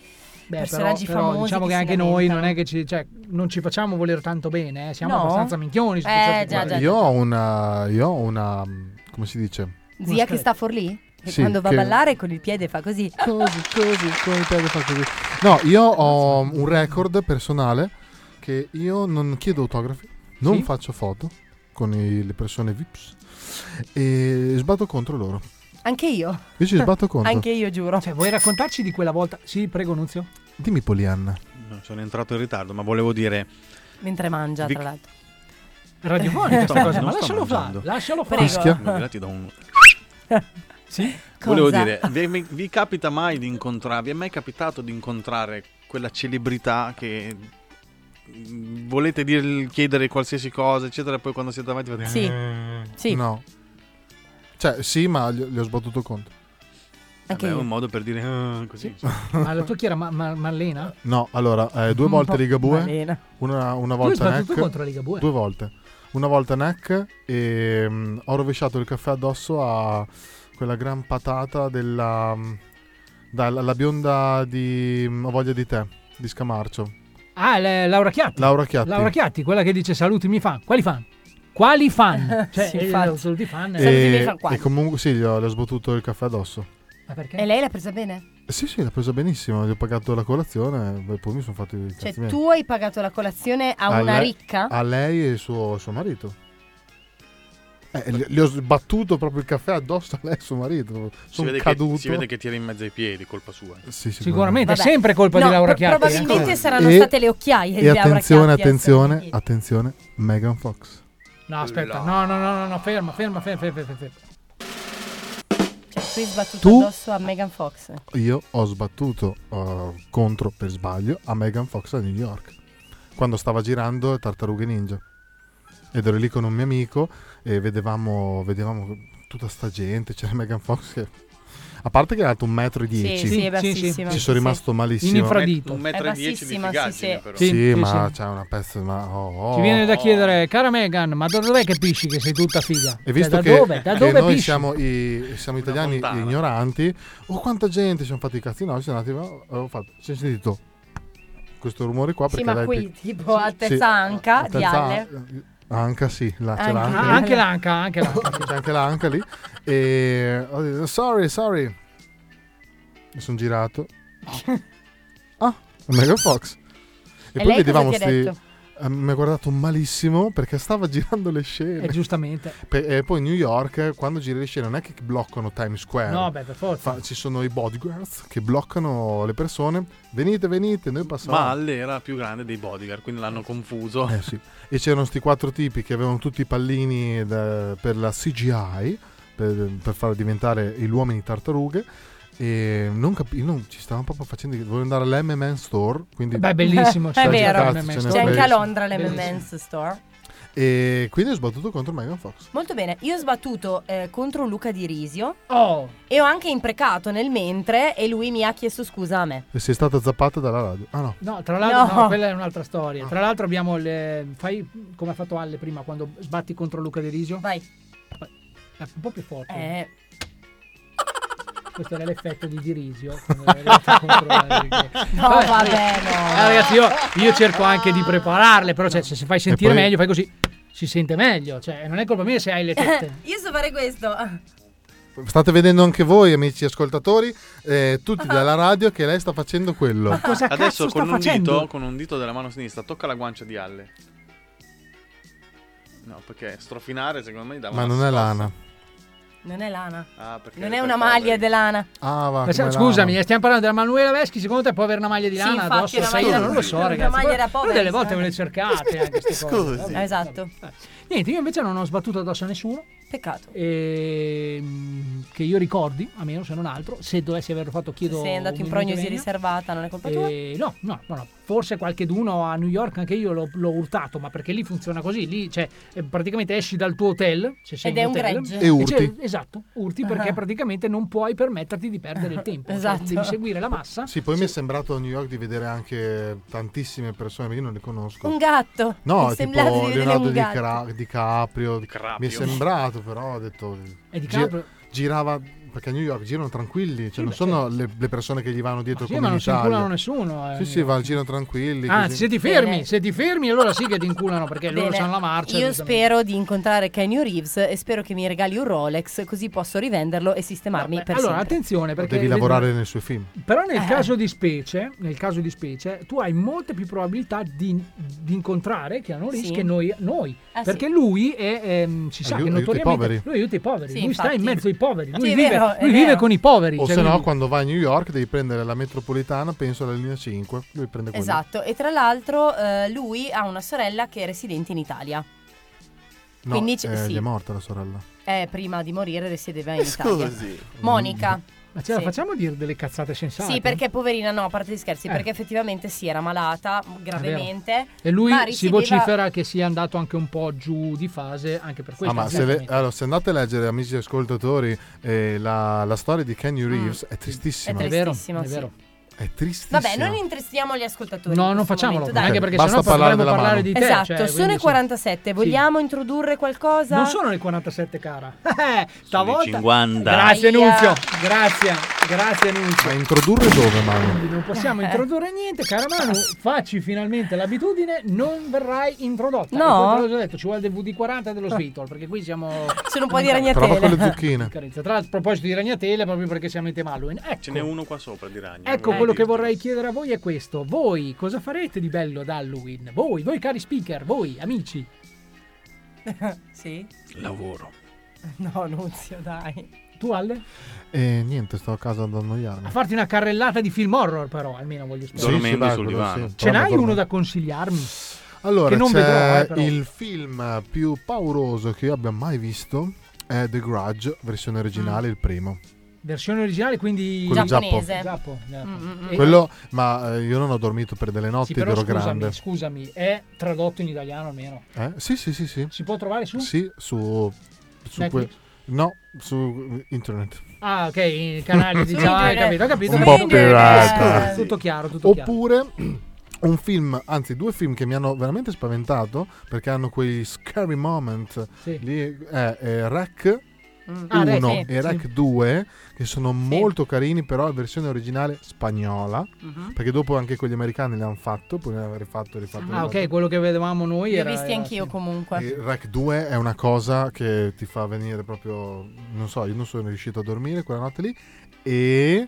[SPEAKER 2] Beh,
[SPEAKER 10] personaggi
[SPEAKER 2] però, però
[SPEAKER 10] famosi.
[SPEAKER 2] diciamo che
[SPEAKER 10] si
[SPEAKER 2] anche noi non
[SPEAKER 10] lamentano.
[SPEAKER 2] è che ci, cioè, non ci facciamo voler tanto bene, eh, siamo
[SPEAKER 10] No?
[SPEAKER 2] abbastanza minchioni. su
[SPEAKER 10] Eh,
[SPEAKER 2] certe
[SPEAKER 10] già,
[SPEAKER 2] cose.
[SPEAKER 10] già,
[SPEAKER 8] Io ho una. Io ho una. mm, come si dice?
[SPEAKER 10] Zia che sta forlì? Che
[SPEAKER 8] Sì,
[SPEAKER 10] quando va a
[SPEAKER 8] che-
[SPEAKER 10] ballare con il piede fa così.
[SPEAKER 8] Così, così, con il piede fa così. No, io ho un record personale che io non chiedo autografi, non
[SPEAKER 2] Sì?
[SPEAKER 8] faccio foto con i- le persone VIPs e sbatto contro loro.
[SPEAKER 10] Anche io.
[SPEAKER 8] Io ci sbatto contro.
[SPEAKER 10] Anche io, giuro.
[SPEAKER 2] Cioè, vuoi raccontarci di quella volta? Sì, prego, Nunzio.
[SPEAKER 8] Dimmi Polianna.
[SPEAKER 12] No, sono entrato in ritardo, ma volevo dire.
[SPEAKER 10] Mentre mangia,
[SPEAKER 12] Vic-
[SPEAKER 10] tra l'altro. Eh,
[SPEAKER 2] Radiofonica questa
[SPEAKER 12] Sto-
[SPEAKER 2] cosa,
[SPEAKER 12] non
[SPEAKER 2] ma
[SPEAKER 12] sto
[SPEAKER 2] lascialo fare,
[SPEAKER 12] mangiando.
[SPEAKER 2] lascialo fare.
[SPEAKER 12] Fischia. No, là ti do un-
[SPEAKER 2] Sì?
[SPEAKER 12] Volevo dire, vi, mi- vi capita mai di incontrare, vi è mai capitato di incontrare quella celebrità che mm, volete dir- chiedere qualsiasi cosa, eccetera, e poi quando siete davanti fate...
[SPEAKER 10] Sì.
[SPEAKER 12] Eh.
[SPEAKER 10] Sì.
[SPEAKER 8] No. Cioè, sì, ma li, li ho sbattuto contro.
[SPEAKER 12] Vabbè, è un modo per dire "Ah", così.
[SPEAKER 2] Ma la tua chi era Ma- Ma- Marlena?
[SPEAKER 8] No, allora, eh, due
[SPEAKER 2] Un
[SPEAKER 8] volte
[SPEAKER 2] po'
[SPEAKER 8] Ligabue,
[SPEAKER 2] balena.
[SPEAKER 8] una, una
[SPEAKER 2] Tu hai
[SPEAKER 8] volta
[SPEAKER 2] sbattuto
[SPEAKER 8] Neck.
[SPEAKER 2] contro Ligabue?
[SPEAKER 8] Due volte. Una volta Neck e mm, ho rovesciato il caffè addosso a quella gran patata della mm, dalla, la bionda di mm, Ho voglia di te, di Scamarcio.
[SPEAKER 2] Ah, le- Laura Chiatti.
[SPEAKER 8] Laura Chiatti.
[SPEAKER 2] Laura Chiatti, quella che dice salutimi fan. Quali fan? Quali
[SPEAKER 10] (laughs)
[SPEAKER 2] fan? Cioè,
[SPEAKER 10] Sì,
[SPEAKER 2] eh,
[SPEAKER 10] infatti.
[SPEAKER 2] saluti fan.
[SPEAKER 8] E, e comunque sì, gli ho, le ho sbattuto il caffè addosso.
[SPEAKER 2] Ma
[SPEAKER 8] Eh,
[SPEAKER 2] perché?
[SPEAKER 10] E lei l'ha presa bene?
[SPEAKER 8] Sì, sì, l'ha presa benissimo, gli ho pagato la colazione e poi mi sono fatto il
[SPEAKER 10] Cioè, tu hai pagato la colazione a,
[SPEAKER 8] Ah,
[SPEAKER 10] una ricca?
[SPEAKER 8] A lei e il suo, suo marito. Eh, gli, gli ho sbattuto proprio il caffè addosso a lei e suo marito.
[SPEAKER 12] Si
[SPEAKER 2] (laughs)
[SPEAKER 8] Sono
[SPEAKER 12] vede,
[SPEAKER 8] caduto.
[SPEAKER 12] che, si vede che tira in mezzo ai piedi, colpa sua.
[SPEAKER 8] Sì,
[SPEAKER 2] Sicuramente è
[SPEAKER 10] Vabbè.
[SPEAKER 2] sempre colpa
[SPEAKER 10] No,
[SPEAKER 2] di Laura
[SPEAKER 10] pro-
[SPEAKER 2] Chiatti. eh.
[SPEAKER 10] probabilmente saranno
[SPEAKER 8] E-
[SPEAKER 10] state le occhiaie di
[SPEAKER 8] E
[SPEAKER 10] Laura
[SPEAKER 8] attenzione,
[SPEAKER 10] Chiatti a
[SPEAKER 8] attenzione,
[SPEAKER 10] essere-
[SPEAKER 8] attenzione, Megan Fox.
[SPEAKER 2] No, aspetta. No, no, no, no, no, ferma, ferma, ferma, ferma, ferma, ferma.
[SPEAKER 10] Cioè, tu hai sbattuto
[SPEAKER 8] Tu-
[SPEAKER 10] addosso a Megan Fox.
[SPEAKER 8] Io ho sbattuto eh, contro per sbaglio a Megan Fox a New York quando stava girando Tartarughe Ninja. Ed ero lì con un mio amico e vedevamo, vedevamo tutta sta gente, c'era Megan Fox che... A parte che è alto un metro e dieci.
[SPEAKER 10] sì, è bassissima,
[SPEAKER 8] Ci sono
[SPEAKER 10] sì, sì.
[SPEAKER 8] rimasto malissimo.
[SPEAKER 2] In infradito.
[SPEAKER 12] Un metro
[SPEAKER 10] È
[SPEAKER 12] e dieci di
[SPEAKER 10] bassissima, sì,
[SPEAKER 12] figaggine,
[SPEAKER 10] sì.
[SPEAKER 12] però.
[SPEAKER 8] Sì,
[SPEAKER 2] Sì,
[SPEAKER 8] ma
[SPEAKER 2] sì.
[SPEAKER 8] c'è una pezza... Ma, oh, oh.
[SPEAKER 2] Ci viene da chiedere, cara Megan, ma da dov'è che pisci che sei tutta figa?
[SPEAKER 8] E visto
[SPEAKER 2] Cioè, da
[SPEAKER 8] che,
[SPEAKER 2] dove? Da
[SPEAKER 8] che
[SPEAKER 2] dove
[SPEAKER 8] noi
[SPEAKER 2] pisci?
[SPEAKER 8] siamo, i- siamo italiani ignoranti, oh quanta gente, ci siamo fatti i cazzi nostri, sono andati, oh, ho fatto, si è sentito questo rumore qua
[SPEAKER 10] Sì,
[SPEAKER 8] perché
[SPEAKER 10] ma
[SPEAKER 8] lei
[SPEAKER 10] qui,
[SPEAKER 8] pi-
[SPEAKER 10] tipo, a terza
[SPEAKER 8] Sì,
[SPEAKER 10] anca di
[SPEAKER 8] terza-
[SPEAKER 10] Alle.
[SPEAKER 8] Anca sì, là c'è
[SPEAKER 10] Anche.
[SPEAKER 8] l'anca.
[SPEAKER 2] Ah,
[SPEAKER 8] lì.
[SPEAKER 2] anche l'anca, anche l'anca.
[SPEAKER 8] (laughs) C'è anche l'anca lì. E ho detto, sorry, sorry. Mi sono
[SPEAKER 2] (laughs)
[SPEAKER 8] girato. Ah, Mega Fox. E,
[SPEAKER 10] E
[SPEAKER 8] poi
[SPEAKER 10] lei
[SPEAKER 8] vedevamo
[SPEAKER 10] cosa ti ha
[SPEAKER 8] sti-
[SPEAKER 10] detto?
[SPEAKER 8] eh, mi ha guardato malissimo perché stava girando le scene.
[SPEAKER 2] Eh, giustamente.
[SPEAKER 8] Pe- e poi New York, eh, quando giri le scene, non è che bloccano Times Square.
[SPEAKER 2] No, beh, per forza.
[SPEAKER 8] Fa- ci sono i bodyguards che bloccano le persone. Venite, venite, noi passiamo.
[SPEAKER 12] Ma Alle era più grande dei bodyguard, quindi l'hanno confuso.
[SPEAKER 8] Eh sì. E c'erano sti quattro tipi che avevano tutti i pallini da- per la CGI, per, per far diventare gli uomini tartarughe. E non capivo, ci stavano proprio facendo. Volevo andare all'MM Store. Quindi Cioè,
[SPEAKER 2] Beh, bellissimo,
[SPEAKER 10] È
[SPEAKER 2] c'è
[SPEAKER 10] vero,
[SPEAKER 8] l'M&M's
[SPEAKER 10] c'è anche a Londra
[SPEAKER 2] Bellissimo.
[SPEAKER 10] l'M&M's Store.
[SPEAKER 8] E quindi ho sbattuto contro Megan Fox.
[SPEAKER 10] Molto bene, io ho sbattuto eh, contro Luca Di Risio.
[SPEAKER 2] Oh.
[SPEAKER 10] E ho anche imprecato nel mentre e lui mi ha chiesto scusa a me.
[SPEAKER 8] E sei stata zappata dalla radio. Ah no.
[SPEAKER 2] No, tra l'altro,
[SPEAKER 10] No.
[SPEAKER 2] no, quella è un'altra storia. Tra l'altro, abbiamo le. Fai come ha fatto Alle prima quando sbatti contro Luca Derisio.
[SPEAKER 10] Vai.
[SPEAKER 2] Un po' più forte.
[SPEAKER 10] Eh.
[SPEAKER 2] Questo era l'effetto di Dirisio. quando era contro Alle, perché-
[SPEAKER 10] (laughs) No, vabbè, no.
[SPEAKER 2] Ah, ragazzi, io, io cerco anche di prepararle, però cioè, se si fai sentire
[SPEAKER 8] E poi-
[SPEAKER 2] meglio, fai così. Si sente meglio. Cioè, non è colpa mia se hai
[SPEAKER 10] Eh,
[SPEAKER 2] le tette.
[SPEAKER 10] (laughs) io so fare questo.
[SPEAKER 8] State vedendo anche voi, amici ascoltatori, eh, tutti
[SPEAKER 2] Ah.
[SPEAKER 8] dalla radio, che lei sta facendo quello.
[SPEAKER 12] Adesso con un dito, con un dito della mano sinistra, tocca la guancia di Alle. No, perché strofinare secondo me dà
[SPEAKER 8] Ma
[SPEAKER 12] una
[SPEAKER 8] non è
[SPEAKER 12] scossa.
[SPEAKER 8] lana.
[SPEAKER 2] Ah,
[SPEAKER 10] Non è lana.
[SPEAKER 12] Ah, perché
[SPEAKER 10] non
[SPEAKER 12] le
[SPEAKER 10] è una
[SPEAKER 12] tette
[SPEAKER 10] maglia, è
[SPEAKER 12] povere.
[SPEAKER 10] de lana.
[SPEAKER 8] Ah, va.
[SPEAKER 2] Ma se-
[SPEAKER 8] come
[SPEAKER 2] scusami, eh, stiamo parlando della Manuela Veschi. Secondo te può avere una maglia di
[SPEAKER 10] Sì,
[SPEAKER 2] lana
[SPEAKER 10] infatti,
[SPEAKER 2] addosso?
[SPEAKER 10] una
[SPEAKER 2] Sai,
[SPEAKER 10] maglia
[SPEAKER 2] io
[SPEAKER 10] da-
[SPEAKER 2] non lo so,
[SPEAKER 10] una
[SPEAKER 2] ragazzi.
[SPEAKER 10] maglia da
[SPEAKER 2] Però- però
[SPEAKER 10] povera,
[SPEAKER 2] delle
[SPEAKER 10] sì.
[SPEAKER 2] volte ve le cercate anche queste cose.
[SPEAKER 10] Scusi.
[SPEAKER 2] vabbè.
[SPEAKER 10] Esatto.
[SPEAKER 2] Niente, io invece non ho sbattuto addosso a nessuno.
[SPEAKER 10] Peccato.
[SPEAKER 2] Ehm, che io ricordi, a meno se non altro, se dovessi averlo fatto chiedo...
[SPEAKER 10] Sei andato in
[SPEAKER 2] un
[SPEAKER 10] prognosi
[SPEAKER 2] indovino.
[SPEAKER 10] riservata, non è colpa tua?
[SPEAKER 2] Eh, no, no, no, no. forse qualcheduno a New York anche io l'ho, l'ho urtato, ma perché lì funziona così, lì cioè, eh, praticamente esci dal tuo hotel, se sei
[SPEAKER 10] Ed
[SPEAKER 2] in
[SPEAKER 10] è un
[SPEAKER 2] hotel,
[SPEAKER 10] gregge.
[SPEAKER 8] E urti.
[SPEAKER 2] c'è- esatto, urti perché
[SPEAKER 10] Ah.
[SPEAKER 2] praticamente non puoi permetterti di perdere
[SPEAKER 10] (laughs)
[SPEAKER 2] il tempo, cioè,
[SPEAKER 10] Esatto.
[SPEAKER 2] devi seguire la massa.
[SPEAKER 8] Sì, poi mi è sembrato a New York di vedere anche tantissime persone, ma io non le conosco.
[SPEAKER 10] Un gatto.
[SPEAKER 8] No,
[SPEAKER 10] Mi
[SPEAKER 8] tipo
[SPEAKER 10] è sembrato di vedere
[SPEAKER 8] Leonardo
[SPEAKER 10] un
[SPEAKER 8] Di
[SPEAKER 10] gatto.
[SPEAKER 8] Cra- DiCaprio. Mi è sembrato, però ho detto.
[SPEAKER 2] E Eh, Di
[SPEAKER 8] gi-
[SPEAKER 2] Caprio-
[SPEAKER 8] girava. Perché a New York girano tranquilli, cioè non sono le, le persone che gli vanno
[SPEAKER 2] certo.
[SPEAKER 8] dietro
[SPEAKER 2] Sì,
[SPEAKER 8] Ecco, come
[SPEAKER 2] ma
[SPEAKER 8] in
[SPEAKER 2] non si
[SPEAKER 8] Italia.
[SPEAKER 2] inculano nessuno. eh.
[SPEAKER 8] Sì, sì, va al giro tranquilli.
[SPEAKER 2] Anzi,
[SPEAKER 8] così.
[SPEAKER 2] se ti fermi, se ti fermi allora sì che ti inculano perché loro
[SPEAKER 10] Bene.
[SPEAKER 2] sanno la marcia.
[SPEAKER 10] Io
[SPEAKER 2] giustamente.
[SPEAKER 10] spero di incontrare Kenny Reeves e spero che mi regali un Rolex così posso rivenderlo e sistemarmi per
[SPEAKER 2] allora,
[SPEAKER 10] sempre.
[SPEAKER 2] attenzione perché...
[SPEAKER 8] Devi lavorare nei suoi film.
[SPEAKER 2] Però
[SPEAKER 10] Eh.
[SPEAKER 2] nel caso di specie, nel caso di specie, tu hai molte più probabilità di, di incontrare Keanu Reeves
[SPEAKER 10] Sì.
[SPEAKER 2] che noi. noi.
[SPEAKER 10] Ah,
[SPEAKER 2] perché lui è, ehm, si sa
[SPEAKER 8] Aiu-
[SPEAKER 2] che
[SPEAKER 8] aiuta i
[SPEAKER 2] notoriamente
[SPEAKER 8] poveri.
[SPEAKER 2] lui aiuta i poveri,
[SPEAKER 10] Sì,
[SPEAKER 2] lui sta
[SPEAKER 10] infatti.
[SPEAKER 2] in mezzo ai poveri,
[SPEAKER 10] Sì,
[SPEAKER 2] lui,
[SPEAKER 10] è
[SPEAKER 2] vive,
[SPEAKER 10] vero, è
[SPEAKER 2] lui vive
[SPEAKER 10] vero.
[SPEAKER 2] con i poveri.
[SPEAKER 8] O
[SPEAKER 2] cioè,
[SPEAKER 8] se no,
[SPEAKER 2] quindi-
[SPEAKER 8] quando vai a New York devi prendere la metropolitana, penso alla linea 5. Lui prende quella.
[SPEAKER 10] Esatto, e tra l'altro eh, lui ha una sorella che è residente in Italia.
[SPEAKER 8] No,
[SPEAKER 10] Quindi c-
[SPEAKER 8] eh,
[SPEAKER 10] sì.
[SPEAKER 8] gli è morta la sorella.
[SPEAKER 10] Eh, prima di morire risiedeva in Italia. Monica.
[SPEAKER 2] Ma ce la
[SPEAKER 10] Sì.
[SPEAKER 2] facciamo a dire delle cazzate sensate?
[SPEAKER 10] Sì, perché poverina, no, a parte gli scherzi, perché effettivamente sì, era malata gravemente.
[SPEAKER 2] Eh. E lui
[SPEAKER 10] ma
[SPEAKER 2] si
[SPEAKER 10] risiedeva-
[SPEAKER 2] vocifera che sia andato anche un po' giù di fase, anche per questo.
[SPEAKER 8] Ah, ma se, le- allora, se andate a leggere, amici ascoltatori, eh, la, la storia di Kenny Reeves è tristissima.
[SPEAKER 10] Mm. È È vero, tristissima, è sì. vero.
[SPEAKER 8] È
[SPEAKER 10] (laughs)
[SPEAKER 8] tristissima.
[SPEAKER 10] Vabbè, non intristiamo gli ascoltatori.
[SPEAKER 2] No,
[SPEAKER 10] in
[SPEAKER 2] non
[SPEAKER 10] questo
[SPEAKER 2] facciamolo,
[SPEAKER 10] momento, dai.
[SPEAKER 2] anche perché
[SPEAKER 8] Basta
[SPEAKER 2] sennò
[SPEAKER 8] parlare
[SPEAKER 2] potremmo
[SPEAKER 8] della
[SPEAKER 2] parlare
[SPEAKER 8] mano.
[SPEAKER 2] di te.
[SPEAKER 10] esatto,
[SPEAKER 2] cioè,
[SPEAKER 10] sono
[SPEAKER 2] quindi
[SPEAKER 10] i
[SPEAKER 2] sì.
[SPEAKER 10] 47. Vogliamo introdurre qualcosa?
[SPEAKER 2] Non sono le 47, cara. (laughs) Eh, Stavolta.
[SPEAKER 7] 50.
[SPEAKER 2] Grazie,
[SPEAKER 10] Aia.
[SPEAKER 2] Nunzio. Grazie, grazie, Nunzio.
[SPEAKER 8] Ma introdurre dove, Manu?
[SPEAKER 2] Non (laughs)
[SPEAKER 10] (laughs)
[SPEAKER 2] possiamo introdurre niente, cara Manu. Facci finalmente l'abitudine, non verrai introdotta. E poi
[SPEAKER 10] No.
[SPEAKER 2] te l'ho già detto, ci vuole del VD40 e dello Svitol, perché qui siamo.
[SPEAKER 10] Sono un po' di
[SPEAKER 8] Prova con le
[SPEAKER 10] ragnatele.
[SPEAKER 8] zucchine.
[SPEAKER 2] Carezza. Tra l'altro, a proposito di ragnatele, proprio perché siamo in tema Halloween. Ecco.
[SPEAKER 12] Ce n'è uno qua sopra di ragno.
[SPEAKER 2] Ecco, quello che vorrei chiedere a voi è questo. Voi cosa farete di bello ad Halloween? Voi, voi cari speaker, voi amici.
[SPEAKER 10] (laughs) sì?
[SPEAKER 12] Lavoro.
[SPEAKER 10] (laughs) No, Nunzio, dai.
[SPEAKER 2] Tu Ale?
[SPEAKER 8] E niente, sto a casa ad annoiarmi.
[SPEAKER 2] A farti una carrellata di film horror però, almeno voglio sperare.
[SPEAKER 8] Dormendo
[SPEAKER 12] Dormendo
[SPEAKER 8] va,
[SPEAKER 12] sul
[SPEAKER 8] quello
[SPEAKER 12] divano.
[SPEAKER 8] sì.
[SPEAKER 2] Ce
[SPEAKER 8] Dormo,
[SPEAKER 2] n'hai
[SPEAKER 8] dormo.
[SPEAKER 2] uno da consigliarmi?
[SPEAKER 8] Allora,
[SPEAKER 2] che non
[SPEAKER 8] c'è
[SPEAKER 2] vedrò, eh, però.
[SPEAKER 8] il film più pauroso che io abbia mai visto è The Grudge, versione originale,
[SPEAKER 10] Mm.
[SPEAKER 8] il primo.
[SPEAKER 2] Versione originale, quindi
[SPEAKER 8] Quello Giapponese.
[SPEAKER 2] Giappo, Giappo.
[SPEAKER 10] Mm,
[SPEAKER 4] Mm.
[SPEAKER 2] E-
[SPEAKER 8] Quello, ma eh, io non ho dormito per delle notti
[SPEAKER 2] sì,
[SPEAKER 8] ed
[SPEAKER 2] però
[SPEAKER 8] ero
[SPEAKER 2] scusami,
[SPEAKER 8] grande.
[SPEAKER 2] scusami, è tradotto in italiano almeno.
[SPEAKER 8] Eh? Sì, sì, sì, sì.
[SPEAKER 2] Si può trovare su?
[SPEAKER 8] Sì, su... su
[SPEAKER 2] Netflix?
[SPEAKER 8] no, su internet. (clears throat)
[SPEAKER 2] Ah, ok, i
[SPEAKER 10] (laughs)
[SPEAKER 2] canali
[SPEAKER 8] Su
[SPEAKER 2] di Ah, hai
[SPEAKER 8] internet.
[SPEAKER 2] capito, ho capito.
[SPEAKER 8] Un
[SPEAKER 2] ho
[SPEAKER 8] po'
[SPEAKER 2] capito.
[SPEAKER 8] pirata.
[SPEAKER 2] Tutto chiaro, tutto chiaro.
[SPEAKER 8] Oppure un film, anzi due film che mi hanno veramente spaventato perché hanno quei scary moment
[SPEAKER 2] Sì.
[SPEAKER 8] lì, eh, è, è Rack
[SPEAKER 10] Mm.
[SPEAKER 8] 1
[SPEAKER 10] Ah, Rec, sì,
[SPEAKER 8] e Rack
[SPEAKER 10] sì.
[SPEAKER 8] 2 che sono molto carini però la versione originale spagnola
[SPEAKER 10] Mhm.
[SPEAKER 8] perché dopo anche quelli americani li hanno fatto poi ne hanno rifatto e rifatto,
[SPEAKER 2] Mm-hmm. Ah,
[SPEAKER 8] rifatto.
[SPEAKER 2] ok, quello che vedevamo noi
[SPEAKER 10] Li ho
[SPEAKER 2] era
[SPEAKER 10] visti
[SPEAKER 2] era- Eh,
[SPEAKER 10] anch'io
[SPEAKER 8] E
[SPEAKER 10] comunque.
[SPEAKER 8] Rack 2 è una cosa che ti fa venire proprio, non so, io non sono riuscito a dormire quella notte lì e...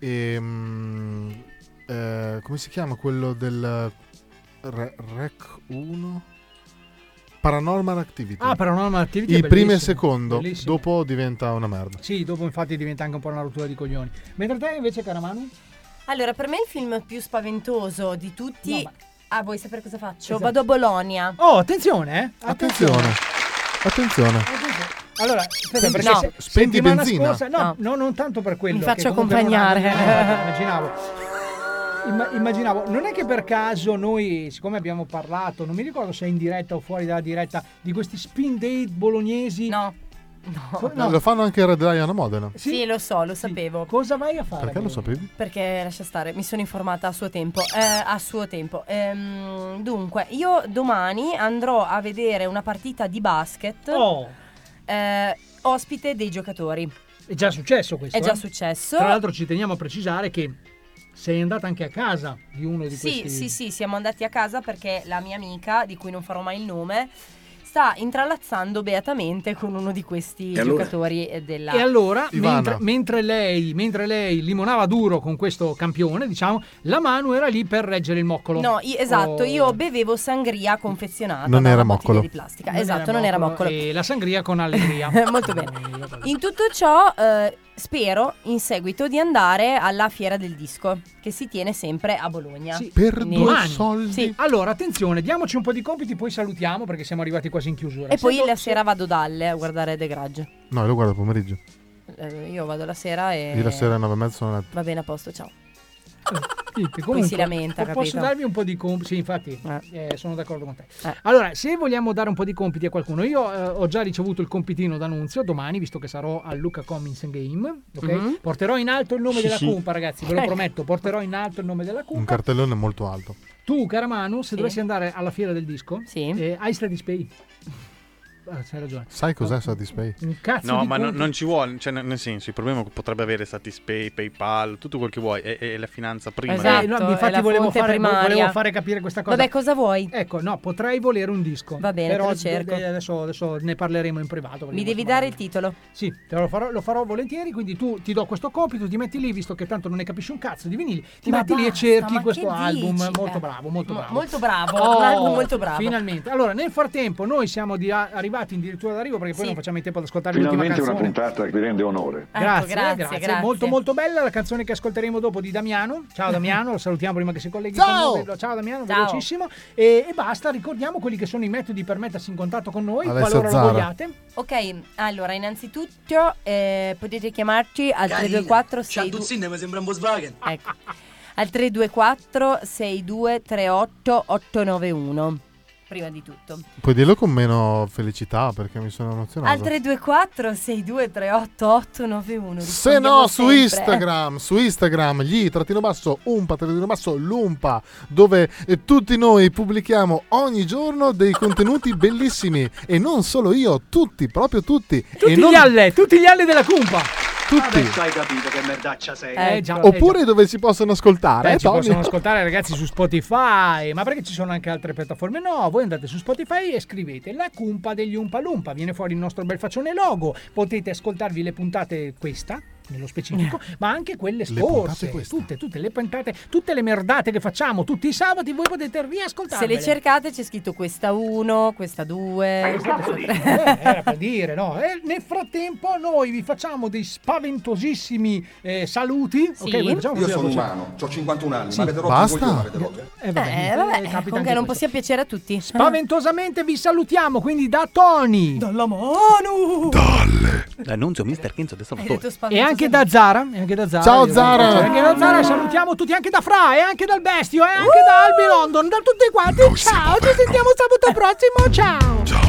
[SPEAKER 8] ehm, eh, come si chiama quello del Re- Rec 1? Paranormal Activity.
[SPEAKER 2] Ah, Paranormal Activity è
[SPEAKER 8] Il primo e il
[SPEAKER 2] bellissimo,
[SPEAKER 8] secondo,
[SPEAKER 2] bellissimo.
[SPEAKER 8] dopo diventa una merda.
[SPEAKER 2] Sì, dopo infatti diventa anche un po' una rottura di coglioni. Mentre te invece, cara Manu?
[SPEAKER 10] Allora, per me il film più spaventoso di tutti... Ah, vuoi sapere cosa faccio?
[SPEAKER 2] Esatto.
[SPEAKER 10] Vado a Bologna.
[SPEAKER 2] Oh, attenzione, eh.
[SPEAKER 8] Attenzione, attenzione.
[SPEAKER 2] Allora, aspetta, perché
[SPEAKER 10] No.
[SPEAKER 2] se-
[SPEAKER 8] Spendi
[SPEAKER 2] settimana
[SPEAKER 8] benzina?
[SPEAKER 2] scorsa- no, no, non tanto per quello.
[SPEAKER 10] Mi
[SPEAKER 2] che
[SPEAKER 10] faccio (laughs)
[SPEAKER 2] comunque non ha-
[SPEAKER 10] accompagnare.
[SPEAKER 2] immaginavo. Imma- immaginavo, non è che per caso noi, siccome abbiamo parlato, non mi ricordo se è in diretta o fuori dalla diretta, di questi spin date bolognesi. No. No.
[SPEAKER 8] No, Lo fanno anche a Red Lion a Modena.
[SPEAKER 10] Sì, lo so, lo sapevo.
[SPEAKER 2] Cosa vai a fare?
[SPEAKER 8] Perché lo sapevi?
[SPEAKER 10] Perché lascia stare, mi sono informata a suo tempo. Eh, a suo tempo. Ehm, dunque, io domani andrò a vedere una partita di basket.
[SPEAKER 2] Oh.
[SPEAKER 10] eh, ospite dei giocatori.
[SPEAKER 2] È già successo questo.
[SPEAKER 10] È già
[SPEAKER 2] eh?
[SPEAKER 10] successo.
[SPEAKER 2] Tra l'altro ci teniamo a precisare che sei andata anche a casa di uno di
[SPEAKER 10] Sì,
[SPEAKER 2] questi.
[SPEAKER 10] sì, sì, siamo andati a casa perché la mia amica, di cui non farò mai il nome, sta intralazzando beatamente con uno di questi
[SPEAKER 2] E allora?
[SPEAKER 10] giocatori eh, della...
[SPEAKER 2] E allora,
[SPEAKER 10] Ivana.
[SPEAKER 2] mentre, mentre lei, mentre lei limonava duro con questo campione, diciamo, la mano era lì per reggere il moccolo.
[SPEAKER 10] No, i- esatto,
[SPEAKER 2] Oh.
[SPEAKER 10] io bevevo sangria confezionata.
[SPEAKER 2] Non
[SPEAKER 10] da
[SPEAKER 2] era
[SPEAKER 10] una bottiglia
[SPEAKER 2] moccolo.
[SPEAKER 10] Di plastica. esatto, non era moccolo.
[SPEAKER 2] E la sangria con allegria.
[SPEAKER 10] (laughs) Molto bene. In tutto ciò, eh, spero in seguito di andare alla fiera del disco che si tiene sempre a Bologna. Quindi- Ah,
[SPEAKER 2] soldi. Allora, attenzione, diamoci un po' di compiti, poi salutiamo perché siamo arrivati quasi in chiusura.
[SPEAKER 10] E poi
[SPEAKER 2] Se-
[SPEAKER 10] la sera vado dalle a guardare The Grudge.
[SPEAKER 8] No, io lo guardo pomeriggio.
[SPEAKER 10] Eh, io vado la sera e.
[SPEAKER 8] Io la sera alle 9 e mezza sono a letto.
[SPEAKER 10] Va bene, a posto, ciao.
[SPEAKER 2] Niente,
[SPEAKER 10] Poi si lamenta,
[SPEAKER 2] po- Posso
[SPEAKER 10] capito?
[SPEAKER 2] darvi un po' di compiti? Sì, infatti, eh, sono d'accordo con te. Allora, se vogliamo dare un po' di compiti a qualcuno, io eh, ho già ricevuto il compitino d'annunzio domani, visto che sarò al Luca Commons Game. ok?
[SPEAKER 8] Mhm.
[SPEAKER 2] Porterò in alto il nome
[SPEAKER 8] Sì,
[SPEAKER 2] della
[SPEAKER 8] sì.
[SPEAKER 2] cumpa, ragazzi, ve lo
[SPEAKER 8] Ecco.
[SPEAKER 2] prometto. Porterò in alto il nome della
[SPEAKER 8] Un
[SPEAKER 2] cumpa.
[SPEAKER 8] cartellone molto alto.
[SPEAKER 2] tu, cara Manu, se dovessi andare alla fiera del disco, eh, hai Satispay. (laughs) Ah, Hai ragione.
[SPEAKER 8] Sai cos'è Satispay?
[SPEAKER 2] Un cazzo
[SPEAKER 12] No,
[SPEAKER 2] di
[SPEAKER 12] ma non,
[SPEAKER 2] conto.
[SPEAKER 12] non ci vuole, cioè, nel nel senso, il problema potrebbe avere Satispay, PayPal, tutto quel che vuoi, è, è la finanza prima.
[SPEAKER 10] Esatto,
[SPEAKER 2] Eh, no, infatti volevo fare, volevo fare capire questa cosa.
[SPEAKER 10] Vabbè, cosa vuoi?
[SPEAKER 2] Ecco, no, potrei volere un disco. Va
[SPEAKER 10] bene,
[SPEAKER 2] però
[SPEAKER 10] te lo cerco.
[SPEAKER 2] Adesso, adesso ne parleremo in privato.
[SPEAKER 10] Mi devi dare il titolo.
[SPEAKER 2] Sì, te lo farò, lo farò volentieri, quindi tu ti do questo compito, ti metti lì, visto che tanto non ne capisci un cazzo di vinili, ti
[SPEAKER 10] Ma
[SPEAKER 2] metti lì e
[SPEAKER 10] basta,
[SPEAKER 2] cerchi
[SPEAKER 10] ma
[SPEAKER 2] questo
[SPEAKER 10] che
[SPEAKER 2] album,
[SPEAKER 10] dici?
[SPEAKER 2] molto
[SPEAKER 10] Beh,
[SPEAKER 2] bravo, molto
[SPEAKER 10] mo-
[SPEAKER 2] bravo. Oh,
[SPEAKER 10] molto bravo, un album molto bravo.
[SPEAKER 2] Finalmente. Allora, nel frattempo noi siamo di- arrivati addirittura d'arrivo perché poi non facciamo in tempo ad ascoltare l'ultima
[SPEAKER 18] Finalmente una
[SPEAKER 2] canzone.
[SPEAKER 18] puntata che vi rende onore.
[SPEAKER 2] Grazie,
[SPEAKER 10] Ecco, grazie,
[SPEAKER 2] grazie,
[SPEAKER 10] grazie.
[SPEAKER 2] Molto molto bella la canzone che ascolteremo dopo di Damiano.
[SPEAKER 10] (laughs)
[SPEAKER 2] Ciao Damiano, lo salutiamo prima che si colleghi.
[SPEAKER 10] Ciao!
[SPEAKER 2] con noi. Ciao Damiano,
[SPEAKER 10] Ciao.
[SPEAKER 2] velocissimo. E, e basta, ricordiamo quelli che sono i metodi per mettersi in contatto con noi,
[SPEAKER 8] Alessia
[SPEAKER 2] qualora
[SPEAKER 8] Zara.
[SPEAKER 2] lo vogliate.
[SPEAKER 10] Ok, allora, innanzitutto eh, potete chiamarci al 324 62
[SPEAKER 22] mi sembra un Volkswagen.
[SPEAKER 10] Ecco. Al 324 6238 891. Prima di tutto.
[SPEAKER 8] Puoi dirlo con meno felicità perché mi sono emozionato.
[SPEAKER 10] Al 324 6238 891.
[SPEAKER 8] Se no, su
[SPEAKER 10] rispondiamo sempre. eh.
[SPEAKER 8] Instagram, su Instagram, gli trattino basso, umpa, trattino basso, l'umpa, dove eh, tutti noi pubblichiamo ogni giorno dei contenuti bellissimi. E non solo io, tutti, proprio tutti.
[SPEAKER 2] Tutti
[SPEAKER 8] e non...
[SPEAKER 2] gli alle, tutti gli alle della cumpa.
[SPEAKER 8] Tutti.
[SPEAKER 11] Adesso hai capito che merdaccia sei.
[SPEAKER 10] Ecco.
[SPEAKER 2] Eh, già,
[SPEAKER 8] Oppure dove si possono ascoltare.
[SPEAKER 2] Beh,
[SPEAKER 8] eh,
[SPEAKER 2] ci
[SPEAKER 8] Tony?
[SPEAKER 2] possono ascoltare ragazzi su Spotify, ma perché ci sono anche altre piattaforme? No, voi andate su Spotify e scrivete la cumpa degli Umpa Lumpa, viene fuori il nostro bel faccione logo, potete ascoltarvi le puntate questa nello specifico, ma anche quelle
[SPEAKER 8] Eh. Le
[SPEAKER 2] scorse,
[SPEAKER 8] puntate questa.
[SPEAKER 2] tutte, tutte le puntate, tutte le merdate che facciamo tutti i sabati, voi potete riascoltarle.
[SPEAKER 10] Se le cercate c'è scritto questa 1, questa 2,
[SPEAKER 2] era per dire, no? E nel frattempo noi vi facciamo dei spaventosissimi eh, saluti. ok?
[SPEAKER 10] Sì.
[SPEAKER 2] Voi facciamo
[SPEAKER 27] Io
[SPEAKER 2] così la
[SPEAKER 27] sono
[SPEAKER 2] voce.
[SPEAKER 27] umano, ho 51 anni,
[SPEAKER 2] Sì.
[SPEAKER 27] mi avete rotto
[SPEAKER 2] Basta.
[SPEAKER 27] un coglione, avete rotto.
[SPEAKER 2] Eh, vabbè,
[SPEAKER 10] Eh,
[SPEAKER 2] eh,
[SPEAKER 10] vabbè,
[SPEAKER 2] capita
[SPEAKER 10] comunque
[SPEAKER 2] anche
[SPEAKER 10] non
[SPEAKER 2] questo.
[SPEAKER 10] possiamo piacere a tutti.
[SPEAKER 2] Spaventosamente vi salutiamo, quindi da Tony. Dalla mano.
[SPEAKER 12] L'annunzio Mr. Kenzo del Salvatore.
[SPEAKER 2] E anche da Zara. E anche da Zara.
[SPEAKER 12] Ciao,
[SPEAKER 2] Io-
[SPEAKER 12] Zara.
[SPEAKER 2] Cioè, Anche da Zara salutiamo tutti, anche da Fra, e anche dal Bestio, e anche da Albi London, da tutti quanti. Ciao, ci sentiamo sabato prossimo, ciao.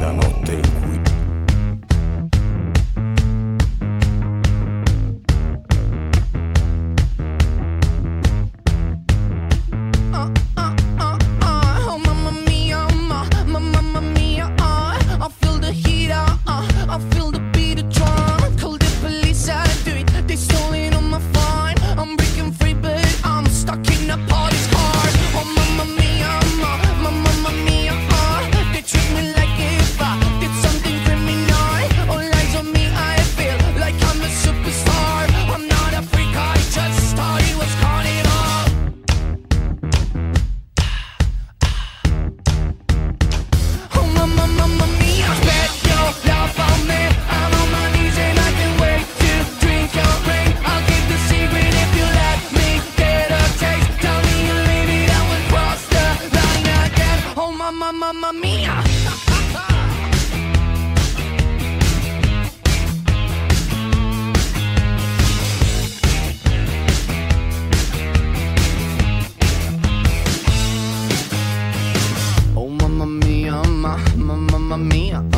[SPEAKER 9] La notte in cui
[SPEAKER 5] uh, oh mamma mia, ma, ma, mamma mia, uh, I feel the heat, uh, uh, I feel the beat, the drum. Call the police, I do it. They stolen on my phone. I'm breaking free, but I'm stuck in a party's car. Oh mamma mia, ma, ma, mamma mia, uh, they trick
[SPEAKER 4] Oh,
[SPEAKER 5] oh,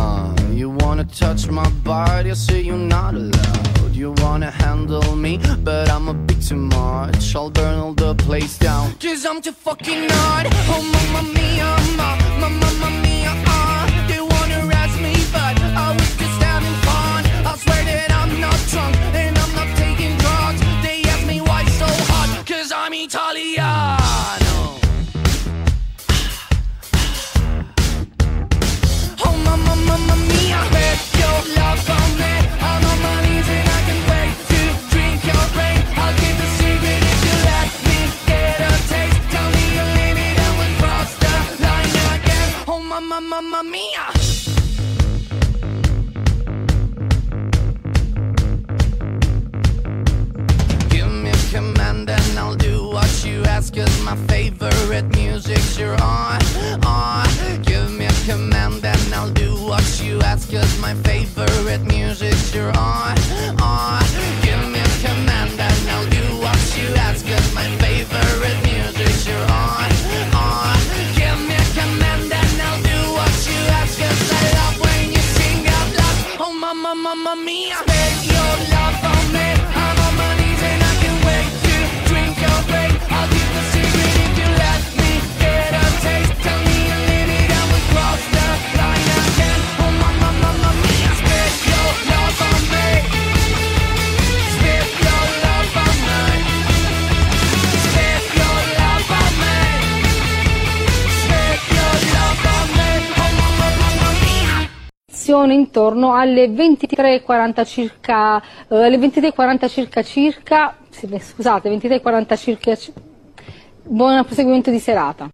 [SPEAKER 5] Oh, touch my body, I say you're not allowed. You wanna handle me, but I'm a bit too much. I'll burn all the place down.
[SPEAKER 4] Cause I'm too fucking hard. Oh, mamma mia, ma, ma, mamma mia, ah. They wanna arrest me, but I was just having fun. I swear that I'm not drunk and I'm not taking drugs. They ask me why so hot, cause I'm Italiano. Oh, mamma, mamma mia, bet your love on me. I'm on my knees and I can wait to drink your brain. I'll keep the secret if you let me get a taste. Tell me you leave it and we'll cross the line again. Oh, mamma, mamma mia.
[SPEAKER 5] Give me a command and I'll do what you ask. Cause my favorite music's your on, on. Give me a command and I'll do what you ask. Cause my favorite music's your on, on. Give me a command and I'll do what you ask. Cause my favorite music's your on, on.
[SPEAKER 4] Give me a command and I'll do what you ask. Cause I love when you sing out loud. Oh, mamma, mamma mia. Spend your love on me. I'm on my knees and I can wait to drink your brain. I'll keep the secret if you let me get a taste. Tell me a limit and we'll cross the line again. Oh, mamma, mamma mia. Spend your love on me. Spend your love on me. Spend your love on me. Oh,
[SPEAKER 26] Sono intorno alle 23.40 circa, eh, alle 23.40 circa circa, sì, beh, scusate, 23.40 circa, ci- buon proseguimento di serata.